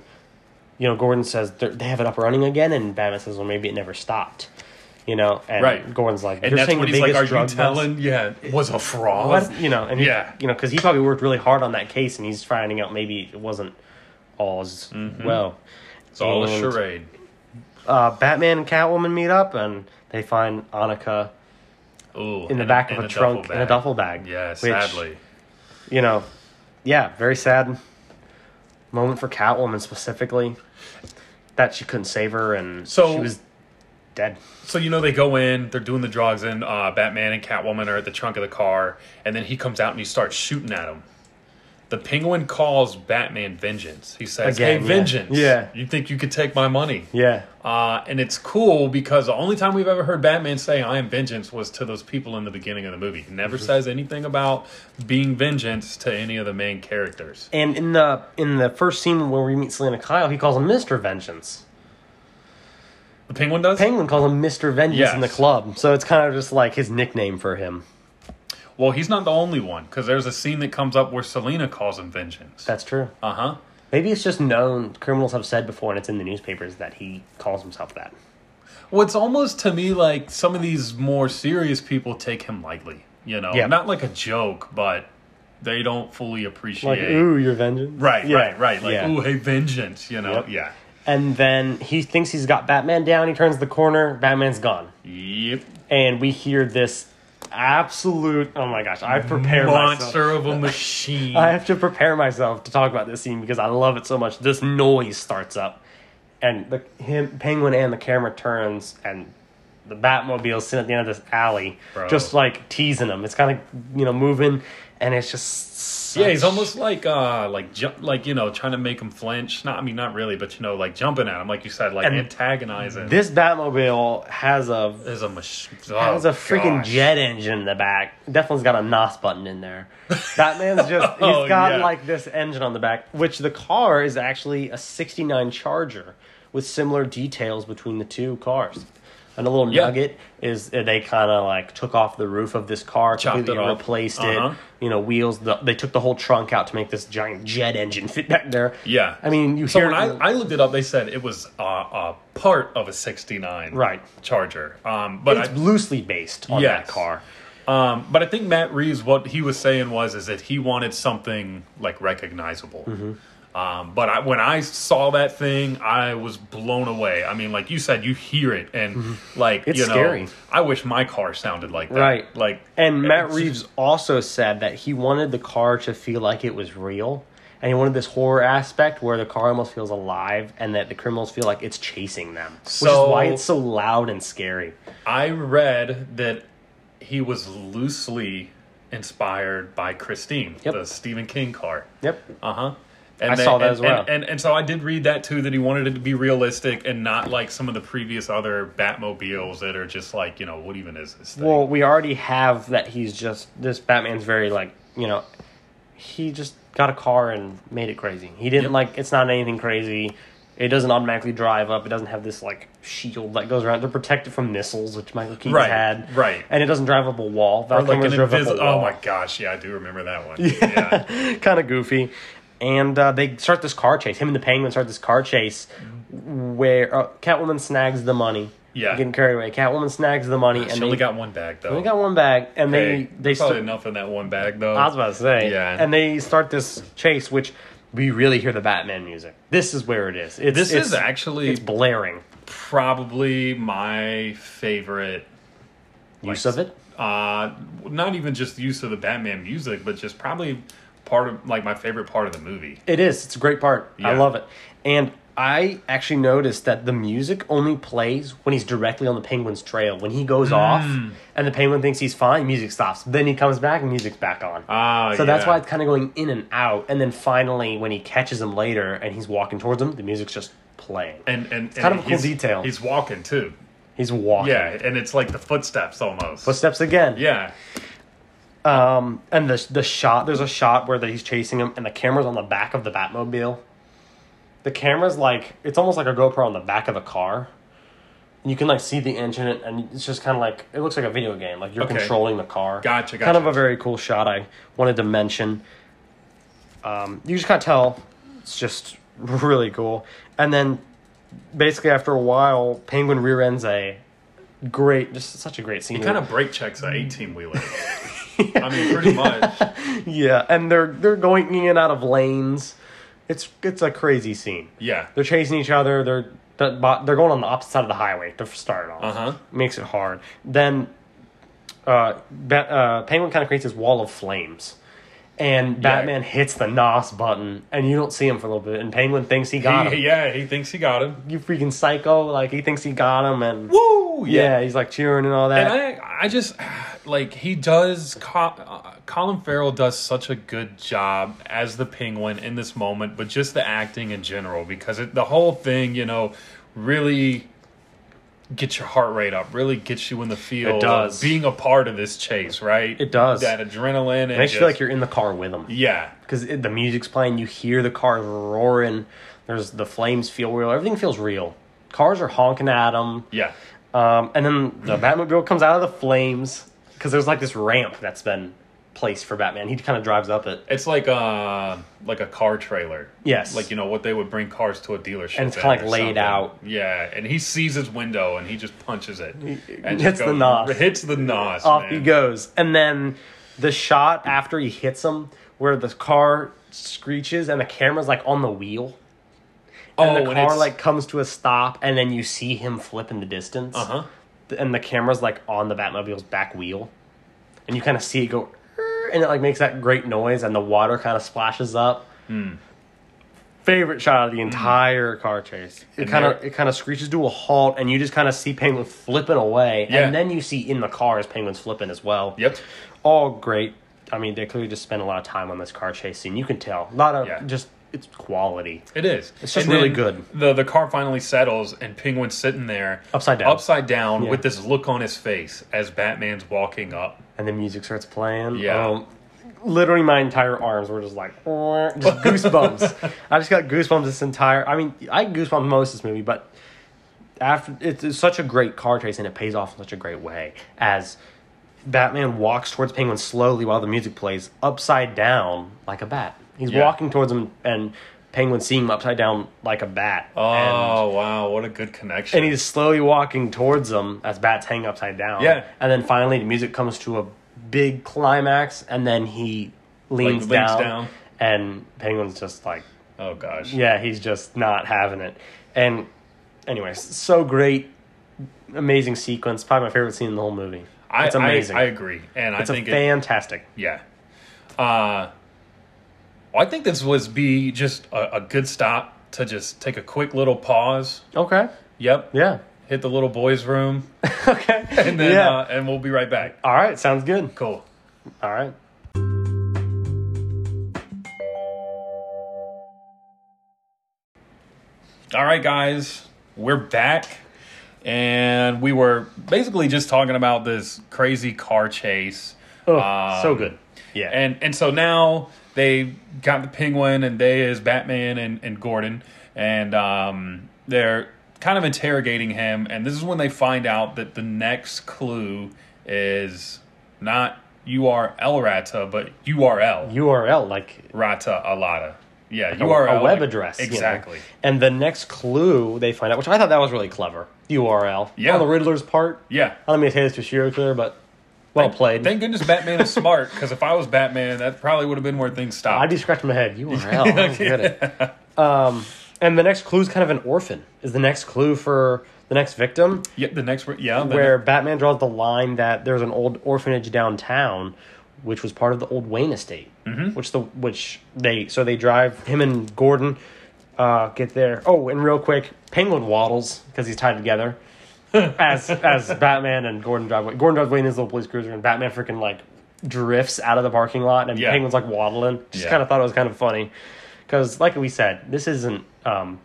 you know Gordon says they're- they have it up running again, and Batman says, "Well, maybe it never stopped." You know, and
Right.
Gordon's like, "You're
And that's
saying
when
the
he's like,
biggest
"Are you
drug bust?"
telling? Yeah, it was a fraud."
What? You know, and he-
Yeah.
you know, because he probably worked really hard on that case, and he's finding out maybe it wasn't all as
Mm-hmm.
well.
It's all a
And-
charade.
Uh, Batman and Catwoman meet up, and they find Annika
Ooh,
in the
and
back
and
of a, trunk
duffel
in a
bag.
duffel bag.
Yeah,
which,
sadly.
you know, yeah, very sad moment for Catwoman specifically. That she couldn't save her, and
So-
she was dead.
So you know they go in, they're doing the drugs, and uh, Batman and Catwoman are at the trunk of the car, and then he comes out and he starts shooting at him. The Penguin calls Batman vengeance. He says,
Again,
"Hey,
yeah.
vengeance!
Yeah.
you think you could take my money?"
Yeah,
Uh, and it's cool because the only time we've ever heard Batman say "I am vengeance" was to those people in the beginning of the movie. He never says anything about being vengeance to any of the main characters.
and in the in the first scene where we meet Selena Kyle, he calls him Mister Vengeance.
The Penguin does.
Penguin calls him Mister Vengeance in the
Yes.
club, so it's kind of just like his nickname for him.
Well, he's not the only one because there's a scene that comes up where Selena calls him vengeance.
That's true.
Uh huh.
Maybe it's just known criminals have said before, and it's in the newspapers that he calls himself that.
What's almost to me like some of these more serious people take him lightly. You know,
Yeah.
not like a joke, but they don't fully appreciate.
Like, ooh, your vengeance.
Right,
Yeah.
right, right. Like,
Yeah.
ooh, hey, vengeance. You know,
Yep.
yeah,
And then he thinks he's got Batman down. He turns the corner. Batman's gone.
yep.
and we hear this absolute oh my gosh i prepare myself
Monster of a machine.
i have to prepare myself to talk about this scene because i love it so much this noise starts up and the him penguin and the camera turns and the batmobile sitting at the end of this alley
Bro.
just like teasing him it's kind of you know moving and it's just such-
yeah, he's almost like, uh, like, ju- like you know, trying to make him flinch. Not, I mean, not really, but you know, like jumping at him, like you said, like
And
antagonizing.
this batmobile has a
is a machine.
Has a freaking
Oh, gosh.
jet engine in the back. Definitely's got a NOS button in there. Batman's just
Oh,
he's got
yeah.
like this engine on the back, which the car is actually a '69 Charger with similar details between the two cars. And a little
Yeah.
nugget is uh, they kind of like took off the roof of this car,
Chopped
completely
it off.
replaced
Uh-huh.
it. You know, wheels. The, they took the whole trunk out to make this giant jet engine fit back there.
Yeah.
I mean, you
So
hear
when I,
it-
I looked it up, they said it was uh, a part of a '69
Right.
Charger. Um, but
it's
I,
loosely based on
Yes.
that car.
Um, but I think Matt Reeves, what he was saying was, is that he wanted something like recognizable.
Mm-hmm.
Um, but I, when I saw that thing, I was blown away. I mean, like you said, you hear it, and like
Mm-hmm. It's
you know,
scary.
I wish my car sounded like that.
Right.
Like,
And Matt
it's-
Reeves also said that he wanted the car to feel like it was real. And he wanted this horror aspect where the car almost feels alive and that the criminals feel like it's chasing them. Which
So-
is why it's so loud and scary.
I read that he was loosely inspired by Christine,
Yep.
the Stephen King car.
Yep.
Uh huh. And
I saw that
and,
as well.
And, and and so I did read that too that he wanted it to be realistic and not like some of the previous other Batmobiles that are just like you know what even is this thing?
Well, we already have that he's just this Batman's very like, you know, he just got a car and made it crazy. He didn't
Yep.
like it's not anything crazy. It doesn't automatically drive up. It doesn't have this like shield that goes around to protect it from missiles, which Michael Keaton
Right,
had.
right
And it doesn't drive up a wall.
or
Val
like an
Kilmer's drove up a
invisible. Oh
wall.
my gosh, yeah, I do remember that one. Yeah,
kind of goofy. And uh, they start this car chase. Him and the Penguin start this car chase where uh, Catwoman snags the money.
Yeah. Ah,
getting carried away. Catwoman snags the money, and
she
they
only got one bag though.
they got one bag, and
Hey,
they
probably
they start.
enough in that one bag though.
I was about to say,
Yeah.
and they start this chase, which we really hear the Batman music. This is where it is. It's,
this
it's-
is actually
it's blaring
probably my favorite
use
Like-
of it.
uh not even just the use of the batman music but just probably part of like my favorite part of the movie
It is. It's a great part. I
Yeah.
love it. And I actually noticed that the music only plays when he's directly on the penguin's trail. When he
Hmm.
goes off and the penguin thinks he's fine, music stops. Then he comes back and music's back on.
ah
so that's
yeah.
why it's kind of going in and out. And then finally, when he catches him later and he's walking towards him, the music's just playing.
and and, and
kind of a cool
he's-
detail.
he's walking too
He's walking.
yeah and it's like the footsteps almost
Footsteps again.
yeah
Um, and the the shot there's a shot where that he's chasing him, and the camera's on the back of the Batmobile. The camera's like it's almost like a GoPro on the back of the car. And you can like see the engine, and it's just kind of like it looks like a video game. Like you're
Okay.
controlling the car.
Gotcha,
Kind of
gotcha.
a very cool shot. I wanted to mention. Um, you just kind of tell it's just really cool. And then basically after a while, Penguin rear ends a great, just such a great scene.
kind of brake checks an 18 wheeler i mean pretty much
Yeah, and they're they're going in and out of lanes. It's it's a crazy scene.
yeah
They're chasing each other. They're they're bo- they're going on the opposite side of the highway to start off.
Uh-huh.
Makes it hard. Then, uh, Bat- uh, Penguin kind of creates this wall of flames, and Batman hits the nos button, and you don't see him for a little bit. And Penguin thinks he got
He-
him.
yeah he thinks he got him
You freaking psycho! Like he thinks he got him, and
woo
yeah, he's like cheering and all that.
And I, I just like he does. Co- uh, Colin Farrell does such a good job as the Penguin in this moment, but just the acting in general because it, the whole thing, you know, really gets your heart rate up, really gets you in the field.
It does.
of being a part of this chase, right?
It does.
that adrenaline. And
Makes you feel like
just-
you're in the car with him.
yeah,
because the music's playing, you hear the cars roaring. There's the flames feel real. Everything feels real. Cars are honking at them,
yeah,
um, and then the Batmobile comes out of the flames because there's like this ramp that's been placed for Batman. He kind of drives up it,
it's like uh like a car trailer.
Yes.
like you know what they would bring cars to a dealership,
And it's
in
kinda like
or
laid
something.
out.
Yeah, and he sees his window and he just punches it, and
hits
just
the
goes-
nos.
hits the nos.
off
man.
he goes, and then the shot after he hits him, where the car screeches and the camera's like on the wheel.
Oh,
and
and
the car
it's-
like comes to a stop, and then you see him flip in the distance.
Uh-huh.
Th- And the camera's like on the Batmobile's back wheel, and you kind of see it go, "Er," and it like makes that great noise, and the water kind of splashes up.
Hmm.
Favorite shot of the entire car chase. It
And
kind of
there-
it kind of screeches to a halt, and you just kind of see Penguin flipping away,
Yeah.
and then you see in the car as Penguin's flipping as well.
Yep.
All great. I mean, they clearly just spent a lot of time on this car chase scene. You can tell a lot of
Yeah.
just it's quality.
It is. It's
just really good.
The the car finally settles and Penguin's sitting there
Upside down.
upside down
Yeah.
with this look on his face as Batman's walking up.
and the music starts playing.
Yeah.
Um, literally, my entire arms were just like just goosebumps. I just got goosebumps this entire. I mean, I had goosebumps most of this movie, but after it's, it's such a great car chase and it pays off in such a great way as Batman walks towards Penguin slowly while the music plays upside down like a bat. He's
Yeah.
walking towards him and Penguin seeing him upside down like a bat. and,
Oh wow, what a good connection.
and he's slowly walking towards them as bats hang upside down.
Yeah.
And then finally the music comes to a big climax and then he
leans
leans, down,
down.
and Penguin's just like
oh gosh.
yeah, he's just not having it. And anyways, so great amazing sequence, probably my favorite scene in the whole movie.
I,
it's amazing.
I, I agree. And
it's
I
a
think it-
fantastic.
Yeah. Uh, well, I think this was be just a, a good stop to just take a quick little pause.
Okay.
Yep.
Yeah.
Hit the little boys' room,
okay.
and then
yeah.
uh, and we'll be right back.
All right. Sounds good.
Cool.
All right.
All right, guys, we're back, and we were basically just talking about this crazy car chase.
Oh,
Um,
so good. Yeah.
And and so now they got the penguin and they is Batman and, and Gordon and um, they're kind of interrogating him and this is when they find out that the next clue is not you are El Rata but you are El
URL like
Rata Alata. Yeah,
a-
you are
a web address. you know.
Exactly.
And the next clue they find out, which I thought that was really clever. URL.
Yeah.
On the Riddler's part.
Yeah.
I don't mean to say this to Shiro Clear, but well played.
Thank goodness Batman is smart because if I was Batman, that probably would have been where things
I'd
stopped.
be scratching my head. URL. I don't get it. Um, and the next clue is kind of an orphan. Is the next clue for the next victim?
Yeah, the next yeah, the
where Batman draws the line that there's an old orphanage downtown, which was part of the old Wayne estate, mm-hmm. which the which they so they drive him and Gordon uh, get there. Oh, and real quick, Penguin waddles because he's tied together. as as Batman and Gordon drive, away. Gordon drives away in his little police cruiser, and Batman freaking like drifts out of the parking lot, and
Yeah.
Penguin's like waddling. Just
Yeah.
kind of thought it was kind of funny because, like we said, this isn't. um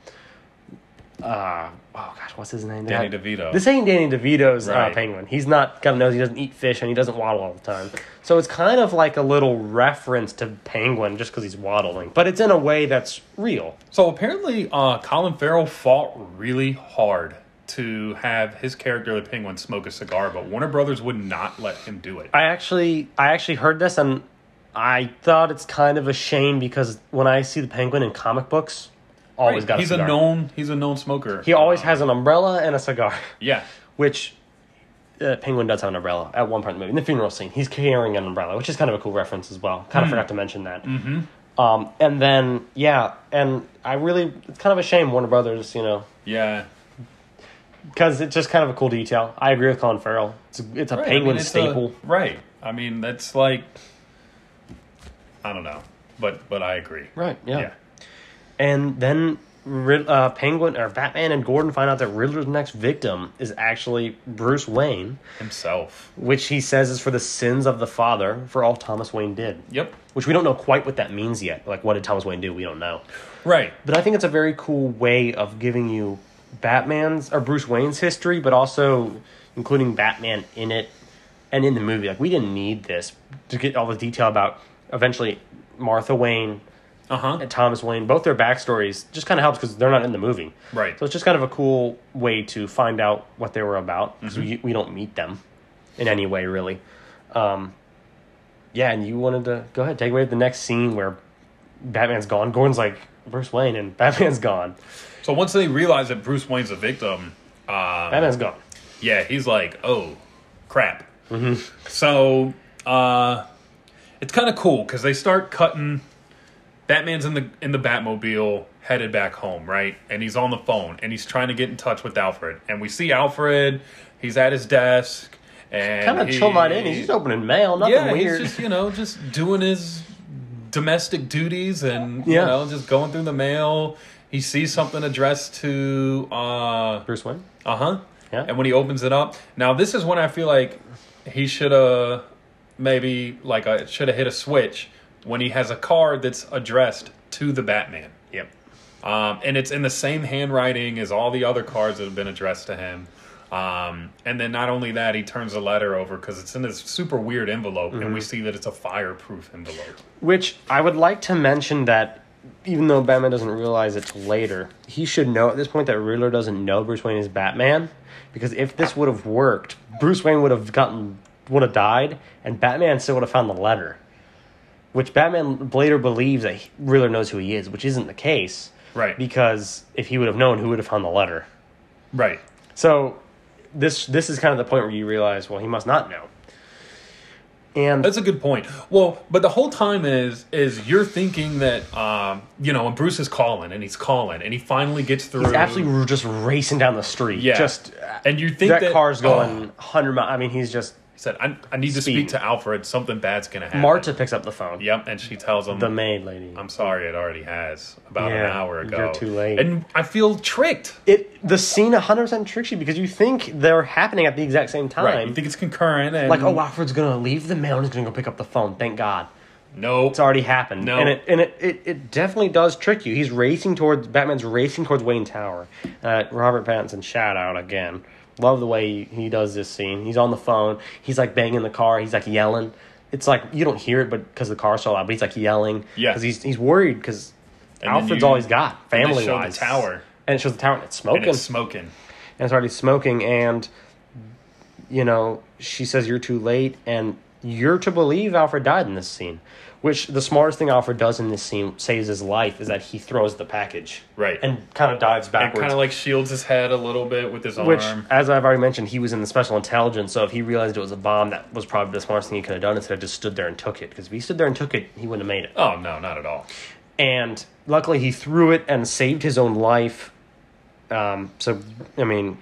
uh, oh gosh, what's his name? They
Danny
had-
DeVito.
This ain't Danny DeVito's uh,
Right.
penguin. He's not got a nose. He doesn't eat fish, and he doesn't waddle all the time. So it's kind of like a little reference to penguin just because he's waddling, but it's in a way that's real.
So apparently, uh, Colin Farrell fought really hard to have his character, the Penguin, smoke a cigar, but Warner Brothers would not let him do it.
I actually, I actually heard this, and I thought it's kind of a shame because when I see the penguin in comic books, always got a
he's
cigar.
a known he's a known smoker.
He always
Uh,
has an umbrella and a cigar,
yeah.
which. Uh, Penguin does have an umbrella at one part in the movie. In the funeral scene, he's carrying an umbrella, which is kind of a cool reference as well.
Mm.
Kind of forgot to mention that. Mm-hmm. Um, and then, yeah, and I really, it's kind of a shame Warner Brothers, you know,
Yeah,
because it's just kind of a cool detail. I agree with Colin Farrell. It's a, it's a
Right, I
penguin
mean, it's a-
staple.
right. I mean, that's like I don't know, but but I agree.
Right, yeah.
Yeah.
And then Rid- uh, Penguin or Batman and Gordon find out that Riddler's next victim is actually Bruce Wayne,
himself.
which he says is for the sins of the father for all Thomas Wayne did.
Yep.
Which we don't know quite what that means yet. Like, what did Thomas Wayne do? We don't know.
Right.
But I think it's a very cool way of giving you Batman's or Bruce Wayne's history, but also including Batman in it and in the movie. Like, we didn't need this to get all the detail about eventually Martha Wayne
Uh huh.
and Thomas Wayne, both their backstories just kind of helps because they're not in the movie.
Right.
So it's just kind of a cool way to find out what they were about because we, we don't meet them in any way, really. Um, yeah, and you wanted to go ahead, take away the next scene where Batman's gone. Gordon's like, Bruce Wayne, and Batman's gone.
So once they realize that Bruce Wayne's a victim, uh,
Batman's gone.
Yeah, he's like, oh, crap.
Mm-hmm.
So uh, it's kind of cool because they start cutting. Batman's in the in the Batmobile headed back home, right? And he's on the phone and he's trying to get in touch with Alfred. And we see Alfred. He's at his desk and
Kind of
he-
chill night in. He's just opening mail, nothing
yeah,
weird.
he's just you know just doing his domestic duties and you
Yeah.
know just going through the mail. He sees something addressed to uh,
Bruce Wayne?
uh huh.
Yeah.
And when he opens it up, now this is when I feel like he should have maybe like a, should have hit a switch when he has a card that's addressed to the Batman,
Yep.
um, and it's in the same handwriting as all the other cards that have been addressed to him. Um, and then not only that, he turns the letter over because it's in this super weird envelope, and we see that it's a fireproof envelope.
Which I would like to mention that even though Batman doesn't realize it till later, he should know at this point that Riddler doesn't know Bruce Wayne is Batman. Because if this would have worked, Bruce Wayne would have gotten would have died, and Batman still would have found the letter. Which Batman later believes that he- Riddler knows who he is, which isn't the case.
Right.
Because if he would have known, who would have found the letter?
Right.
So this this is kind of the point where you realize, well, he must not know. And
That's a good point. Well, but the whole time is is you're thinking that um, you know, and Bruce is calling and he's calling and he finally gets through.
he's absolutely just racing down the street.
yeah.
Just
and you think
that,
that,
car's
oh,
going 100 miles. I mean, he's just.
he said, I, "I need to
Speed.
speak to Alfred. Something bad's gonna happen."
Marta picks up the phone.
Yep, and she tells him,
The maid lady.
"I'm sorry, it already has about an
Yeah,
hour ago.
you're too late.
And I feel tricked.
It the scene 100% tricks you because you think they're happening at the exact same time.
Right? You think it's concurrent? And
like, oh, Alfred's gonna leave the mail and he's gonna go pick up the phone. Thank God,
no,
it's already happened.
No.
and it and it, it, it definitely does trick you. He's racing towards Batman's racing towards Wayne Tower. Uh, Robert Pattinson shout out again. Love the way he, he does this scene. He's on the phone. He's like banging the car. He's like yelling. It's like you don't hear it, but because the car's so loud. But he's like yelling.
Yeah.
because he's he's worried because
And then
Alfred's
you-
all he's got
then they
family
show the
wise.
tower.
and it shows the tower and it's smoking
and it's smoking.
and it's already smoking and you know she says you're too late and you're to believe alfred died in this scene which the smartest thing alfred does in this scene saves his life is that he throws the package
Right.
and kind of dives
And
backwards
kind of like shields his head a little bit with his
which
arm.
as i've already mentioned he was in the special intelligence so if he realized it was a bomb that was probably the smartest thing he could have done instead of just stood there and took it because if he stood there and took it he wouldn't have made it
Oh no, not at all.
and luckily he threw it and saved his own life. Um, so I mean,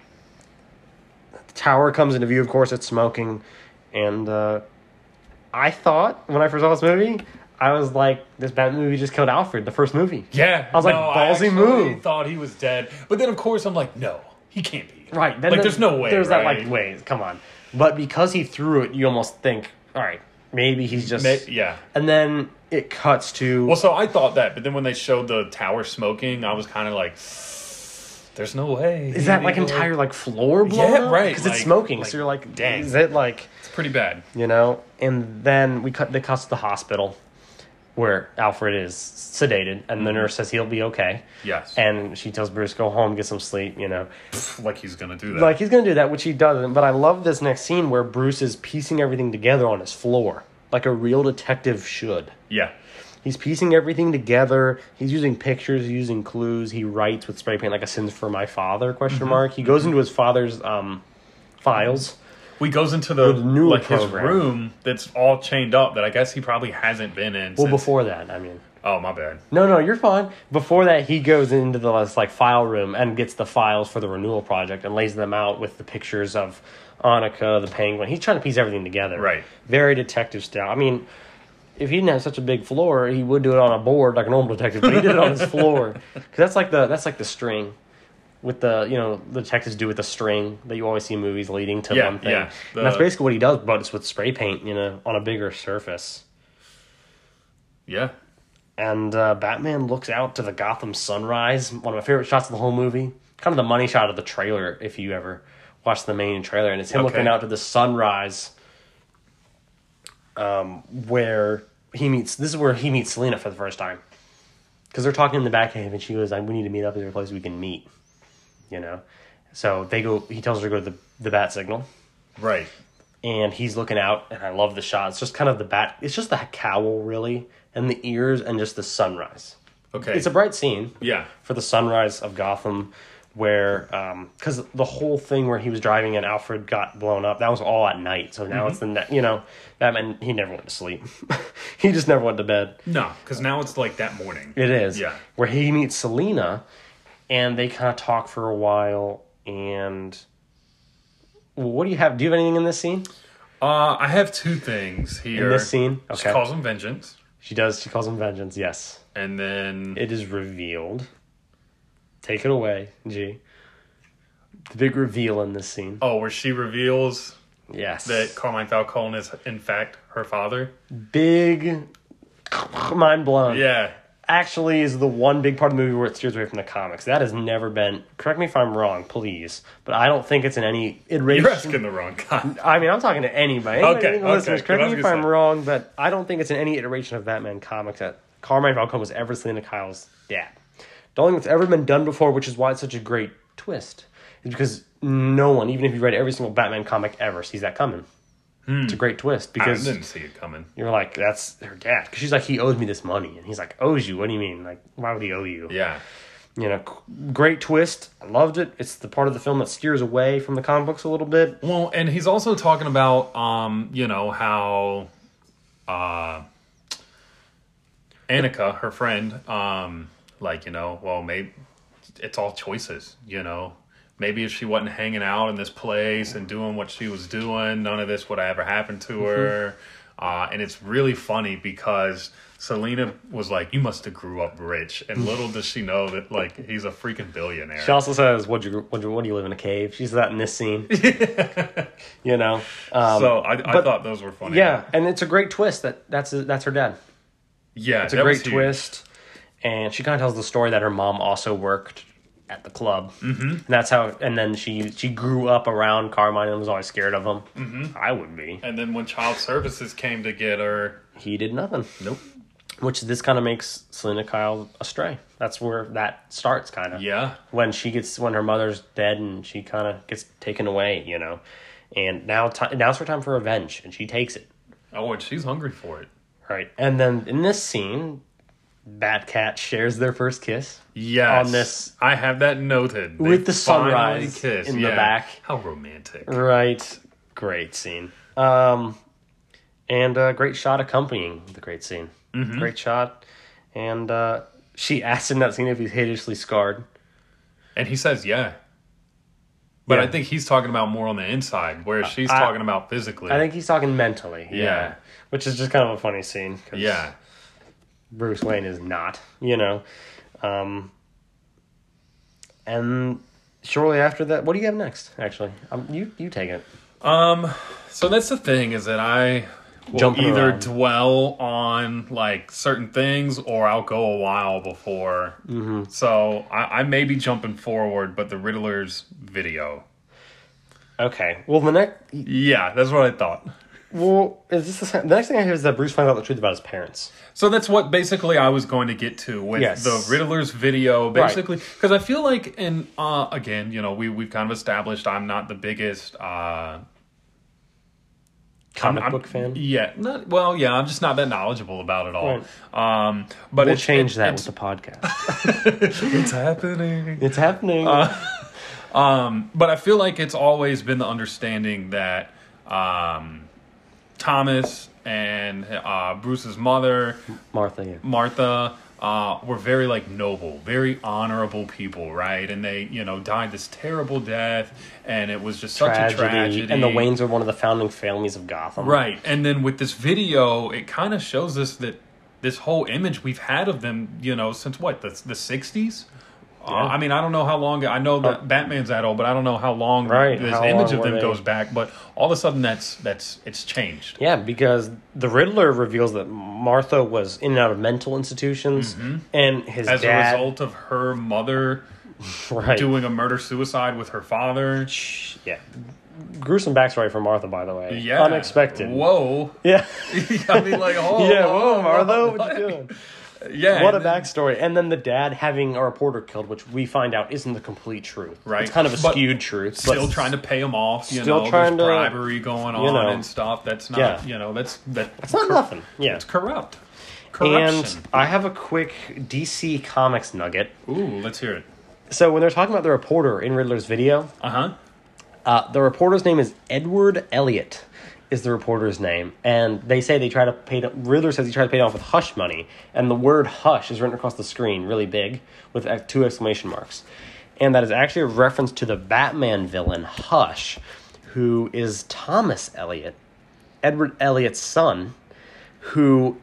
the tower comes into view. Of course, it's smoking, and uh, I thought when I first saw this movie, I was like, "This Batman movie just killed Alfred." The first movie,
Yeah,
I was like,
no,
"Ballsy
actually
move."
Thought he was dead, but then of course I'm like, no, he can't be.
right?
like there's no way.
There's
right?
that like way. Come on, but because he threw it, you almost think, "All right, maybe he's just."
Ma- yeah.
And then it cuts to
Well, so I thought that, but then when they showed the tower smoking, I was kind of like, there's no way.
Is that like entire like floor blown
Yeah, right,
Because
like-
it's smoking,
like,
so you're like,
dang.
Is it like
It's pretty bad.
you know? And then we cut the cuts to the hospital, where Alfred is sedated, and the nurse says he'll be okay.
Yes.
And she tells Bruce go home, get some sleep. You know,
Like he's gonna do that.
like he's gonna do that, which he doesn't. But I love this next scene where Bruce is piecing everything together on his floor, like a real detective should.
yeah.
He's piecing everything together. He's using pictures, he's using clues. He writes with spray paint like a sins for my father question mark. He goes into his father's um, files.
We goes into the,
The newer
like his
program.
room that's all chained up that I guess he probably hasn't been in.
Well,
since,
before that, I mean,
Oh my bad.
no, no, you're fine. Before that, he goes into the this, like file room and gets the files for the renewal project and lays them out with the pictures of Annika, the penguin. He's trying to piece everything together.
Right.
Very detective style. I mean, if he didn't have such a big floor, he would do it on a board like a normal detective, but he did it on his floor 'Cause that's like the that's like the string with the you know the detectives do with the string that you always see in movies leading to
Yeah,
one thing.
yeah.
and that's
The-
basically what he does, but it's with spray paint, you know, on a bigger surface.
Yeah.
And uh, Batman looks out to the Gotham sunrise, one of my favorite shots of the whole movie. Kind of the money shot of the trailer, if you ever watch the main trailer, and it's him
Okay.
looking out to the sunrise, um, where he meets. This is where he meets Selena for the first time, because they're talking in the back cave, and she goes, "Like, "We need to meet up. Is there a place we can meet?" You know, so they go. He tells her to go to the the bat signal,
Right.
and he's looking out and i love the shot it's just kind of the bat it's just the cowl really and the ears and just the sunrise
Okay.
it's a bright scene
yeah.
for the sunrise of gotham where because the whole thing where he was driving and alfred got blown up that was all at night so now it's the ne- you know that meant he never went to sleep he just never went to bed
No, because now it's like that morning.
it is.
Yeah.
Where he meets Selena and they kind of talk for a while and well, what do you have? Do you have anything in this scene?
Uh, I have two things here.
In this scene?
She calls him vengeance,
She does. She calls him vengeance. Yes.
and then
It is revealed. Take it away, G. The big reveal in this scene.
oh, where she reveals
Yes.
that Carmine Falcone is in fact her father.
big mind blown.
Yeah.
Actually is the one big part of the movie where it steers away from the comics. That has never been correct me if I'm wrong, please. But I don't think it's in any
You're
iteration.
asking the wrong guy.
I mean, I'm talking to anybody. anybody
Okay,
any listeners,
okay,
correct
I was
me if
gonna
I'm
say.
wrong, but I don't think it's in any iteration of Batman comics that Carmine Falcone was ever Selena Kyle's dad. The only thing that's ever been done before, which is why it's such a great twist, is because no one, even if you read every single Batman comic ever, sees that coming. It's a great twist
Hmm. I
because
didn't see it coming.
you're like, that's her dad. 'Cause she's like, he owes me this money. And he's like, owes you? What do you mean? Like, why would he owe you?
Yeah.
You know, c- great twist. I loved it. It's the part of the film that steers away from the comic books a little bit.
Well, and he's also talking about, um, you know, how uh, Annika, her friend, um, like, you know, well, maybe it's all choices, you know. Maybe if she wasn't hanging out in this place and doing what she was doing, none of this would have ever happened
Mm-hmm.
to her. Uh, and it's really funny because Selena was like, "You must have grew up rich," and
Mm.
little does she know that like he's a freaking billionaire.
She also says, "What you, what you, what do you live in a cave?" She's that in this scene, you know. Um,
so I, I
but-
thought those were funny.
yeah, and it's a great twist that that's that's her dad.
yeah,
It's a great twist, and she kind of tells the story that her mom also worked at the club. Mm-hmm. And that's how, and then she she grew up around Carmine and was always scared of him. Mm-hmm. I would be.
And then when child services came to get her,
He did nothing,
nope.
which this kind of makes Selena Kyle astray. That's where that starts, kind of.
Yeah,
when she gets when her mother's dead and she kind of gets taken away, you know. And now ti now's her time for revenge, and she takes it
oh, and she's hungry for it.
right. And then in this scene, Batcat shares their first kiss.
Yes,
On this-
I have that noted They
With the
finally
sunrise in the back.
How romantic!
Right, great scene. Um, and uh, great shot accompanying the great scene.
Mm-hmm.
Great shot, and uh, she asks in that scene if he's hideously scarred.
And he says, "Yeah." But
Yeah.
I think he's talking about more on the inside, where she's
I-
talking about physically.
I think he's talking mentally. Yeah,
Yeah.
which is just kind of a funny scene. 'cause-
yeah,
Bruce Wayne is not, you know. Um, and shortly after that, what do you have next? Actually, um, you you take it.
So that's the thing is that I will
Jumping
either
around.
dwell on like certain things or I'll go a while before.
Mm-hmm.
So I, I may be jumping forward, but the Riddler's video.
Okay. Well, the next
Yeah, that's what I thought.
well is this the, same- the next thing I hear is that Bruce finds out the truth about his parents.
So that's what basically I was going to get to with
Yes.
the Riddler's video, basically, because I feel like, and uh, again, you know, we we've kind of established I'm not the biggest uh,
Comic
I'm-
book fan.
Yeah, not, well, yeah, I'm just not that knowledgeable about it all. Um, but
We'll
it's-
change
it-
that
it's-
with the podcast. Uh,
it's happening.
it's happening.
But I feel like it's always been the understanding that um, Thomas and uh, Bruce's mother,
Martha. Yeah.
Martha, uh, were very like noble, very honorable people, right? And they, you know, died this terrible death, and it was just such a tragedy.
And the Waynes are one of the founding families of Gotham.
right? And then with this video, it kind of shows us that this whole image we've had of them, you know, since what the the '60s. Uh,
Yeah. Uh,
I mean, I don't know how long. I know that Batman's that old, but I don't know how long
Right,
this
how
image
long
of
were
them
they-
goes back. But all of a sudden, that's that's it's changed.
Yeah, because the Riddler reveals that Martha was in and out of mental institutions, and his
As
dad.
a result of her mother
right.
doing a murder suicide with her father.
Yeah. Gruesome backstory for Martha, by the way.
Yeah.
Unexpected.
Whoa.
Yeah.
I mean, like, oh.
yeah, whoa, Martha, what you doing?
Yeah.
What a
and then-
backstory. And then the dad having a reporter killed, which we find out isn't the complete truth.
Right.
It's kind of a
But
skewed truth. but-
Still trying to pay him off, you
Still
know.
trying to-
there's bribery going on
know.
and stuff. That's not,
Yeah.
you know, that's that, that's
It's not nothing. Yeah.
It's corrupt.
And
Corruption.
I have a quick DC Comics nugget.
Ooh, let's hear it.
So when they're talking about the reporter in Riddler's video,
Uh huh.
Uh, the reporter's name is Edward Elliot, is the reporter's name, and they say they try to pay. To, Riddler says he tried to pay it off with hush money, and the word "hush" is written across the screen, really big, with ex- two exclamation marks, and that is actually a reference to the Batman villain Hush, who is Thomas Elliot, Edward Elliot's son, who,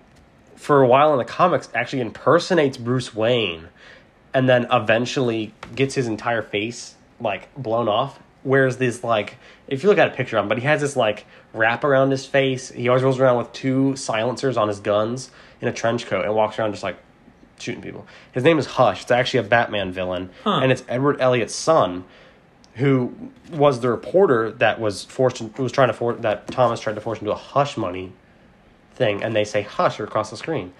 for a while in the comics, actually impersonates Bruce Wayne, and then eventually gets his entire face like blown off. Wears this like if you look at a picture of him, but he has this like wrap around his face. He always rolls around with two silencers on his guns in a trench coat and walks around just like shooting people. His name is Hush. It's actually a Batman villain, and it's Edward Elliot's son who was the reporter that was forced who was trying to for that Thomas tried to force into a hush money thing, and they say hush across the screen.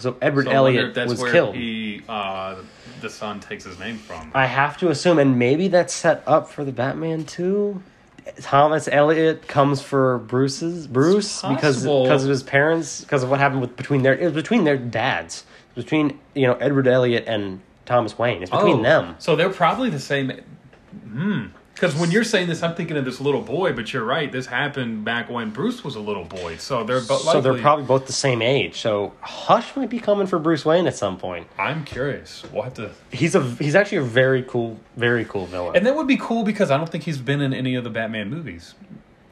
So Edward
So I wonder if
Elliot
that's
was
where
killed.
He, uh, the son takes his name from.
I have to assume, and maybe that's set up for the Batman too. Thomas Elliot comes for Bruce's Bruce because
possible.
because of his parents because of what happened with between their it was between their dads It was between you know Edward Elliot and Thomas Wayne it's between
Oh,
them
So they're probably the same. Because when you're saying this, I'm thinking of this little boy, but you're right. This happened back when Bruce was a little boy. So they're both.
so they're probably both the same age so Hush might be coming for Bruce Wayne at some point
I'm curious. We'll have to.
he's a he's actually a very cool very cool villain
And that would be cool because I don't think he's been in any of the Batman movies.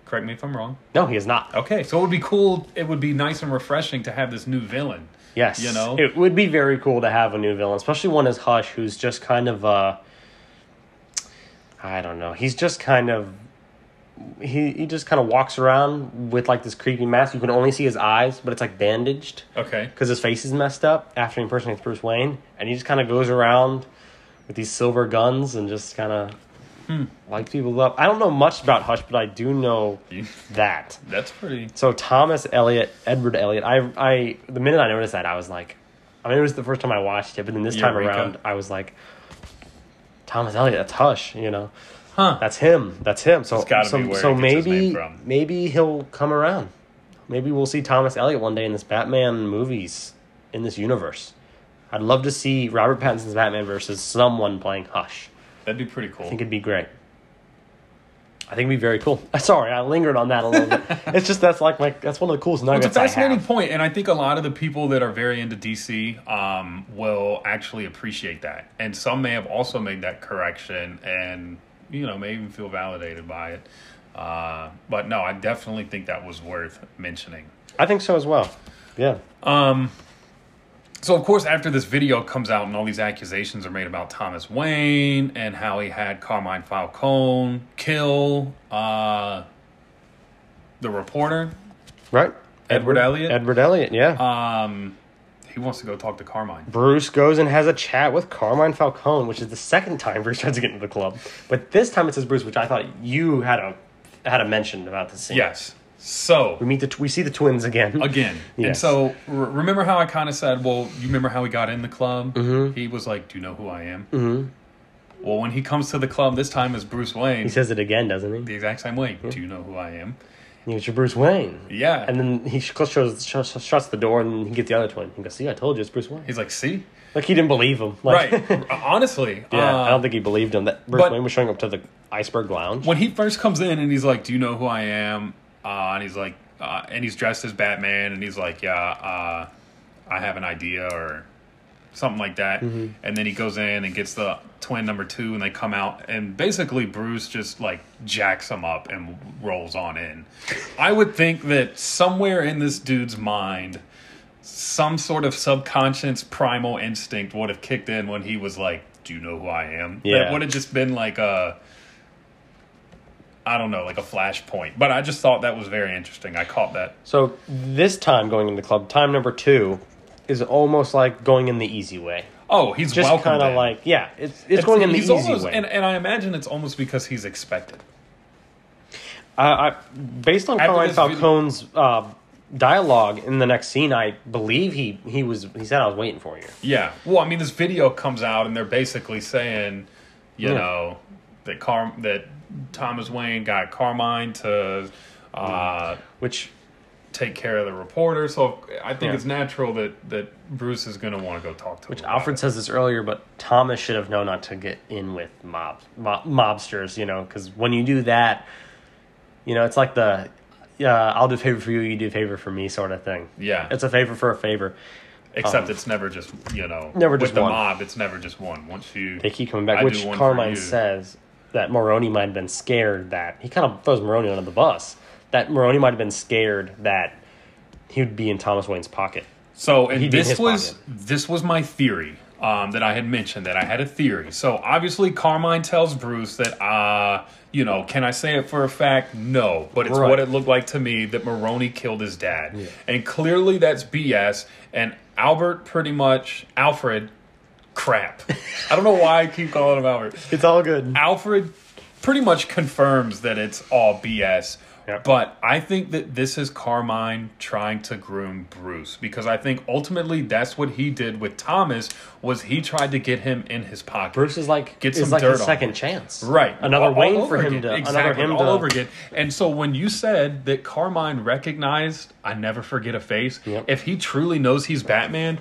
Correct me if I'm wrong.
no he is not
Okay, so it would be cool. It would be nice and refreshing to have this new villain.
Yes.
You know?
It would be very cool to have a new villain, especially one as Hush, who's just kind of uh I don't know. He's just kind of he he just kind of walks around with like this creepy mask. You can only see his eyes, but it's like bandaged
Okay.
because his face is messed up after he impersonates Bruce Wayne, and he just kind of goes around with these silver guns and just kind of
Hmm.
lights people up. I don't know much about Hush, but I do know that.
That's pretty.
So Thomas Elliot, Edward Elliot. I, I, the minute I noticed that, I was like, I mean, it was the first time I watched it, but then this time
Eureka.
around, I was like, Thomas Elliot, that's Hush, you know,
Huh.
that's him, that's him. So,
gotta
so,
be where
so
he gets his name
maybe,
from.
maybe he'll come around. Maybe we'll see Thomas Elliot one day in this Batman movies in this universe. I'd love to see Robert Pattinson's Batman versus someone playing Hush.
That'd be pretty
I think
cool.
it'd be great. I think it'd be very cool. Sorry, I lingered on that a little bit. It's just that's like my that's one of the coolest nuggets
It's a fascinating
I have.
point, and I think a lot of the people that are very into DC um, will actually appreciate that. And some may have also made that correction, and you know may even feel validated by it. Uh, but no, I definitely think that was worth mentioning.
I think so as well. Yeah.
So of course, after this video comes out and all these accusations are made about Thomas Wayne and how he had Carmine Falcone kill uh, the reporter,
Right.
Edward Elliot?
Edward Elliot. Yeah.
um, he wants to go talk to Carmine.
Bruce goes and has a chat with Carmine Falcone, which is the second time Bruce tries to get into the club. But this time it says Bruce, which I thought you had a had a mention about this scene.
Yes. So
We meet the tw- we see the twins again.
again. And
Yes.
so re- remember how I kind of said, well, you remember how he got in the club?
Mm-hmm.
He was like, do you know who I am? Mm-hmm. Well, when he comes to the club this time as Bruce Wayne,
He says it again, doesn't
the exact same way. Do you know who I am?
he? It's your Bruce Wayne.
Yeah.
And then he sh- shows, sh- sh- shuts the door, and he gets the other twin. He goes, "See, I told you, it's Bruce Wayne."
He's like, see?
Like he didn't believe him. Like,
Right. Honestly.
yeah,
uh,
I don't think he believed him. That Bruce
but-
Wayne was showing up to the Iceberg Lounge.
when he first comes in and he's like, do you know who I am? Uh, and he's like, uh, and he's dressed as Batman and he's like, yeah, uh, I have an idea or something like that.
Mm-hmm.
And then he goes in and gets the twin number two, and they come out, and basically Bruce just like jacks him up and rolls on in. I would think that somewhere in this dude's mind, some sort of subconscious primal instinct would have kicked in when he was like, "Do you know who I am?"
Yeah.
That would have just been like a. I don't know, like a flashpoint, but I just thought that was very interesting. I caught that.
So this time going in the club, time number two, is almost like going in the easy way.
Oh, he's
Just
welcome.
kind of
in.
like yeah, it's it's, going in the
he's
easy
almost,
way.
And, and I imagine it's almost because he's expected.
I, I, based on
After
Carmine
this video-
Falcone's uh, dialogue in the next scene, I believe he he was he said I was waiting for you.
Yeah. Well, I mean, this video comes out and they're basically saying, you
Yeah.
know, that Car- that Thomas Wayne got Carmine to uh,
Which
take care of the reporter. So I think
Yeah.
it's natural that that Bruce is going to want to go talk to him. about
Alfred
it.
says this earlier, but Thomas should have known not to get in with mob, mob mobsters, you know, because when you do that, you know, it's like the yeah, I'll do a favor for you, you do a favor for me sort of thing.
Yeah.
It's a favor for a favor.
Except it's never just you know
Never
with
just
the
one.
mob. It's never just one. Once you
They keep coming back,
I
which
do one for
Carmine
you.
says that Maroni might have been scared that he kind of throws Maroni under the bus. That Maroni might have been scared that he would be in Thomas Wayne's pocket.
So and
He'd be in his
this was
pocket.
this was my theory um, that I had mentioned that I had a theory. So obviously Carmine tells Bruce that uh, you know, can I say it for a fact? No, but it's
Right.
what it looked like to me that Maroney killed his dad, and clearly that's BS. And Albert pretty much Alfred, crap. I don't know why I keep calling him Albert.
It's all good.
Alfred pretty much confirms that it's all BS.
Yep.
But I think that this is Carmine trying to groom Bruce because I think ultimately that's what he did with Thomas was he tried to get him in his pocket.
Bruce is like
Get
gets
some
is like
dirt
his
on
second
him.
chance.
Right.
Another
All- all
Wayne for
over
him
again.
to another
exactly
him
all
to
over again. And so when you said that Carmine recognized I never forget a face,
Yep.
if he truly knows he's Batman,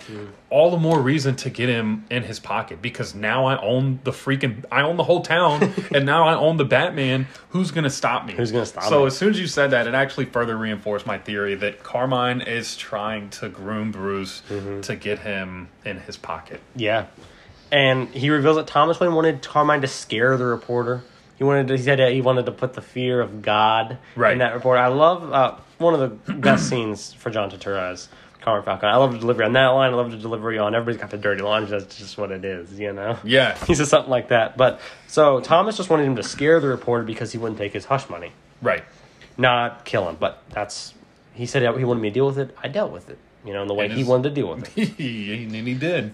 all the more reason to get him in his pocket because now I own the freaking I own the whole town and now I own the Batman. Who's gonna stop me?
Who's gonna stop
So
me?
as soon as you said that, it actually further reinforced my theory that Carmine is trying to groom Bruce
Mm-hmm.
to get him in his pocket.
Yeah. And he reveals that Thomas Wayne wanted Carmine to scare the reporter. He wanted to, he said that he wanted to put the fear of God
Right.
in that reporter. I love uh, one of the best scenes for John Turturro is Carmine Falcon. I love the delivery on that line. I love the delivery on everybody's got the dirty laundry. That's just what it is, you know.
Yeah.
He says something like that. But so Thomas just wanted him to scare the reporter because he wouldn't take his hush money,
Right.
not kill him. But that's he said he wanted me to deal with it. I dealt with it, you know, in the way
And
he
his-
wanted to deal with it.
and he did.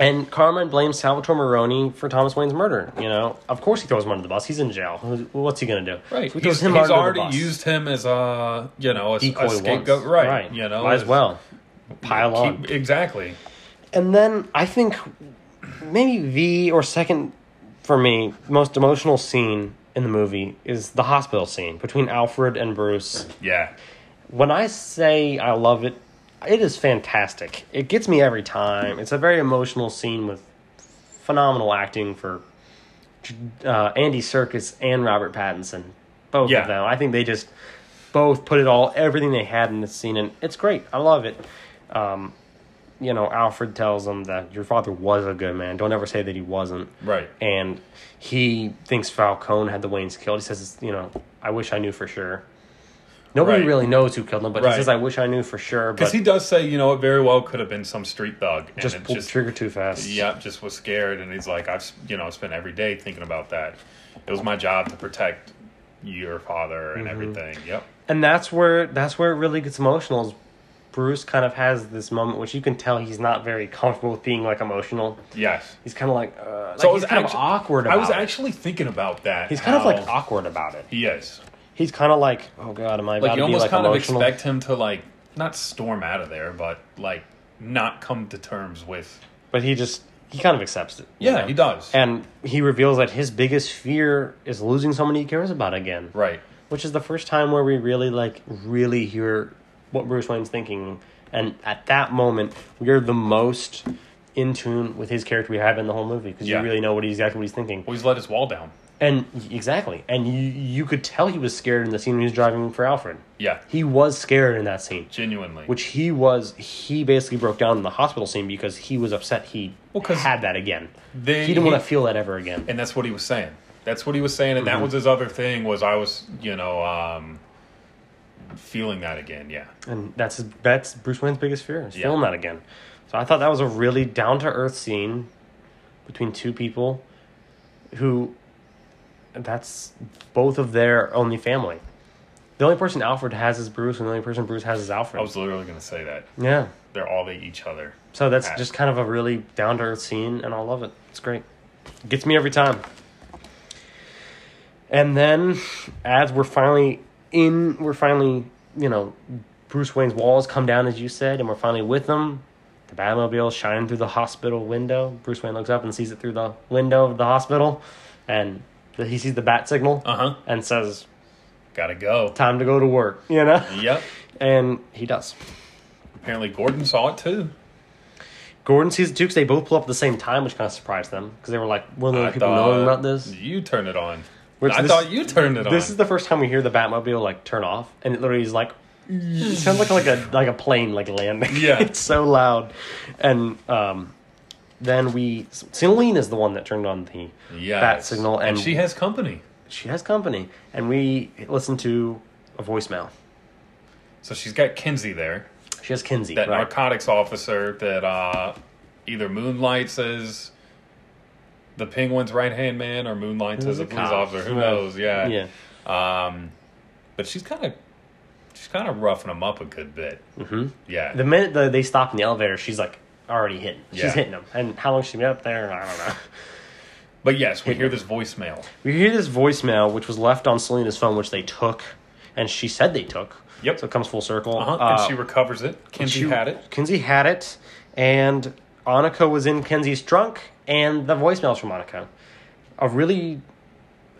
And Carmine blames Salvatore Maroni for Thomas Wayne's murder. You know, of course he throws him under the bus. He's in jail. Who's- What's he gonna do?
Right.
So he
he's
throws him
he's
under the
already
bus.
used him as a you know a,
decoy
a scapegoat.
once.
Right, You know
might as
as-
well pile on.
keep- exactly.
And then I think maybe the or second for me most emotional scene in the movie is the hospital scene between Alfred and Bruce.
Yeah.
When I say I love it, it is fantastic. It gets me every time. It's a very emotional scene with phenomenal acting for uh, Andy Serkis and Robert Pattinson. Both
Yeah.
of them. I think they just both put it all, everything they had in this scene, and it's great. I love it. Um, you know, Alfred tells him that your father was a good man. Don't ever say that he wasn't.
Right.
And he thinks Falcone had the Waynes killed. He says, you know, I wish I knew for sure. Nobody
Right.
really knows who killed him, but
Right.
he says, I wish I knew for sure. But
Because he does say, you know, it very well could have been some street thug, and
just
it
pulled the trigger too fast.
Yep, just was scared, and he's like, I've you know spent every day thinking about that. It was my job to protect your father
Mm-hmm.
and everything. Yep.
and that's where that's where it really gets emotional. Is Bruce kind of has this moment, which you can tell he's not very comfortable with being like emotional.
Yes.
He's kind of like, uh, like
So I
he's
was
kind
actu- Oh.
of awkward. About
I was
it.
actually thinking about that.
he's kind of like
how
awkward about it.
he is.
He's kind of like, oh god, am I about
like you
to be
almost
like
kind
emotional?
of expect him to like not storm out of there, but like not come to terms with.
but he just he kind of accepts it. you
Yeah,
know?
he does.
And he reveals that his biggest fear is losing someone he cares about again,
right.
which is the first time where we really like really hear what Bruce Wayne's thinking. And at that moment, we are the most in tune with his character we have in the whole movie because
Yeah.
you really know what he- exactly what he's thinking.
Well, he's let his wall down.
And exactly, and you you could tell he was scared in the scene when he was driving for Alfred.
Yeah,
He was scared in that scene.
genuinely.
which he was he basically broke down in the hospital scene because he was upset he
Well, 'cause
had that again
they-
he didn't want to feel that ever again
and that's what he was saying. That's what he was saying, and
Mm-hmm.
that was his other thing. Was I was you know um, feeling that again? Yeah.
and that's his, that's bruce wayne's biggest fear is
Yeah.
feeling that again so i thought that was a really down-to-earth scene between two people who that's both of their only family the only person alfred has is bruce and the only person bruce has is alfred
I was literally going to say that
yeah
they're all they each other.
so that's
Pat.
just kind of a really down-to-earth scene and i love it it's great gets me every time. And then, as we're finally in, we're finally, you know, Bruce Wayne's walls come down, as you said, and we're finally with him. The Batmobile shining through the hospital window. Bruce Wayne looks up and sees it through the window of the hospital, and the, he sees the bat signal
Uh-huh.
and says,
Gotta go.
"Time to go to work," you know.
Yep.
And he does.
Apparently Gordon saw it too.
Gordon sees it too because they both pull up at the same time, which kind of surprised them because they were like, "We're the only people knowing about this."
You turned it on.
Which
I
this-
thought you turned it on.
This is the first time we hear the Batmobile like turn off, and it literally is like it sounds like like a like a plane like landing.
Yeah.
it's so loud, and um, then we Celine is the one that turned on the
Yes.
bat signal, and,
and she has company.
she has company, and we listen to a voicemail.
So she's got Kinsey there.
She has Kinsey,
that
right?
narcotics officer that uh, either moonlights as the penguin's right hand man or moonlights as
a
a police
cop.
officer. Who
Right.
knows? Yeah.
yeah,
Um, but she's kind of she's kind of roughing him up a good bit. Mm-hmm. Yeah.
the minute the, they stop in the elevator, she's like already hitting. She's
Yeah.
hitting him, and how long she been up there? I don't know.
but yes, we hear this voicemail.
We hear this voicemail, which was left on Selena's phone, which they took, and she said they took.
Yep.
So it comes full circle.
Uh-huh.
Uh,
and she recovers it. Kinsey
she-
had it.
Kinsey had it, and Annika was in Kenzie's trunk, and the voicemails from Annika. A really,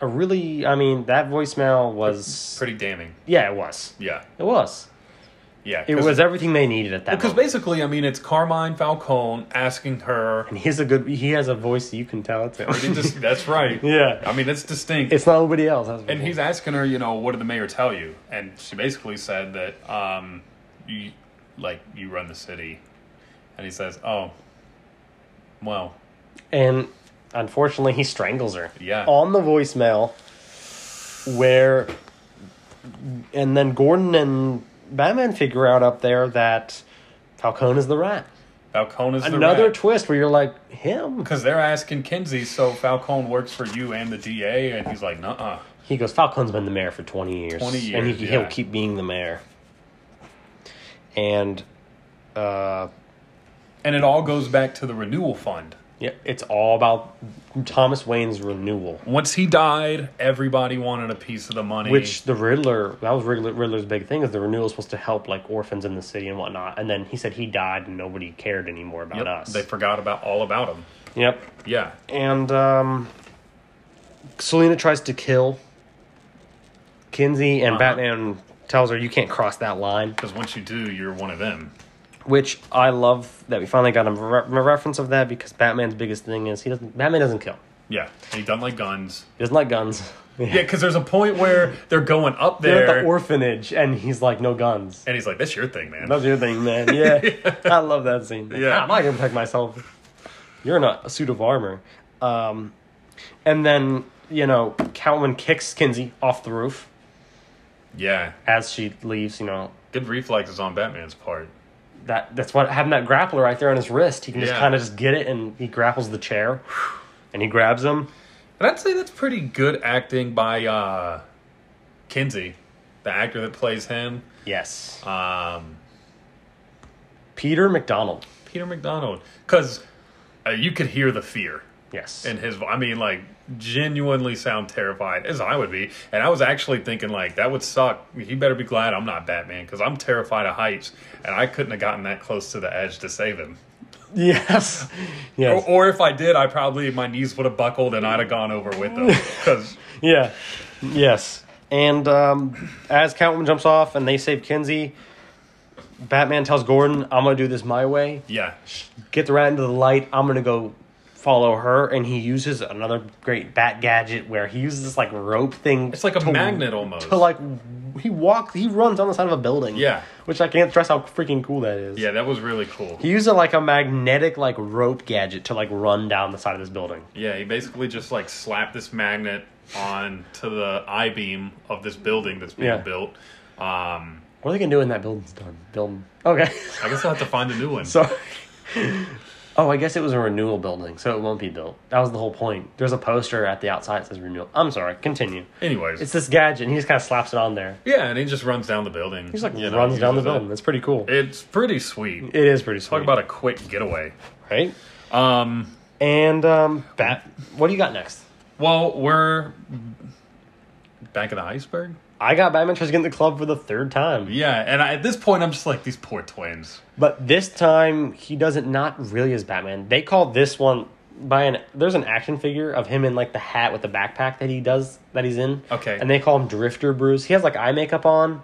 a really, I mean, that voicemail was.
Pretty damning.
yeah, it was.
Yeah.
It was.
Yeah.
It was everything they needed at that
Because
moment.
basically, I mean, it's Carmine Falcone asking her.
And he's a good, he has a voice you can tell it's him.
Pretty dis- that's right.
Yeah.
I mean, that's distinct.
it's not anybody else. That's
and he's asking her, you know, what did the mayor tell you? And she basically said that, um, you, like, you run the city. And he says, oh, well,
And unfortunately, he strangles her.
Yeah.
On the voicemail, where. And then Gordon and Batman figure out up there that Falcone is the rat.
Falcone is the
Another
rat.
twist where you're like, him?
Because they're asking Kinsey, so Falcone works for you and the DA? And he's like, nuh-uh.
He goes, Falcone's been the mayor for 20 years.
20
And
years,
he,
yeah.
he'll keep being the mayor. And. Uh,
And it all goes back to the renewal fund.
yeah, it's all about Thomas Wayne's renewal.
Once he died, everybody wanted a piece of the money.
Which the Riddler, that was Riddler, Riddler's big thing, is the renewal is supposed to help like orphans in the city and whatnot. And then he said he died and nobody cared anymore about
Yep,
us.
they forgot about all about him.
yep.
Yeah.
And um, Selena tries to kill Kinsey, and
Uh-huh.
Batman tells her, "You can't cross that line."
Because once you do, you're one of them.
Which I love that we finally got a, re- a reference of that because Batman's biggest thing is he doesn't. Batman doesn't kill.
Yeah. And he doesn't like guns.
He doesn't like guns.
Yeah, because there's a point where they're going up
They're at
there,
the orphanage, and he's like, "No guns."
and he's like, "That's your thing, man."
That's your thing, man. Yeah. I love that scene.
Yeah.
Yeah. I'm not going to protect myself. You're in a, a suit of armor. Um, and then, you know, Catwoman kicks Kinsey off the roof
Yeah,
as she leaves, you know.
good reflexes on Batman's part.
That that's what having that grappler right there on his wrist. He can just
Yeah.
kind of just get it and he grapples the chair and he grabs him.
And I'd say that's pretty good acting by uh, Kinsey, the actor that plays him,
Yes.
um,
Peter McDonald.
Peter McDonald, because uh, you could hear the fear
Yes.
in his. vo- I mean, like genuinely sound terrified as I would be. And I was actually thinking, like, that would suck. He better be glad I'm not Batman because I'm terrified of heights, and I couldn't have gotten that close to the edge to save him.
yes. Yes.
Or, or if I did, I probably my knees would have buckled and I'd have gone over with them because
Yeah. Yes. And um, as Catwoman jumps off and they save Kinsey, Batman tells Gordon, I'm going to do this my way.
yeah,
Get the rat into the light. I'm going to go follow her. And he uses another great bat gadget where he uses this like rope thing.
it's like a magnet almost.
To like, he walks, he runs on the side of a building.
Yeah.
Which I can't stress how freaking cool that is.
yeah, that was really cool.
He uses like a magnetic like rope gadget to like run down the side of this building.
Yeah, he basically just like slapped this magnet on to the I beam of this building that's being
Yeah.
built. Um,
What are they gonna do when that building's done? Building. Okay.
I guess I'll have to find a new one.
So, oh, I guess it was a renewal building, so it won't be built. That was the whole point. There's a poster at the outside that says renewal. I'm sorry, continue.
Anyways,
It's this gadget, and he just kind of slaps it on there.
yeah, and he just runs down the building.
He just like
you know,
runs down the
uses it.
building. That's pretty cool.
It's pretty sweet.
it is pretty sweet.
Talk about a quick getaway.
right?
Um,
And um, bat. What do you got next?
well, we're back at the iceberg.
I got Batman tries to get in the club for the third time,
Yeah, and I, at this point, I'm just like these poor twins.
but this time he doesn't. Not really as Batman. They call this one by an. There's an action figure of him in like the hat with the backpack that he does that he's in.
Okay.
and they call him Drifter Bruce. He has like eye makeup on.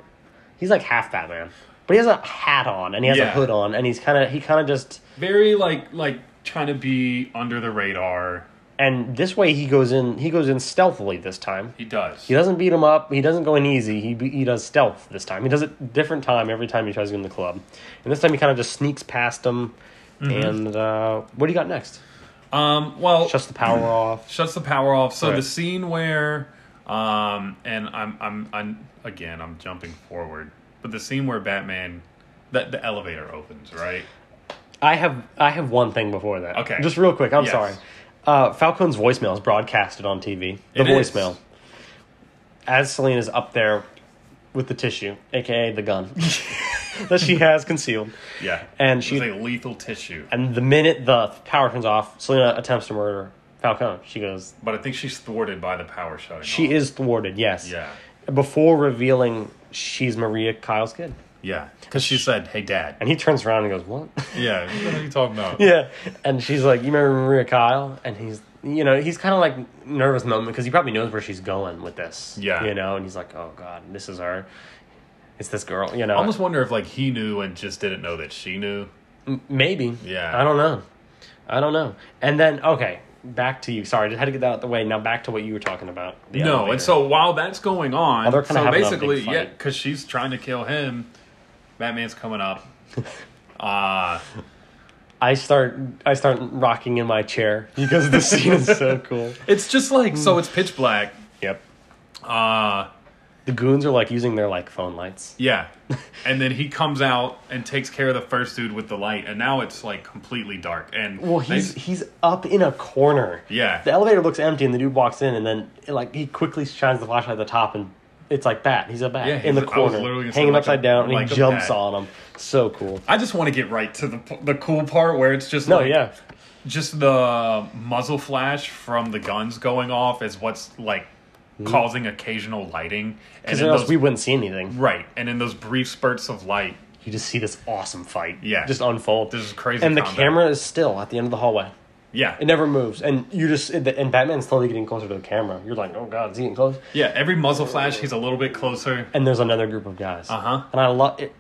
He's like half Batman, but he has a hat on and he has
Yeah.
a hood on, and he's kind of he kind of just
very like like trying to be under the radar.
and this way he goes in he goes in stealthily this time.
He does.
He doesn't beat him up. He doesn't go in easy. He be- he does stealth this time. He does it different time every time he tries to get in the club, and this time he kind of just sneaks past him.
Mm-hmm.
And uh, what do you got next?
Um. Well,
Shuts the power off.
shuts the power off. So
Right.
the scene where, um, and I'm I'm I'm again I'm jumping forward, but the scene where Batman, that the elevator opens, right?
I have I have one thing before that.
Okay.
Just real quick, I'm
Yes.
sorry. Uh, Falcon's voicemail is broadcasted on TV. The
It is.
voicemail. As Selena's up there with the tissue, aka the gun that she has concealed.
Yeah.
And
She's
she
a lethal tissue,
and the minute the power turns off, Selena attempts to murder Falcon. She goes
but I think she's thwarted by the power shutting.
she
off.
is thwarted, yes.
Yeah.
Before revealing she's Maria Kyle's kid.
Yeah, because she said, "Hey, Dad."
And he turns around and goes, What?
Yeah, what are you talking about?
yeah. And she's like, You remember Maria Kyle? And he's, you know, he's kind of like nervous moment because he probably knows where she's going with this.
Yeah.
You know, and he's like, Oh, God, this is her. It's this girl, you know.
I almost wonder if like he knew and just didn't know that she knew.
Maybe.
Yeah.
I don't know. I don't know. And then okay, back to you. Sorry, just had to get that out the way. Now back to what you were talking about. the
no,
elevator.
and so while that's going on,
Well, they're kinda
so
having a
basically,
big fight.
yeah, because she's trying to kill him. Batman's coming up. Uh
I start I start rocking in my chair because the scene is so cool.
it's just like so it's pitch black.
Yep.
Uh
The goons are like using their like phone lights.
yeah. And then he comes out and takes care of the first dude with the light, and now it's like completely dark. And
Well,
they-
he's he's up in a corner.
Yeah.
The elevator looks empty, and the dude walks in, and then like he quickly shines the flashlight at the top, and it's like bat. He's a bat
Yeah,
in the
he's- I was
corner,
literally gonna say
hanging
like a-
upside down, and
like a
he jumps
bat.
on him. So cool.
I just want to get right to the the cool part where it's just
No,
like,
yeah.
just the muzzle flash from the guns going off is what's like causing occasional lighting and
Because
in
or Hmm. else
those,
we wouldn't see anything.
right and in those brief spurts of light
you just see this awesome fight.
Yeah.
Just unfold.
This is crazy
And the
combat.
camera is still at the end of the hallway.
yeah
It never moves. And you just and the- and Batman's slowly getting closer to the camera. You're like, oh god, is he getting close?
yeah every muzzle flash he's a little bit closer
And there's another group of guys.
Uh-huh.
And I love it.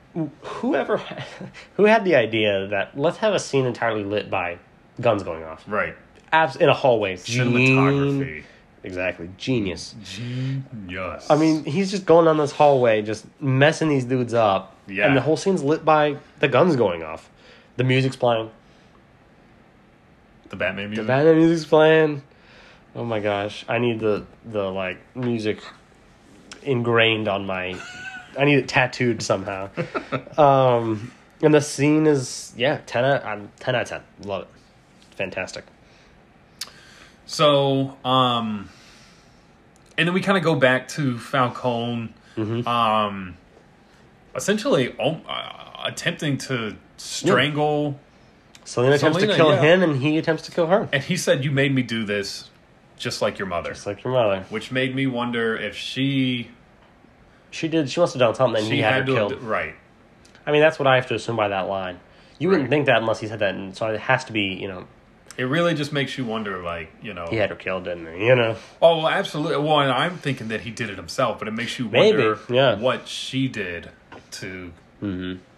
Whoever, who had the idea that let's have a scene entirely lit by guns going off,
right
abs in a hallway, Gen-
cinematography
Exactly, genius.
genius
I mean, he's just going down this hallway, just messing these dudes up.
Yeah.
And the whole scene's lit by the guns going off, the music's playing.
the batman music
Batman Mm-hmm. music's playing. Oh my gosh, I need the the like music ingrained on my. I need it tattooed somehow. um, and the scene is yeah, ten out um, ten out of ten. Love it, fantastic.
so um and then we kind of go back to falcone
Mm-hmm.
um essentially um, uh, attempting to strangle
Selena, attempts
Selena,
to kill
yeah.
him, and he attempts to kill her.
And he said, You made me do this just like your mother.
It's like your mother.
Which made me wonder if she
She did. She must have done something, and
she
he had,
had,
her
to
killed.
right.
I mean, that's what I have to assume by that line. You wouldn't
Right.
think that unless he said that, and so it has to be you know
It really just makes you wonder, like, you know
he had her killed, didn't he? You know.
Oh well absolutely well and I'm thinking that he did it himself, but it makes you
Maybe,
wonder
yeah. Mm-hmm.
what she did to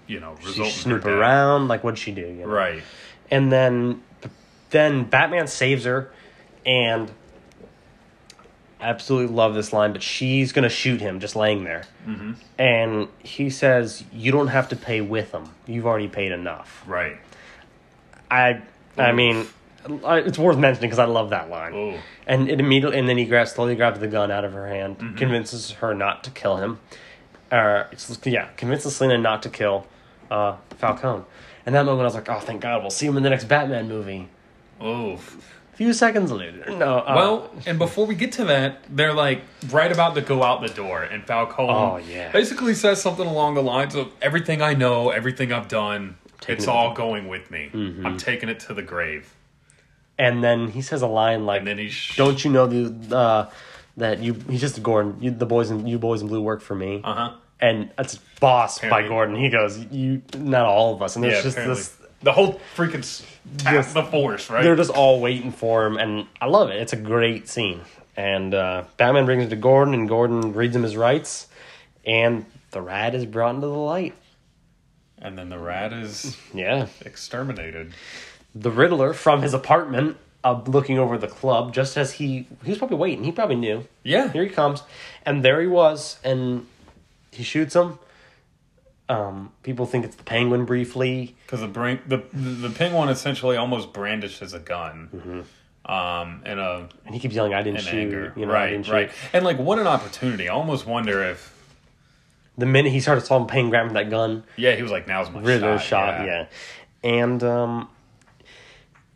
you know,
She
result in her
snoop
death.
around, like what'd she do? You know?
Right.
and then then Batman saves her, and I absolutely love this line. But she's gonna shoot him just laying there, mm-hmm. and he says, "You don't have to pay with him. You've already paid enough."
Right.
I I mean, I- it's worth mentioning because I love that line.
Oh.
And it immediately, and then he grabs, slowly grabs the gun out of her hand, convinces her not to kill him. Uh, it's- yeah, convinces Selena not to kill uh, Falcone. And that moment, I was like, oh, thank God, we'll see him in the next Batman movie.
Oh.
A few seconds later. No. Uh,
Well, and before we get to that, they're like right about to go out the door, and Falcone
Oh, yeah.
basically says something along the lines of "Everything I know, everything I've done, it's
it- Mm-hmm.
all going with me. I'm taking it to the grave."
and then he says a line like,
And then he sh-
don't you know the, uh, that you, he's just Gordon, you, the boys in, you boys in blue work for me.
Uh huh.
And that's boss by
Apparently.
Gordon. He goes, you, not all of us. And there's
Yeah,
just
apparently.
this
the whole freaking s- tap
Yes.
the force, right?
they're just all waiting for him, and I love it. It's a great scene. And uh, Batman brings it to Gordon, and Gordon reads him his rights, and the rat is brought into the light.
and then the rat is
Yeah,
exterminated.
the Riddler from his apartment, uh, looking over the club, just as he he was probably waiting. He probably knew.
Yeah.
Here he comes, and there he was, and he shoots him. Um, people think it's the Penguin briefly.
Because the, bran- the the penguin essentially almost brandishes a gun, um, and a
And he keeps yelling, "I didn't
in
shoot!"
anger,
Mm-hmm. You know, I didn't
right,
shoot.
right, and like what an opportunity! I almost wonder if
The minute he started saw him Penguin grabbing that gun,
yeah, he was like, "Now's my
Riddler
shot."
shot, yeah. And um,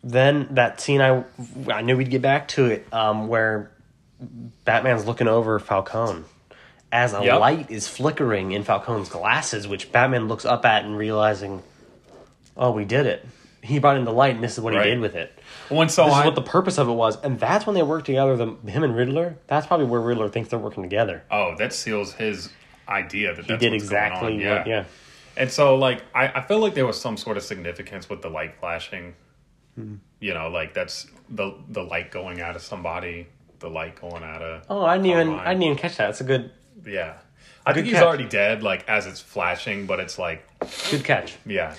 then that scene, I I knew we'd get back to it, um, where Batman's looking over Falcone as a
Yep.
light is flickering in Falcone's glasses, which Batman looks up at and realizing, oh, we did it. He brought in the light, and this is what
Right.
he did with it.
Once so
This
I,
is what the purpose of it was, and that's when they work together. The, him and Riddler. That's probably where Riddler thinks they're working together.
oh, that seals his idea that
He
that's
did
what's going on.
exactly what. Yeah.
And so, like, I, I feel like there was some sort of significance with the light flashing.
Mm-hmm.
You know, like that's the the light going out of somebody, the light going out of.
Oh, I didn't even
Online.
I didn't even catch that. That's a good
Yeah, I think he's
catch.
already dead, like as it's flashing, but it's like,
good catch.
yeah,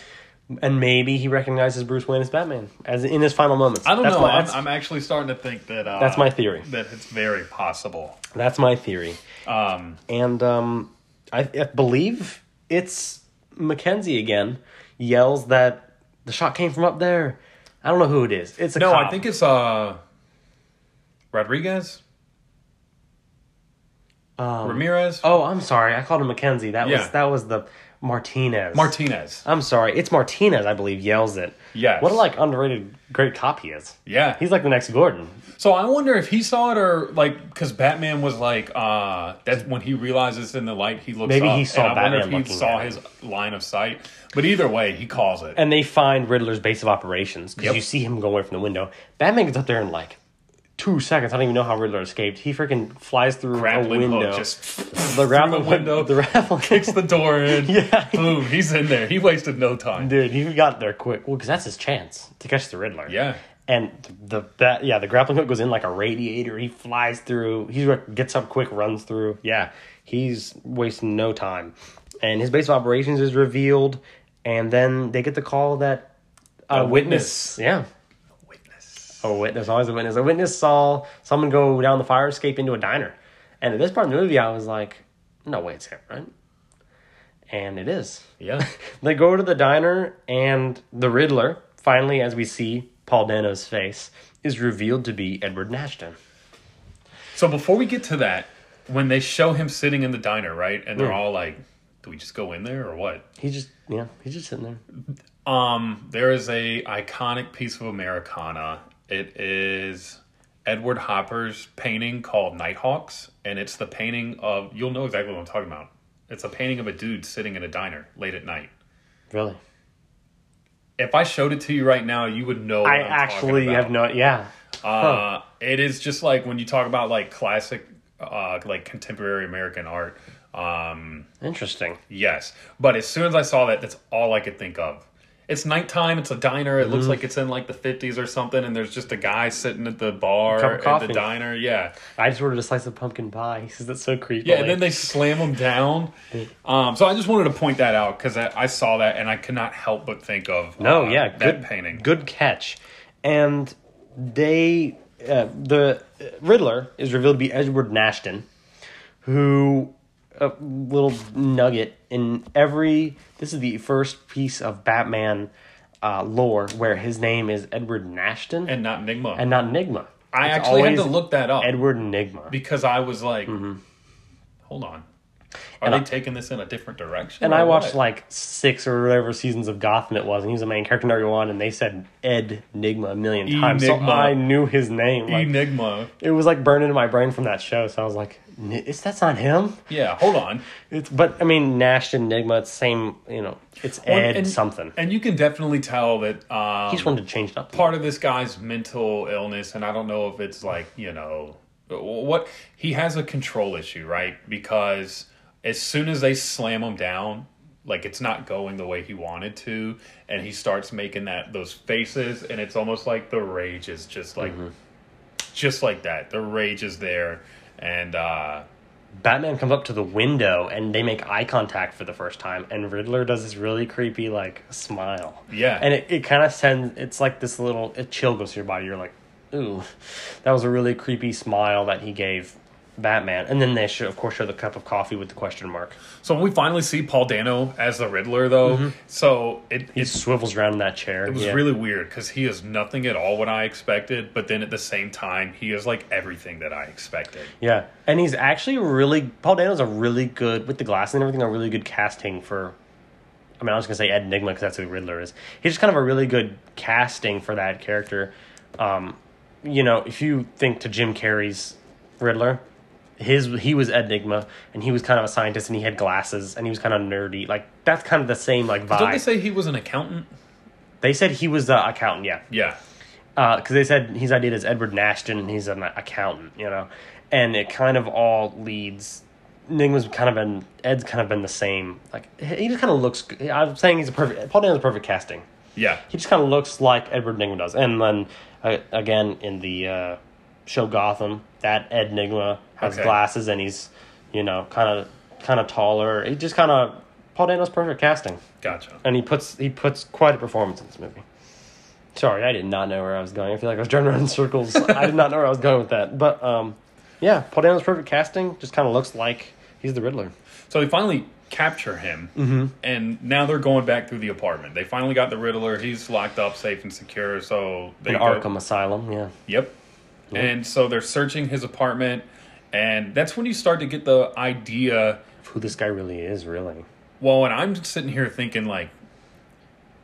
And maybe he recognizes Bruce Wayne as Batman as in his final moments.
I don't
that's
know.
My,
I'm,
that's,
I'm actually starting to think that uh,
that's my theory.
that it's very possible.
That's my theory.
Um,
And um, I, I believe it's Mackenzie again yells that the shot came from up there. I don't know who it is. It's a
no, I
cop.
think it's uh, Rodriguez, Ramirez,
Oh, I'm sorry. I called him Mackenzie. That
Yeah.
was that was the Martinez.
Martinez.
I'm sorry. It's Martinez, I believe, yells it.
Yes.
What a like underrated great cop he is.
Yeah,
He's like the next Gordon.
So I wonder if he saw it or like because Batman was like uh that's when he realizes in the light he looks
Maybe
up,
he saw
and I wonder
Batman
if he
looking
saw
at
his line of sight. But either way, he calls it.
And they find Riddler's base of operations because
Yep.
you see him go away from the window. Batman gets up there in like two seconds. I don't even know how Riddler escaped. He freaking flies through
Grappling
a window.
hook just
the
through
grappling
the window.
The raffle
kicks the door in.
Yeah.
boom, he's in there. He wasted no time.
Dude, he got there quick. Well, because that's his chance to catch the Riddler.
Yeah.
And the that yeah the grappling hook goes in like a radiator. He flies through. He gets up quick, runs through. Yeah, he's wasting no time. And his base of operations is revealed, and then they get the call that a,
witness.
witness. Yeah,
Witness.
a witness. Always a witness. A witness saw someone go down the fire escape into a diner. And at this part of the movie, I was like, no way, it's him, right? And it is.
Yeah,
They go to the diner, and the Riddler, finally, as we see Paul Dano's face, is revealed to be Edward Nashton.
So before we get to that, when they show him sitting in the diner, right, and they're
Mm.
all like, "Do we just go in there or what?"
He's just, yeah, he's just sitting there.
Um, there is a iconic piece of Americana. It is Edward Hopper's painting called Nighthawks, and it's the painting of you'll know exactly what I'm talking about. It's a painting of a dude sitting in a diner late at night.
Really?
If I showed it to you right now, you would know. What I'm
I
talking
actually
about.
have no, yeah.
Uh, It is just like when you talk about like classic, uh, like contemporary American art. Um,
Interesting.
Yes. But as soon as I saw that, that's all I could think of. It's nighttime, it's a diner, it
Mm-hmm.
looks like it's in like the 50s or something, and there's just a guy sitting at the
Cup
bar
of
at the
coffee.
diner. Yeah.
I just ordered a slice of pumpkin pie. He says that's so creepy.
Yeah, and then they slam him down. Um, so I just wanted to point that out because I, I saw that and I could not help but think of
No,
uh,
Oh, yeah,
that
good
painting.
Good catch. And they, uh, the uh, Riddler is revealed to be Edward Nashton, who a little nugget in every. This is the first piece of Batman uh, lore where his name is Edward Nashton and,
And not Enigma.
not Enigma.
I
It's
actually had to
always Mm-hmm.
look that up
Edward Enigma.
because I was like, hold on. Are they taking this in a different direction?
And
or
I watched
what?
like six or whatever seasons of Gotham it was, and he was the main character in every one, and they said Ed Nigma a million times. So
Enigma.
I knew his name. Like,
Enigma.
it was like burned into my brain from that show. So I was like, "N- "Is that's not him?"
Yeah, hold on.
It's but I mean Nash and Enigma, it's same. You know, it's
Well,
Ed
and-
something.
And you can definitely tell that um,
he just wanted to change it up.
part of this guy's mental illness, and I don't know if it's like, you know, what he has a control issue, right? Because as soon as they slam him down, like it's not going the way he wanted to, and he starts making that those faces, and it's almost like the rage is just like,
Mm-hmm.
just like that. The rage is there, and uh,
Batman comes up to the window and they make eye contact for the first time, and Riddler does this really creepy like smile.
Yeah.
and it, it kind of sends. It's like this little a chill goes through your body. You're like, ooh, that was a really creepy smile that he gave Batman. And then they show, of course, show the cup of coffee with the question mark.
so when we finally see Paul Dano as the Riddler, though,
Mm-hmm.
so it,
He
it's
swivels around in that chair.
It was really weird because he is nothing at all what I expected, but then at the same time, he is like everything that I expected.
Yeah, and he's actually really Paul Dano's a really good with the glass and everything. A really good casting for. I mean, I was gonna say Ed Enigma because that's who Riddler is. He's just kind of a really good casting for that character. Um, you know, if you think to Jim Carrey's Riddler, his he was Ed Enigma and he was kind of a scientist and he had glasses and he was kind of nerdy. Like that's kind of the same like vibe.
Don't
They,
they say he was an accountant?
said he was the accountant. Yeah,
Yeah.
because Uh, they said he's idea is Edward Nashton, and he's an accountant, you know, and it kind of all leads Nigma's kind of been Ed's kind of been the same. Like he just kind of looks. I'm saying he's a perfect Paul Dano's perfect casting.
Yeah.
He just kind of looks like Edward Nigma does. And then uh, again in the uh, show Gotham, that Ed Nigma has
Okay.
glasses and he's you know kind of kind of taller. He just kind of Paul Dano's perfect casting,
Gotcha.
and he puts he puts quite a performance in this movie. Sorry, I did not know where I was going. I feel like I was driving around in circles. I did not know where I was going with that. But um, yeah, Paul Dano's perfect casting just kind of looks like he's the Riddler.
So they finally capture him, and now they're going back through the apartment. They finally got the Riddler. He's locked up, safe and secure. So they
In
go-
Arkham Asylum, yeah.
Yep. And so they're searching his apartment, and that's when you start to get the idea.
Who this guy really is, really.
Well, and I'm sitting here thinking like,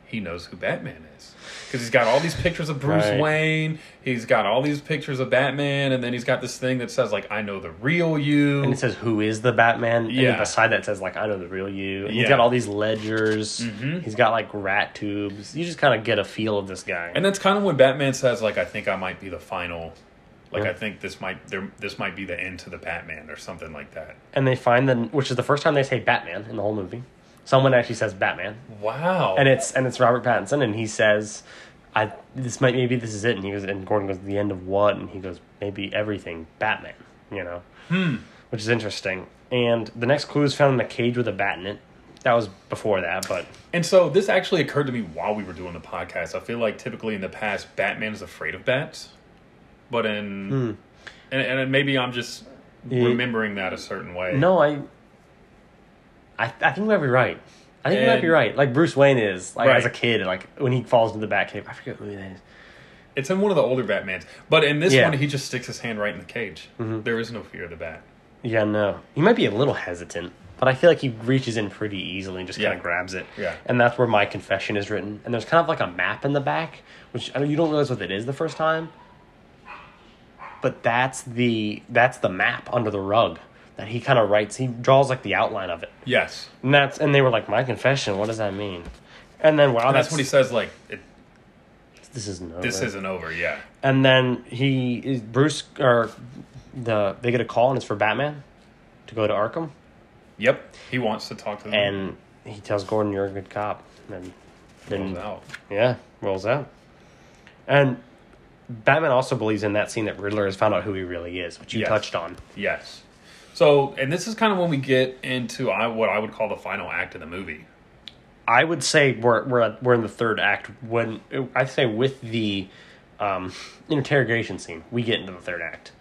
he knows who Batman is because he's got all these pictures of Bruce
Right.
Wayne. He's got all these pictures of Batman, and then he's got this thing that says like, "I know the real you."
And it says who is the Batman. And
Yeah.
then beside that says like I know the real you. And
Yeah. Mm-hmm.
He's got all these ledgers. He's got like rat tubes. You just kind of get a feel of this guy.
And that's kind of when Batman says, like, I think I might be the final. Like,
Yeah.
I think this might there this might be the end to the Batman or something like that.
and they find the which is the first time they say Batman in the whole movie. Someone actually says Batman,
Wow.
and it's and it's Robert Pattinson, and he says, "I this might maybe this is it." And he goes, and Gordon goes, "The end of what?" And he goes, "Maybe everything, Batman." You know, hmm. which is interesting. And the next clue is found in a cage with a bat in it. That was before that, but
and so this actually occurred to me while we were doing the podcast. I feel like typically in the past Batman is afraid of bats. But in
Hmm.
and, and maybe I'm just
Yeah.
remembering that a certain way.
No, I, I, I think you might be right. I think you might be
And-
right. Like Bruce Wayne is, like as a
Right.
kid, like when he falls into the Batcave. I forget what movie that is.
It's in one of the older Batmans. But in this
Yeah. Mm-hmm.
one he just sticks his hand right in the cage. There is no fear of the bat.
Yeah, no, he might be a little hesitant, but I feel like he reaches in pretty easily and just kind
Yeah.
of grabs it.
Yeah.
and that's where my confession is written. And there's kind of like a map in the back, which I mean, you don't realize what it is the first time. But that's the that's the map under the rug that he kind of writes. He draws like the outline of it,
Yes.
and that's and they were like, "My confession, what does that mean?" And then wow,
And that's when he says like it,
this isn't over.
this isn't over, yeah.
And then he is Bruce or the they get a call and it's for Batman to go to Arkham
Yep. He wants to talk to them.
and he tells Gordon you're a good cop and then
Rolls out.
yeah rolls out and Batman also believes in that scene that Riddler has found out who he really is which you
Yes.
touched on
Yes. So, and this is kind of when we get into I, what I would call the final act of the movie.
I would say we're we're at, we're in the third act when I say with the um, interrogation scene we get into the third act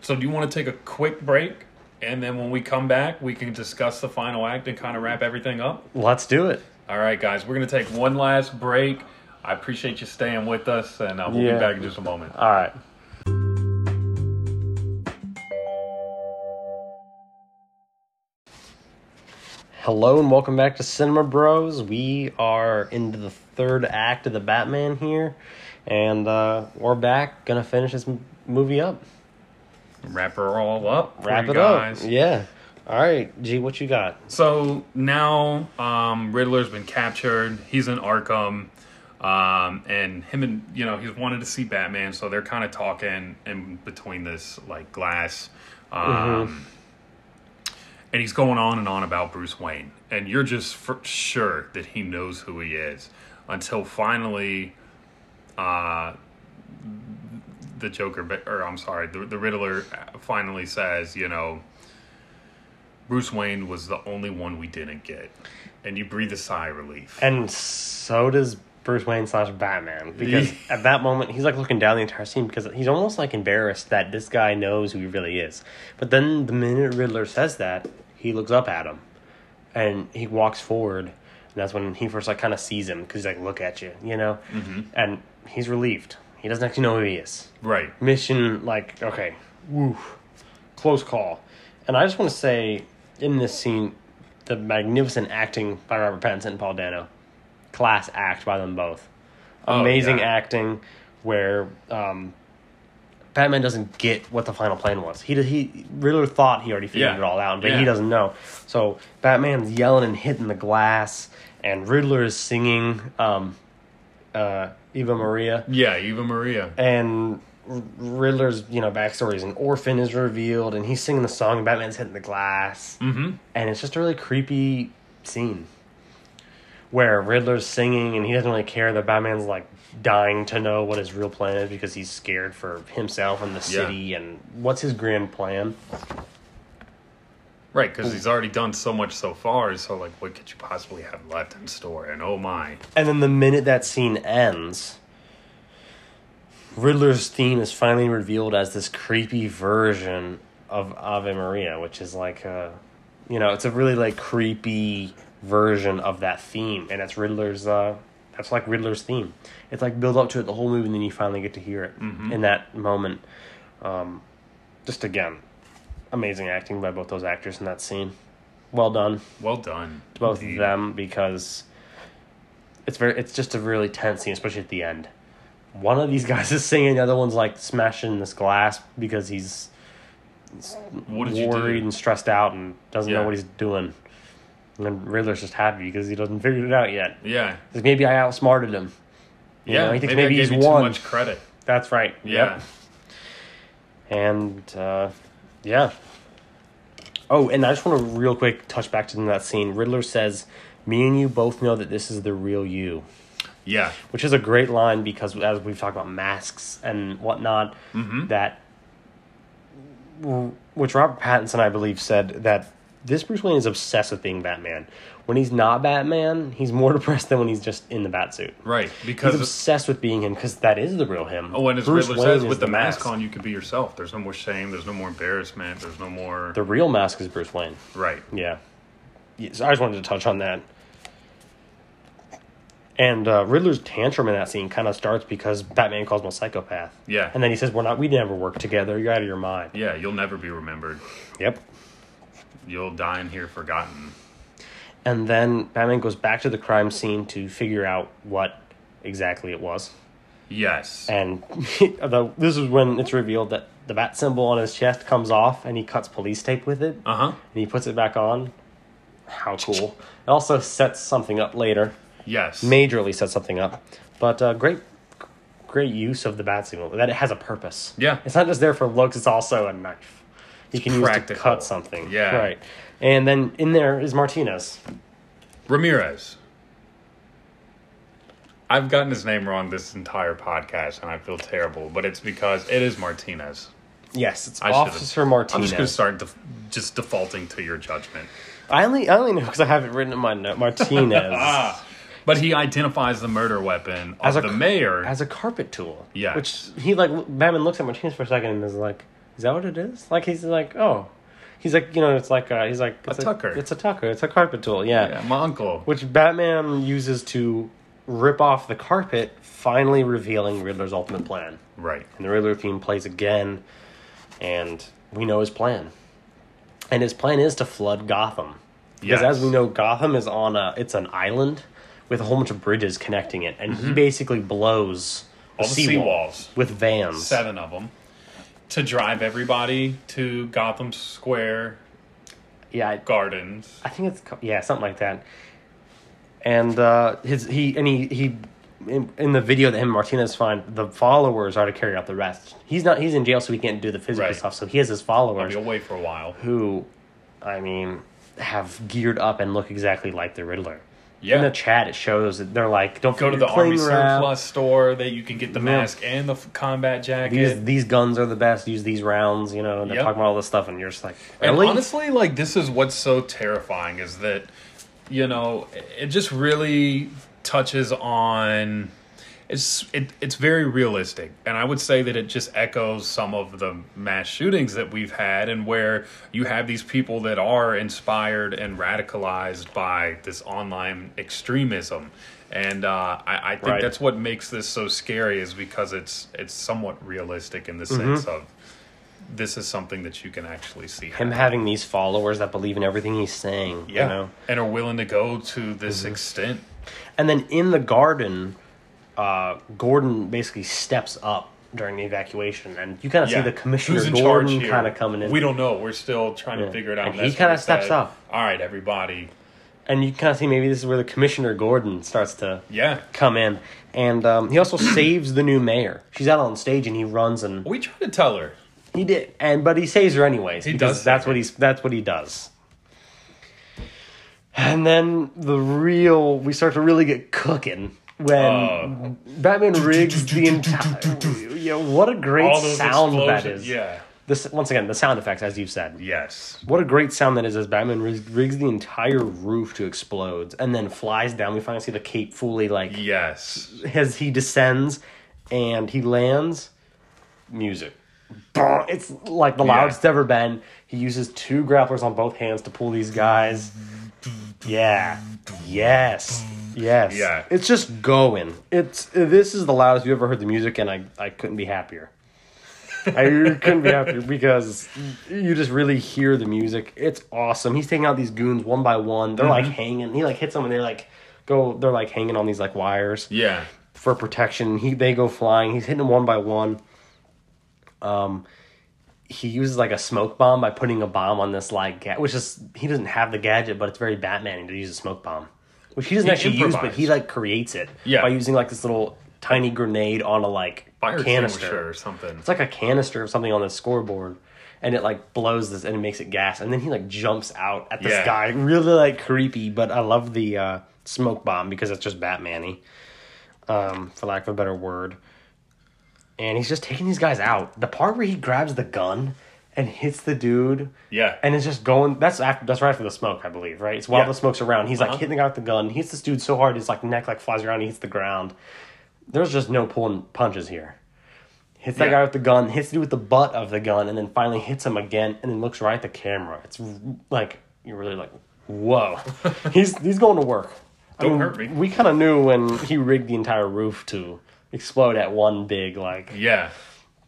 So, do you want to take a quick break? And then when we come back, we can discuss the final act and kind of wrap everything up.
let's do it
All right, guys, we're going to take one last break. I appreciate you staying with us, and uh, we'll
Yeah.
be back in just a moment.
all right Hello and welcome back to Cinema Bros. We are into the third act of the Batman here, and uh, we're back. Gonna finish this m- movie up,
Wrap her all up. for
wrap
you
it
guys.
up. Yeah. All right, G, what you got?
So now um, Riddler's been captured. He's in Arkham, um, and him and you know he's wanted to see Batman, so they're kind of talking in between this like glass, um,
Mm-hmm.
and he's going on and on about Bruce Wayne, and you're just for sure that he knows who he is until finally. Uh, the Joker, but- or I'm sorry, the, the Riddler uh, finally says, you know, Bruce Wayne was the only one we didn't get. And you breathe a sigh of relief.
And so does Bruce Wayne slash Batman because
Yeah.
at that moment he's like looking down the entire scene because he's almost like embarrassed that this guy knows who he really is. But then the minute Riddler says that, he looks up at him, and he walks forward. And that's when he first like kind of sees him because he's like, "Look at you," you know, and he's relieved. He doesn't actually know who he is
Right.
mission like okay woo close call and i just want to say in this scene the magnificent acting by robert pattinson and paul dano class act by them both
Oh,
amazing
yeah.
acting where um, batman doesn't get what the final plan was he he riddler thought he already figured
Yeah.
it all out but
Yeah.
he doesn't know so batman's yelling and hitting the glass and riddler is singing um, uh, eva maria
Yeah, Eva Maria.
and R- Riddler's you know backstory is an orphan is revealed, and he's singing the song. Batman's hitting the glass, mm-hmm. and it's just a really creepy scene where Riddler's singing, and he doesn't really care that Batman's like dying to know what his real plan is because he's scared for himself and the
Yeah.
city and what's his grand plan.
Right, because he's already done so much so far. So, like, what could you possibly have left in store? And oh my,
And then the minute that scene ends, Riddler's theme is finally revealed as this creepy version of Ave Maria, which is like a, you know, it's a really like creepy version of that theme, and it's Riddler's. uh That's like Riddler's theme. It's like build up to it the whole movie, and then you finally get to hear it in that moment. Um, just again, amazing acting by both those actors in that scene. Well done
well done.
to both
Indeed.
of them because it's very it's just a really tense scene, especially at the end. One of these guys is singing, the other one's like smashing this glass because he's
What did
worried
you do?
and stressed out and doesn't know
Yeah.
what he's doing. And Riddler's just happy because he doesn't figure it out yet.
Yeah,
He's like, maybe I outsmarted him. You
yeah.
know, he
maybe,
thinks
I
maybe,
gave
he's
you
won.
too much credit.
That's right.
Yeah,
Yep. And uh, yeah. Oh, and I just want to real quick touch back to that scene. Riddler says, "Me and you both know that this is the real you."
yeah,
which is a great line because as we've talked about masks and whatnot,
Mm-hmm.
that which Robert Pattinson I believe said that this Bruce Wayne is obsessed with being Batman. When he's not Batman, he's more depressed than when he's just in the Batsuit.
right.
He's
Because
obsessed with being him because that is the real him.
oh, and as
Bruce
Riddler
Wayne
says,
is
with the mask, on, you could be yourself. There's no more shame. There's no more embarrassment. There's no more
the real mask is Bruce Wayne.
right.
Yeah. yeah so I just wanted to touch on that. And uh, Riddler's tantrum in that scene kind of starts because Batman calls him a psychopath.
Yeah.
And then he says, "We're not. We never worked together. You're out of your mind."
Yeah, you'll never be remembered.
Yep.
You'll die in here forgotten.
And then Batman goes back to the crime scene to figure out what exactly it was.
Yes.
And the, this is when it's revealed that the bat symbol on his chest comes off, and he cuts police tape with it,
Uh huh.
and he puts it back on. How cool! It also sets something up later.
Yes.
majorly set something up. But uh, great, great use of the bat signal. That it has a purpose.
Yeah.
it's not just there for looks. It's also a knife. You can use to
practical.
cut something.
Yeah.
right. And then in there is Martinez.
Ramirez. I've gotten his name wrong this entire podcast, and I feel terrible, but it's because it is Martinez.
Yes, it's
I should've-
Officer
I'm just going to
Martinez.
start def- just defaulting to your judgment.
I only I only know because I have it written in my note. Martinez
But he identifies the murder weapon of
Ah. As a
the
cr-
mayor.
as a carpet tool.
Yes.
which he like Batman looks at Martinez for a second and is like, "Is that what it is?" Like he's like, "Oh." He's like, you know, it's like, uh, he's like, it's
tucker.
It's a tucker. It's a carpet tool.
yeah, my uncle.
which Batman uses to rip off the carpet, finally revealing Riddler's ultimate plan.
Right.
And the Riddler theme plays again, and we know his plan. And his plan is to flood Gotham. Because
Yes.
as we know, Gotham is on a it's an island with a whole bunch of bridges connecting it, and he basically blows
Mm-hmm. All the seawalls.
with vans.
Seven of them. To drive everybody to Gotham Square
Yeah, I-
Gardens.
I think it's co- yeah, something like that. And uh, his he and he he in, in the video that him and Martinez find the followers are to carry out the rest. He's not he's in jail, so he can't do the physical
Right.
stuff. So he has his
I'll
followers
be away for a while.
who, I mean, have geared up and look exactly like the Riddler.
Yeah.
In the chat, it shows that they're like, don't
Go to
forget
the
your cling
army
wrap.
surplus store that you can get the mask and the f- combat jacket.
These these guns are the best. Use these rounds, you know. And they're
Yep.
talking about all this stuff, and you're just like,
And
really?
honestly, like this is what's so terrifying is that you know it just really touches on it's it, it's very realistic, and I would say that it just echoes some of the mass shootings that we've had, and where you have these people that are inspired and radicalized by this online extremism. And uh, I, I think
Right.
that's what makes this so scary is because it's it's somewhat realistic in the sense of this is something that you can actually see.
him having these followers that believe in everything he's saying,
yeah,
you know.
and are willing to go to this
Mm-hmm.
extent.
And then in the garden, uh, Gordon basically steps up during the evacuation, and you kind of
yeah.
see the commissioner
Who's in
Gordon
charge here?
kind of coming in.
We don't know. We're still trying to figure it out.
And he
That's
kinda
what it
steps
said.
up.
All right, everybody,
and you can kind of see maybe this is where the Commissioner Gordon starts to
Yeah.
come in, and um, he also saves the new mayor. She's out on stage, and he runs and
We tried to tell her.
he did, and but he saves her anyways.
He
because
does
That's
save
what he's. That's what he does. And then the real we start to really get cooking when
Oh.
Batman rigs the entire. Yeah, what a great
All those
sound that
explosions,
is.
yeah.
This once again the sound effects, as you've said.
Yes.
What a great sound that is as Batman rig- rigs the entire roof to explode and then flies down. We finally see the cape fully like
Yes.
as he descends and he lands, music. Bah! It's like the loudest it's ever been. He uses two grapplers on both hands to pull these guys. Yeah. Yes. Yes.
Yeah.
It's just going. It's this is the loudest you've ever heard the music, and I, I couldn't be happier. I couldn't be happier because you just really hear the music. It's awesome. He's taking out these goons one by one. They're like hanging. He like hits them and they're like go they're like hanging on these like wires
Yeah.
for protection. He they go flying. He's hitting them one by one. Um, he uses like a smoke bomb by putting a bomb on this like ga- which is he doesn't have the gadget, but it's very Batman to use a smoke bomb, which he doesn't
He
actually use, but he
improvised.
like creates it
Yeah.
by using like this little tiny grenade on a like
Fire
canister.
canister or something.
It's like a canister of something on the scoreboard. And it like blows this and it makes it gas. And then he like jumps out at the
Yeah.
sky. Really like creepy, but I love the uh, smoke bomb because it's just Batman y um, for lack of a better word. And he's just taking these guys out. The part where he grabs the gun and hits the dude,
Yeah.
and it's just going. That's after. That's right after the smoke, I believe. Right. It's while
Yeah. Uh-huh.
the smoke's around. He's like hitting out the gun. He hits this dude so hard, his like neck like flies around. He hits the ground. There's just no pulling punches here. Hits that
Yeah.
guy with the gun. Hits the dude with the butt of the gun, and then finally hits him again, and then looks right at the camera. It's r- like you're really like, whoa. he's he's going to work. I
Don't hurt me.
We kind of knew when he rigged the entire roof to explode at one big like
yeah.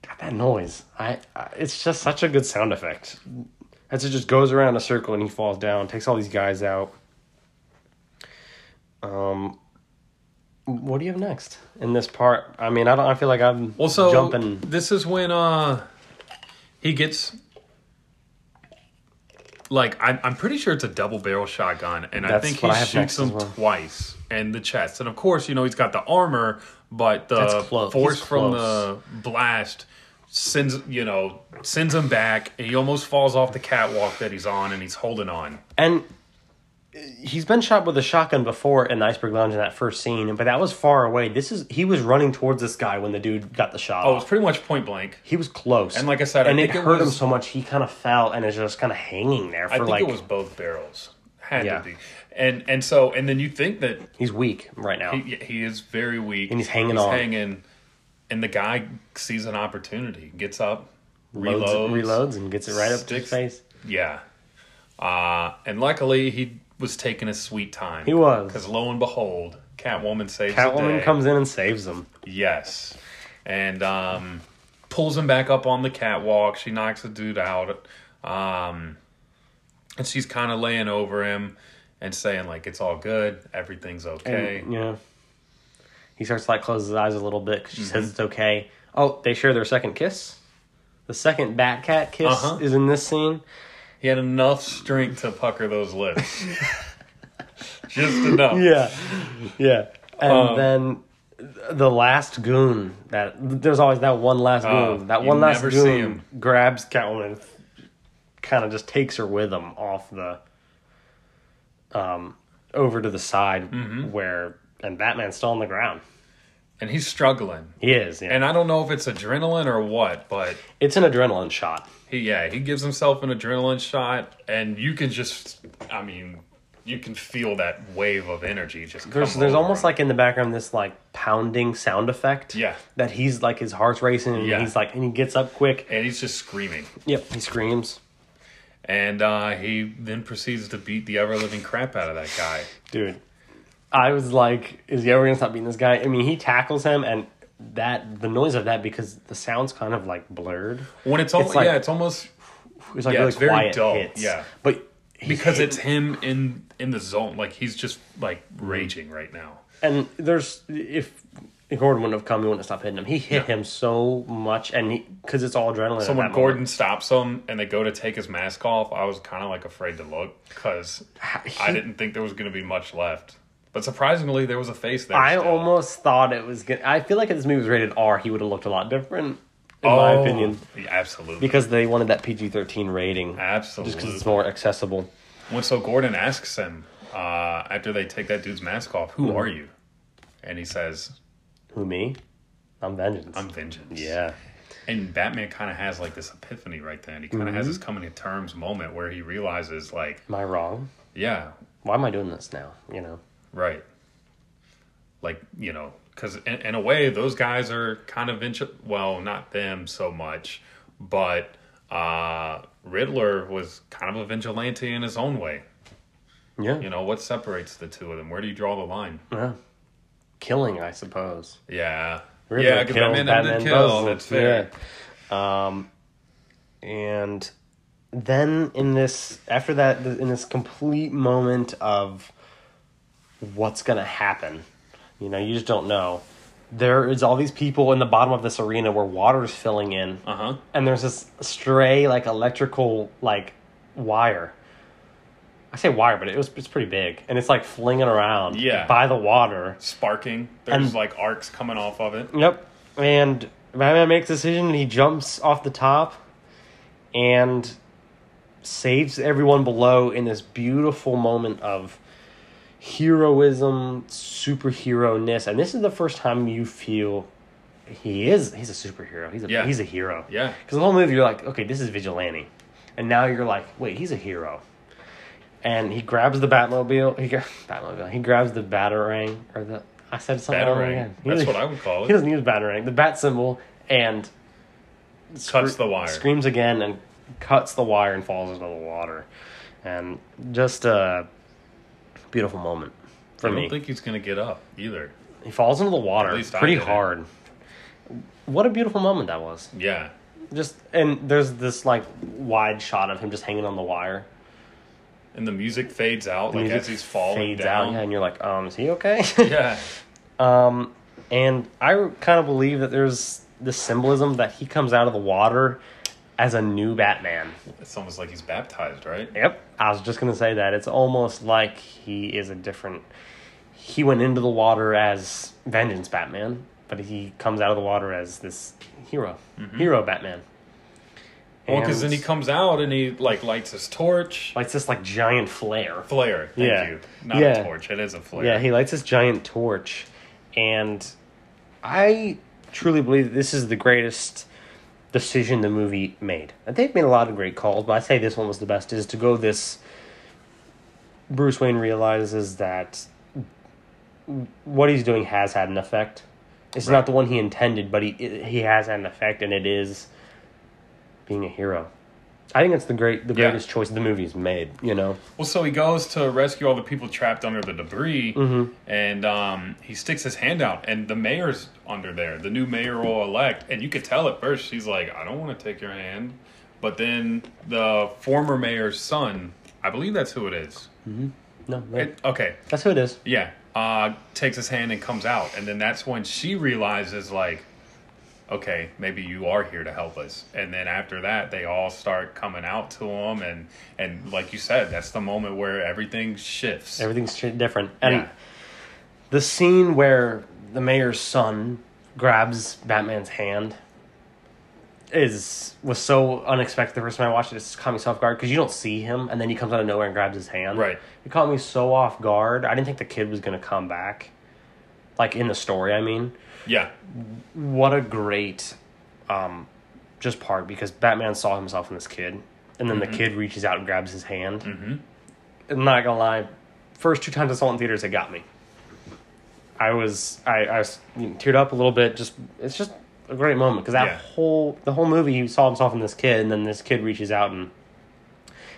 God, that noise. I, I it's just such a good sound effect. As it just goes around in a circle and he falls down, takes all these guys out. Um what do you have next in this part? I mean, I don't I feel like I'm
Well, so
jumping
this is when uh he gets like I'm, I'm pretty sure it's a double barrel shotgun, and I
That's
think he
what I have
shoots
next as
him
well.
twice in the chest, and of course you know he's got the armor, but the
That's close.
force
He's
from the blast sends you know sends him back. And he almost falls off the catwalk that he's on, and he's holding on.
And he's been shot with a shotgun before in the iceberg lounge in that first scene, but that was far away. This is he was running towards this guy when the dude got the shot.
Oh,
Oh,
it's pretty much point blank.
he was close.
And like I said, I
and it
think it
hurt him
was-
so much he kind of fell and is just kind of hanging there for
I think
like
it was both barrels. Had
Yeah.
to be, and and so and then you think that
he's weak right now.
He, he is very weak,
And he's hanging on.
hanging, and the guy sees an opportunity, gets up,
Loads it-
reloads,
reloads and gets it right up to his
sticks-
face.
Yeah, uh, and luckily he was taking his sweet time.
He was.
because lo and behold, Catwoman saves. the
Catwoman
day.
comes in and saves him.
Yes, and um, pulls him back up on the catwalk. She knocks the dude out, um, and she's kind of laying over him and saying like, "It's all good, everything's okay."
And, you know, he starts to like close his eyes a little bit 'cause she
Mm-hmm.
says it's okay. Oh, they share their second kiss. The second Batcat kiss
Uh-huh.
is in this scene.
He had enough strength to pucker those lips. Just enough.
yeah, yeah. And
Um,
then the last goon that there's always that one last
Oh,
goon. that
you
one last
never see
goon
him.
grabs Catwoman, kind of just takes her with him off the, um, over to the side
Mm-hmm.
where and Batman's still on the ground.
And he's struggling.
He is. Yeah.
And I don't know if it's adrenaline or what, but
it's an adrenaline shot.
he yeah, he gives himself an adrenaline shot and you can just I mean, you can feel that wave of energy just
There's
come
there's
over
almost
him.
like in the background this like pounding sound effect.
Yeah.
That he's like his heart's racing and
Yeah.
he's like and he gets up quick.
and he's just screaming.
Yep. He screams.
And uh, he then proceeds to beat the ever living crap out of that guy.
dude. I was like, is he ever gonna stop beating this guy? I mean, he tackles him, and that the noise of that because the sound's kind of like blurred.
When it's almost
It's like-
yeah, it's almost
It's like
Yeah,
really
it's very
quiet
dull,
hits.
yeah.
but he
because
hit-
it's him in in the zone. Like he's just like raging right now.
and there's if Gordon wouldn't have come. He wouldn't have stopped hitting him. He hit him so much, and because it's all adrenaline. at
So when
that moment.
Gordon stops him and they go to take his mask off, I was kind of like afraid to look because I didn't think there was going to be much left. But surprisingly, there was a face there.
I
still.
almost thought it was gonna. I feel like if this movie was rated R, he would have looked a lot different, in my
Oh,
opinion,
yeah, absolutely,
because they wanted that PG thirteen rating, just because
absolutely.
it's more accessible.
When so Gordon asks him uh, after they take that dude's mask off,
Mm-hmm.
"Who are you?" and he says,
Who me? I'm vengeance.
"I'm vengeance."
yeah,
and Batman kind of has like this epiphany right then. He kind
Mm-hmm.
of has this coming to terms moment where he realizes, like,
am I wrong?
yeah,
Why am I doing this now? You know,
Right. Like, you know, because in, in a way, those guys are kind of, intro- well, not them so much, but uh, Riddler was kind of a vigilante in his own way.
yeah,
You know, what separates the two of them? Where do you draw the line?
yeah. killing, I suppose.
Yeah.
Riddler
yeah, 'cause
kills,
Batman, Batman did kill.
doesn't.
That's fair.
Yeah. Um, and then in this, after that, th- in this complete moment of what's gonna happen, you know, you just don't know. There is all these people in the bottom of this arena where water's filling in,
Uh huh.
and there's this stray like electrical like wire. I say wire, but it was it's pretty big, and it's like flinging around
Yeah.
by the water.
Sparking. There's
And-
like arcs coming off of it.
Yep. And Batman makes a decision and he jumps off the top and saves everyone below in this beautiful moment of heroism, superhero ness. And this is the first time you feel he is he's a superhero. He's a
Yeah.
he's a hero.
Yeah.
Because the whole movie you're like, okay, this is vigilante. And now you're like, wait, he's a hero. And he grabs the Batmobile. He gra- Batmobile. He grabs the Batarang or the I said something wrong
Batarang.
again. He-
That's what I would call
he
it.
doesn't use batarang, the bat symbol, and
Cuts the wire.
screams again and cuts the wire and falls into the water, and just a beautiful moment for
I don't
me.
think he's going to get up either.
he falls into the water
At least I
pretty
didn't.
hard. What a beautiful moment that was.
Yeah.
Just and there's this like wide shot of him just hanging on the wire.
And the music fades out
The
like
music
as he's falling
fades out,
down.
yeah, and you're like, um, is he okay?
yeah.
Um, and I kind of believe that there's this symbolism that he comes out of the water as a new Batman.
It's almost like he's baptized, right?
Yep. I was just gonna say that it's almost like he is a different. He went into the water as Vengeance Batman, but he comes out of the water as this hero, hero Batman.
Mm-hmm. Well, because
And
then he comes out and he like lights his torch,
lights this like giant flare.
flare. Thank
Yeah.
you. Not
Yeah.
a torch. It is a flare.
Yeah, he lights this giant torch, and I truly believe that this is the greatest decision the movie made. And They've made a lot of great calls, but I say this one was the best. Is to go this. Bruce Wayne realizes that what he's doing has had an effect. It's not the one he intended, but he he has had an effect, and it is being a hero. I think that's the great, the
Yeah.
greatest choice the movie's made. You know,
Well, so he goes to rescue all the people trapped under the debris, and um, he sticks his hand out, and the mayor's under there, the new mayoral elect, and you could tell at first she's like, "I don't want to take your hand," but then the former mayor's son, I believe that's who it is.
no, no.
It, okay,
that's who it is.
Yeah. Uh, takes his hand and comes out. And then that's when she realizes, like, okay, maybe you are here to help us. And then after that, they all start coming out to him. And, and like you said, that's the moment where everything shifts.
Everything's ch- different. And
Yeah.
the scene where the mayor's son grabs Batman's hand is was so unexpected the first time I watched it. It caught me so off guard because you don't see him, and then he comes out of nowhere and grabs his hand.
Right.
It caught me so off guard. I didn't think the kid was gonna come back, like in the story. I mean,
yeah.
what a great, um, just part because Batman saw himself in this kid, and then the kid reaches out and grabs his hand. Mm-hmm. I'm not gonna lie, first two times I saw it in theaters, it got me. I was I, I was you know, teared up a little bit. Just it's just a great moment because that
Yeah.
whole the whole movie he saw himself in this kid, and then this kid reaches out and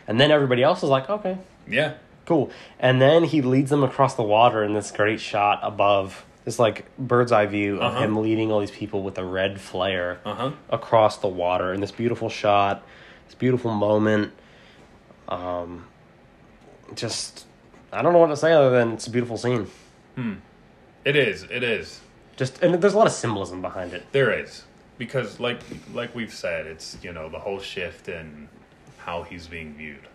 and then everybody else is like, okay,
Yeah.
Cool. And then he leads them across the water in this great shot above this like bird's eye view of
Uh-huh.
him leading all these people with a red flare
Uh huh.
across the water in this beautiful shot, this beautiful moment. Um, just I don't know what to say other than it's a beautiful scene.
It is. It is.
Just and there's a lot of symbolism behind it.
There is because like like we've said, it's you know the whole shift in how he's being viewed,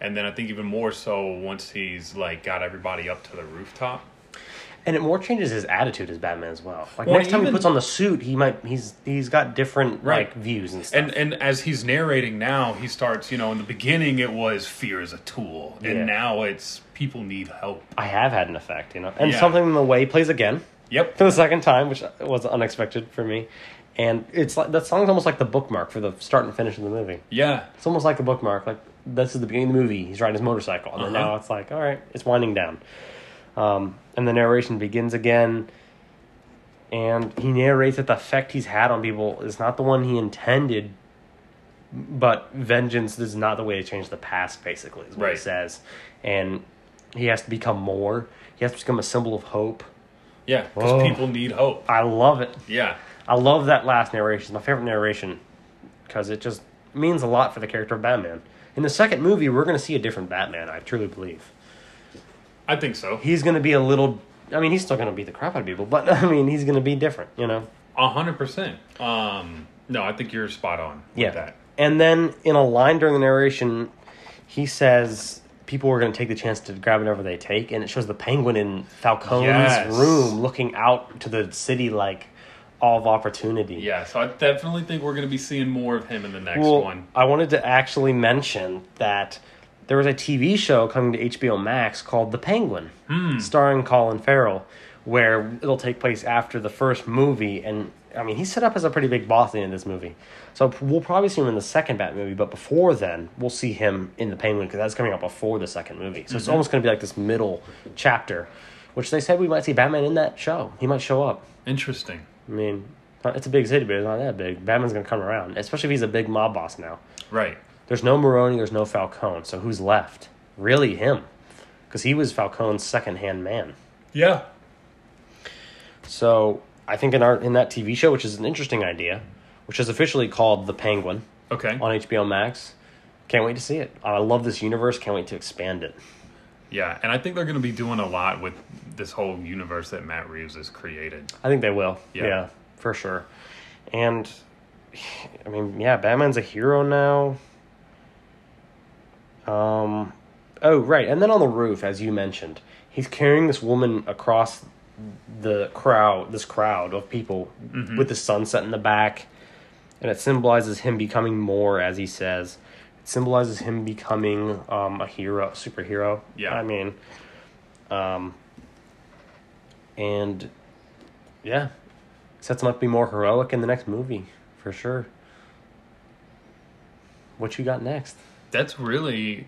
and then I think even more so once he's like got everybody up to the rooftop.
And it more changes his attitude as Batman as well. Like
Well,
next time he
even-
puts on the suit, he might he's he's got different
Right.
like views and stuff.
And and as he's narrating now, he starts you know in the beginning it was fear is a tool, and
Yeah.
now it's people need help.
I have had an effect, you know. And
Yeah.
something in the way plays again
Yep.
for the second time, which was unexpected for me. And it's like that song's almost like the bookmark for the start and finish of the movie.
Yeah.
It's almost like the bookmark. Like this is the beginning of the movie. He's riding his motorcycle, and then
Uh-huh.
now it's like, all right, it's winding down. Um, and the narration begins again, and he narrates that the effect he's had on people is not the one he intended, but vengeance is not the way to change the past. Basically, is what he
Right.
says, and he has to become more. He has to become a symbol of hope.
Yeah.
Whoa.
Because people need hope.
I love it.
Yeah.
I love that last narration. It's my favorite narration because it just means a lot for the character of Batman. In the second movie, we're going to see a different Batman, I truly believe.
I think so.
He's going to be a little. I mean, he's still going to beat the crap out of people, but I mean, he's going to be different, you know?
A hundred percent. Um, no, I think you're spot on with that.
And then in a line during the narration, he says people are going to take the chance to grab whatever they take, and it shows the penguin in Falcone's
Yes.
room looking out to the city like all of opportunity.
Yeah, so I definitely think we're going to be seeing more of him in the next one.
I wanted to actually mention that there was a TV show coming to HBO Max called The Penguin,
Hmm.
starring Colin Farrell, where it'll take place after the first movie. And I mean, he's set up as a pretty big boss in this movie. So p- we'll probably see him in the second Bat movie, but before then, we'll see him in The Penguin because that's coming out before the second movie. So
Mm-hmm.
it's almost going to be like this middle chapter, which they said we might see Batman in that show. He might show up.
Interesting.
I mean, it's a big city, but it's not that big. Batman's gonna come around, especially if he's a big mob boss now.
Right.
There's no Maroni, there's no Falcone, so who's left? Really, him, because he was Falcone's second-hand man.
Yeah.
So I think in our in that TV show, which is an interesting idea, which is officially called The Penguin
Okay.
on HBO Max. Can't wait to see it. I love this universe. Can't wait to expand it.
Yeah, and I think they're going to be doing a lot with this whole universe that Matt Reeves has created.
I think they will. Yeah.
Yeah.
for sure. And I mean, yeah, Batman's a hero now. Um oh, right. And then on the roof as you mentioned, he's carrying this woman across the crowd, this crowd of people with the sunset in the back. And it symbolizes him becoming more as he says. It symbolizes him becoming um a hero, superhero.
Yeah.
I mean, um and yeah. Sets him up to be more heroic in the next movie, for sure. What you got next?
That's really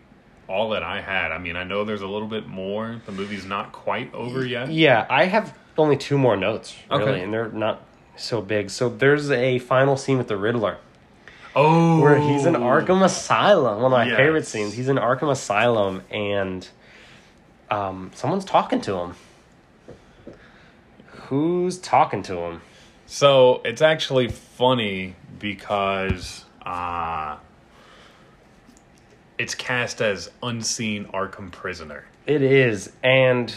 all that I had. I mean, I know there's a little bit more. The movie's not quite over yet.
Yeah, I have only two more notes, really,
Okay.
and they're not so big. So there's a final scene with the Riddler
Oh,
where he's in Arkham Asylum. One of my
Yes.
favorite scenes. He's in Arkham Asylum and um, someone's talking to him. Who's talking to him?
So it's actually funny because uh, it's cast as unseen Arkham prisoner.
It is, and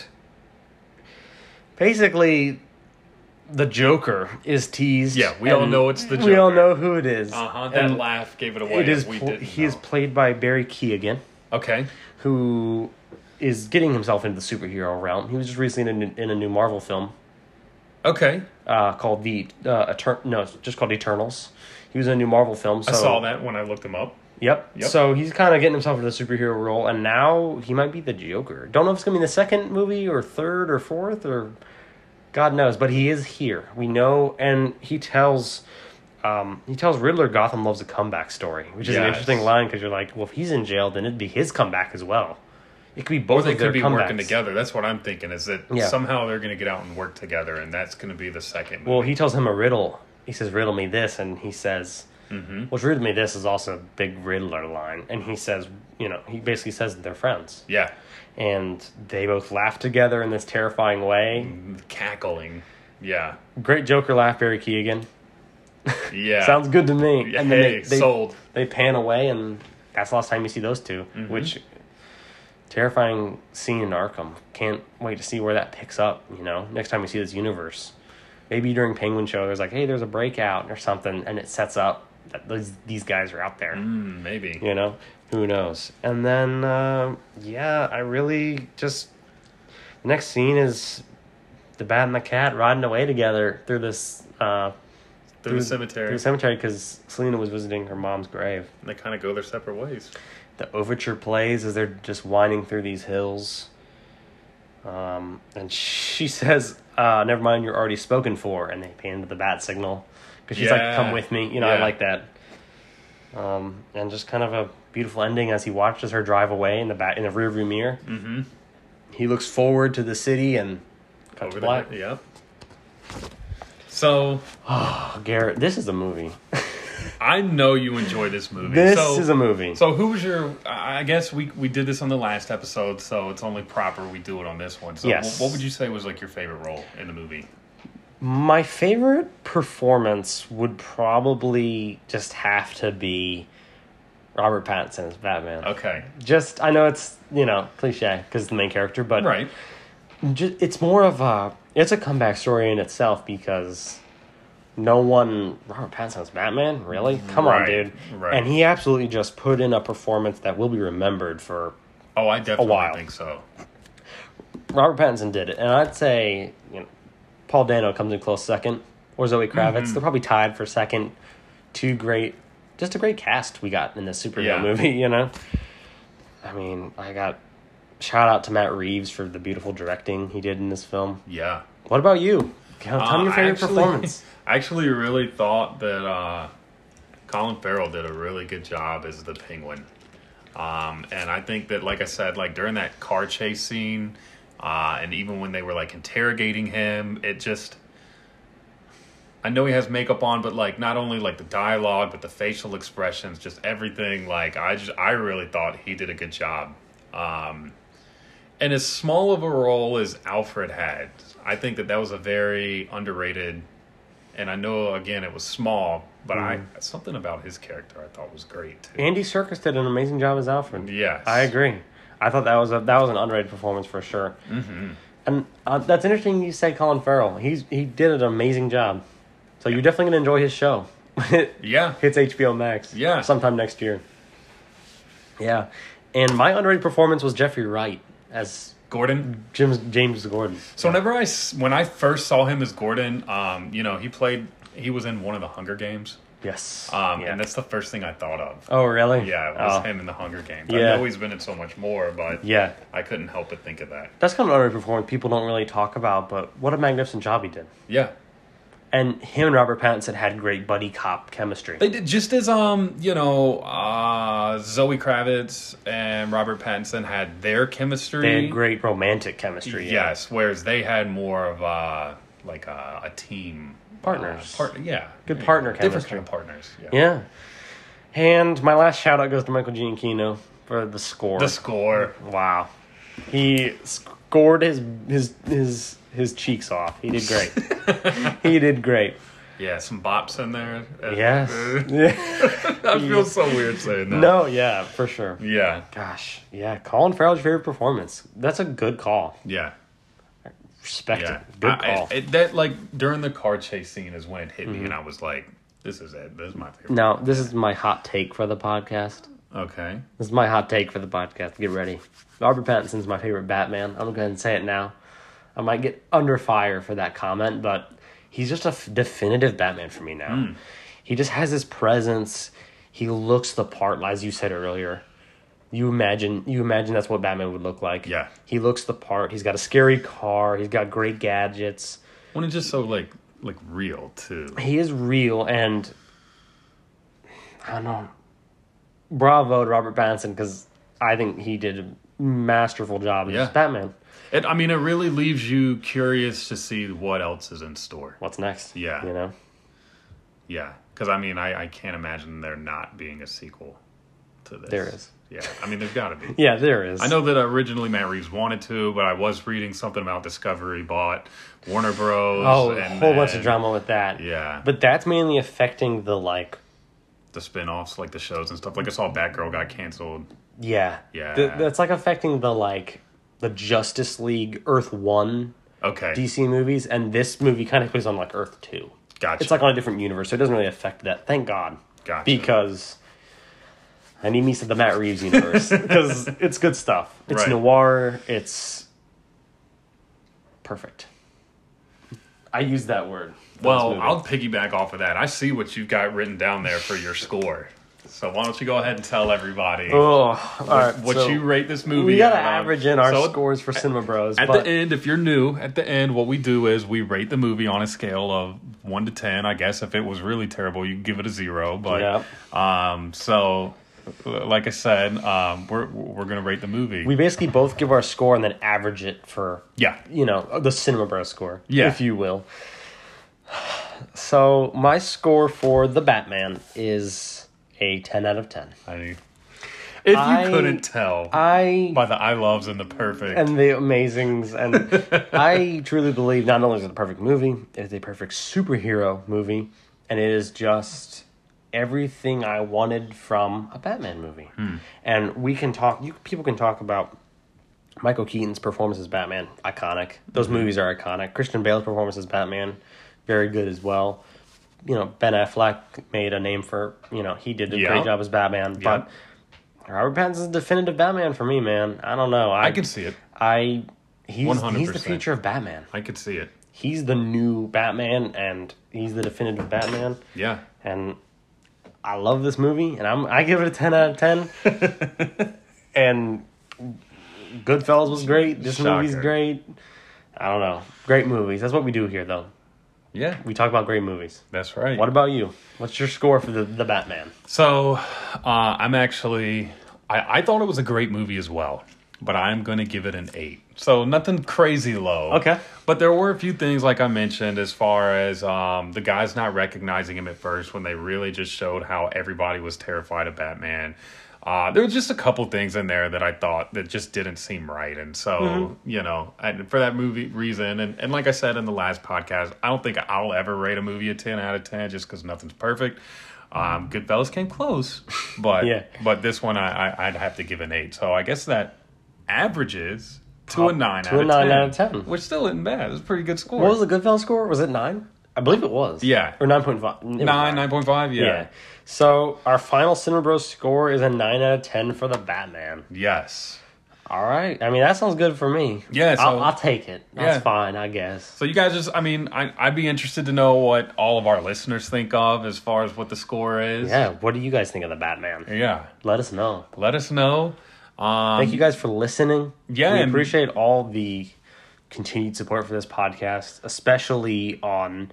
basically, the Joker is teased.
Yeah, we all
and
know it's the
We all
Joker.
know who it is.
Uh huh. That
And
laugh gave it away.
It is.
We
pl-
didn't
he is
know.
played by Barry Keoghan,
okay.
who is getting himself into the superhero realm. He was just recently in a, in a new Marvel film
Okay.
uh, called the uh, Eter- No, it's just called Eternals. He was in a new Marvel film. So
I saw that when I looked him up.
Yep.
Yep.
So he's kind of getting himself into the superhero role, and now he might be the Joker. Don't know if it's gonna be the second movie or third or fourth or God knows, but he is here. We know, and he tells. Um, he tells Riddler Gotham loves a comeback story, which is an
Yes.
interesting line because you're like, well, if he's in jail, then it'd be his comeback as well. It could be both
Or they
of their
could be
comebacks.
working together. That's what I'm thinking. Is that
Yeah.
somehow they're going to get out and work together, and that's going to be the second.
Well,
movie.
he tells him a riddle. He says, "Riddle me this," and he says,
Mm-hmm.
"What's riddle me this?" is also a big Riddler line, and he says, you know, he basically says that they're friends.
yeah,
and they both laugh together in this terrifying way.
cackling. Yeah,
Great Joker laugh, Barry Keegan.
yeah.
Sounds good to me.
Hey,
And then they, they,
sold.
they pan away, and that's the last time you see those 2
Mm-hmm.
Which terrifying scene in Arkham. Can't wait to see where that picks up. You know, next time we see this universe, Maybe during Penguin Show, there's like, hey, there's a breakout or something, and it sets up that those, these guys are out there.
Mm, maybe.
You know, who knows? And then, uh, yeah, I really just. The next scene is the bat and the cat riding away together through this. Uh,
Through the cemetery.
Through the cemetery, because Selena was visiting her mom's grave.
They kind of go their separate ways.
The overture plays as they're just winding through these hills. Um, and she says, uh, "Never mind, you're already spoken for." And they pan to the bat signal because she's like,
Yeah.
"Come with me," you know. I
Yeah.
like that. Um, and just kind of a beautiful ending as he watches her drive away in the bat in the rearview mirror. Mm-hmm. He looks forward to the city and cut to
Over
black.
the Yep. So
Oh, Garrett, this is a movie.
I know you enjoy this movie.
This
so,
is a movie.
So who was your? I I guess we we did this on the last episode, so it's only proper we do it on this one. So
Yes.
wh- what would you say was like your favorite role in the movie?
My favorite performance would probably just have to be Robert Pattinson as Batman.
Okay.
Just I know it's you know cliche because the main character, but
Right.
ju- it's more of a it's a comeback story in itself because no one Robert Pattinson's Batman really come on
Right,
dude
right.
and he absolutely just put in a performance that will be remembered for
Oh, I definitely
while.
think so.
Robert Pattinson did it and I'd say you know Paul Dano comes in close second or Zoe Kravitz
Mm-hmm.
they're probably tied for second two great just a great cast we got in this superhero
Yeah.
movie you know I mean I got shout out to Matt Reeves for the beautiful directing he did in this film
Yeah.
What about you? Tell
Uh,
me your
I
favorite
actually-
performance.
I actually really thought that uh, Colin Farrell did a really good job as the Penguin, um, and I think that, like I said, like during that car chase scene, uh, and even when they were like interrogating him, it just. I know he has makeup on, but like not only like the dialogue, but the facial expressions, just everything. Like I just, I really thought he did a good job. Um, and as small of a role as Alfred had, I think that that was a very underrated. And I know again it was small, but I something about his character I thought was great too.
Andy Serkis did an amazing job as Alfred.
Yes,
I agree. I thought that was a that was an underrated performance for sure. Mm-hmm. And uh, that's interesting. You said Colin Farrell. He's he did an amazing job. So you're definitely gonna enjoy his show. Hits
Yeah,
HBO Max.
Yeah.
Sometime next year. Yeah, and my underrated performance was Jeffrey Wright as
Gordon.
Jim's James Gordon.
So whenever I s- when I first saw him as Gordon, um, you know he played he was in one of the Hunger Games,
Yes.
um,
Yeah.
and that's the first thing I thought of.
oh really?
Yeah, it was
Oh.
him in the Hunger Games.
Yeah.
I know he's been in so much more, but
Yeah.
I couldn't help but think of that.
That's kind of an underrated performance people don't really talk about, but what a magnificent job he did.
Yeah,
And him and Robert Pattinson had great buddy cop chemistry.
They did just as um you know uh Zoe Kravitz and Robert Pattinson had their chemistry.
They had great romantic chemistry. yeah.
Yes, whereas they had more of uh like a, a team
Partners.
Uh, part, yeah,
Good
Yeah.
partner
Different
chemistry.
kind of partners. Yeah.
Yeah. And my last shout out goes to Michael Giacchino for the score.
The score.
wow. He scored his his his his cheeks off. He did great. he did great.
Yeah, some bops in there. Uh,
Yes. Yeah.
I feel so weird saying that.
no, yeah, for sure.
Yeah.
Gosh. Yeah, Colin Farrell's favorite performance. That's a good call.
Yeah.
Respect
Yeah.
it. Good
I- I-
call. Mm-hmm.
it- that like during the car chase scene is when it hit me, and I was like, "This is it. This is my favorite."
Now, this is my hot take for the podcast.
Okay.
This is my hot take for the podcast. Get ready. Robert Pattinson's my favorite Batman. I'm going to go ahead and say it now. I might get under fire for that comment, but he's just a f- definitive Batman for me now. He just has his presence. He looks the part, as you said earlier. You imagine, you imagine that's what Batman would look like.
Yeah.
he looks the part. He's got a scary car. He's got great gadgets.
When it's just so like like real too.
he is real and I don't know. Bravo to Robert Pattinson because I think he did a masterful job as
Yeah.
Batman.
It, I mean, it really leaves you curious to see what else is in store.
What's next?
Yeah.
you know.
Yeah, because I mean, I, I can't imagine there not being a sequel to this.
There is.
Yeah, I mean, there's got to be.
Yeah, there is.
I know that originally Matt Reeves wanted to, but I was reading something about Discovery bought Warner Bros.
Oh, a
and
whole bunch
then
of drama with that.
Yeah.
but that's mainly affecting the like.
The spin-offs, like the shows and stuff. Like I saw Batgirl got canceled.
Yeah,
Yeah.
Th- that's like affecting the like the Justice League Earth One
Okay.
DC movies, and this movie kind of plays on like Earth two.
Gotcha.
It's like on a different universe, so it doesn't really affect that. Thank God.
Gotcha.
Because I need me some of the Matt Reeves universe because it's good stuff. It's
Right.
noir. It's perfect. I use that word. for this
well,
movie.
I'll piggyback off of that. I see what you've got written down there for your score. So why don't you go ahead and tell everybody
Oh, all right.
what
so
you rate this movie?
we gotta
out of-
average in our
So
scores for Cinema Bros.
At
but
the end, if you're new, at the end, what we do is we rate the movie on a scale of one to ten. I guess if it was really terrible, you give it a zero. But um, so, l- like I said, um, we're we're gonna rate the movie.
we basically both give our score and then average it for
yeah,
you know, the Cinema Bros score,
Yeah.
if you will. So my score for the Batman is a ten out of ten.
I mean, if you
I-
couldn't tell
I
by the I loves and the perfect,
and the Amazings, and I truly believe not only is it a perfect movie, it is a perfect superhero movie, and it is just everything I wanted from a Batman movie.
Hmm.
And we can talk. You people can talk about Michael Keaton's performance as Batman, iconic. Those
Mm-hmm.
movies are iconic. Christian Bale's performance as Batman, very good as well. You know, Ben Affleck made a name for, you know, he did a
Yeah.
great job as Batman, but Robert Pattinson's definitive Batman for me, man. I don't know. I,
I can see it.
I he's he's the
100%.
future of Batman.
I could see it.
He's the new Batman, and he's the definitive Batman.
Yeah,
And I love this movie, and I'm I give it a ten out of ten. and Goodfellas was great. This movie's
Shocker.
great. I don't know. Great movies. That's what we do here, though.
yeah,
We talk about great movies.
that's right.
What about you? What's your score for the, the Batman?
So, uh, I'm actually, I, I thought it was a great movie as well, but I'm going to give it an eight. So, nothing crazy low.
Okay.
But there were a few things, like I mentioned, as far as um, the guys not recognizing him at first when they really just showed how everybody was terrified of Batman. Uh, there were just a couple things in there that I thought that just didn't seem right. And so,
Mm-hmm.
you know, and for that movie reason, and, and like I said in the last podcast, I don't think I'll ever rate a movie a 10 out of 10 just because nothing's perfect. Um, Goodfellas came close, but
Yeah.
but this one I, I, I'd have to give an eight. So I guess that averages to a nine,
to
out,
a
of
nine
10,
out of 10.
which still isn't bad. It's a pretty good score.
What was the Goodfellas score? Was it nine? I believe it was.
Yeah.
Or nine point five.
nine, nine point five? Yeah.
Yeah. So our final Cinema Bros score is a nine out of ten for the Batman.
Yes.
All right. I mean that sounds good for me.
Yeah, so-
I'll, I'll take it. That's
Yeah.
fine, I guess.
So you guys just I mean, I I'd be interested to know what all of our listeners think of as far as what the score is.
Yeah. What do you guys think of the Batman?
Yeah.
Let us know.
Let us know. Um
Thank you guys for listening.
Yeah,
We
and-
appreciate all the continued support for this podcast, especially on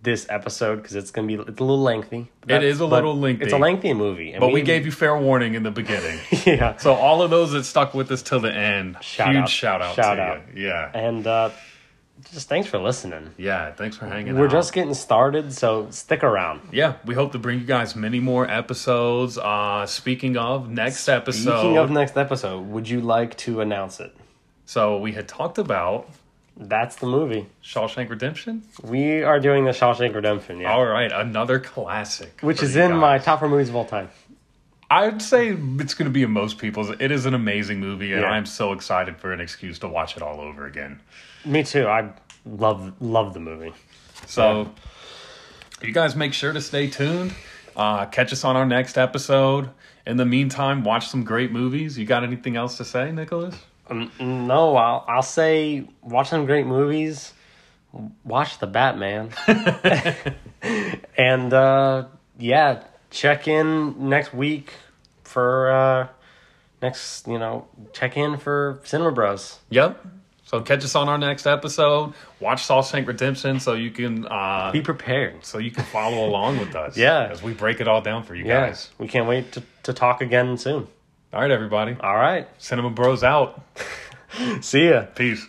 this episode because it's gonna be it's a little lengthy. That-
is a
but
little lengthy.
It's a lengthy movie, and
but we gave you fair warning in the beginning.
yeah.
so all of those that stuck with us till the end,
Shout
huge
out.
shout out
Shout
to
out.
you. Yeah.
And uh, just thanks for listening.
Yeah, thanks for hanging out.
We're just getting started, so stick around.
yeah, we hope to bring you guys many more episodes. Uh speaking of next episode
Speaking of next episode, would you like to announce it?
so we had talked about
That's the movie.
Shawshank Redemption.
We are doing the Shawshank Redemption, yeah.
All right, another classic.
Which
for
is
Oh, you
in my
guys.
top four movies of all time.
I'd say it's going to be in most people's. It is an amazing movie, and
Yeah.
I'm so excited for an excuse to watch it all over again.
Me too. I love love the movie.
So, you guys make sure to stay tuned. Uh, catch us on our next episode. In the meantime, watch some great movies. You got anything else to say, Nicholas?
No, I'll I'll say watch some great movies. Watch the Batman. and uh yeah, check in next week for uh next you know, check in for Cinema Bros.
Yep. So catch us on our next episode. Watch Shawshank Redemption so you can uh,
Be prepared.
so you can follow along with us.
Yeah.
as we break it all down for you guys.
Yes. We can't wait to, to talk again soon.
All right, everybody.
All right.
Cinema Bros out.
See ya.
Peace.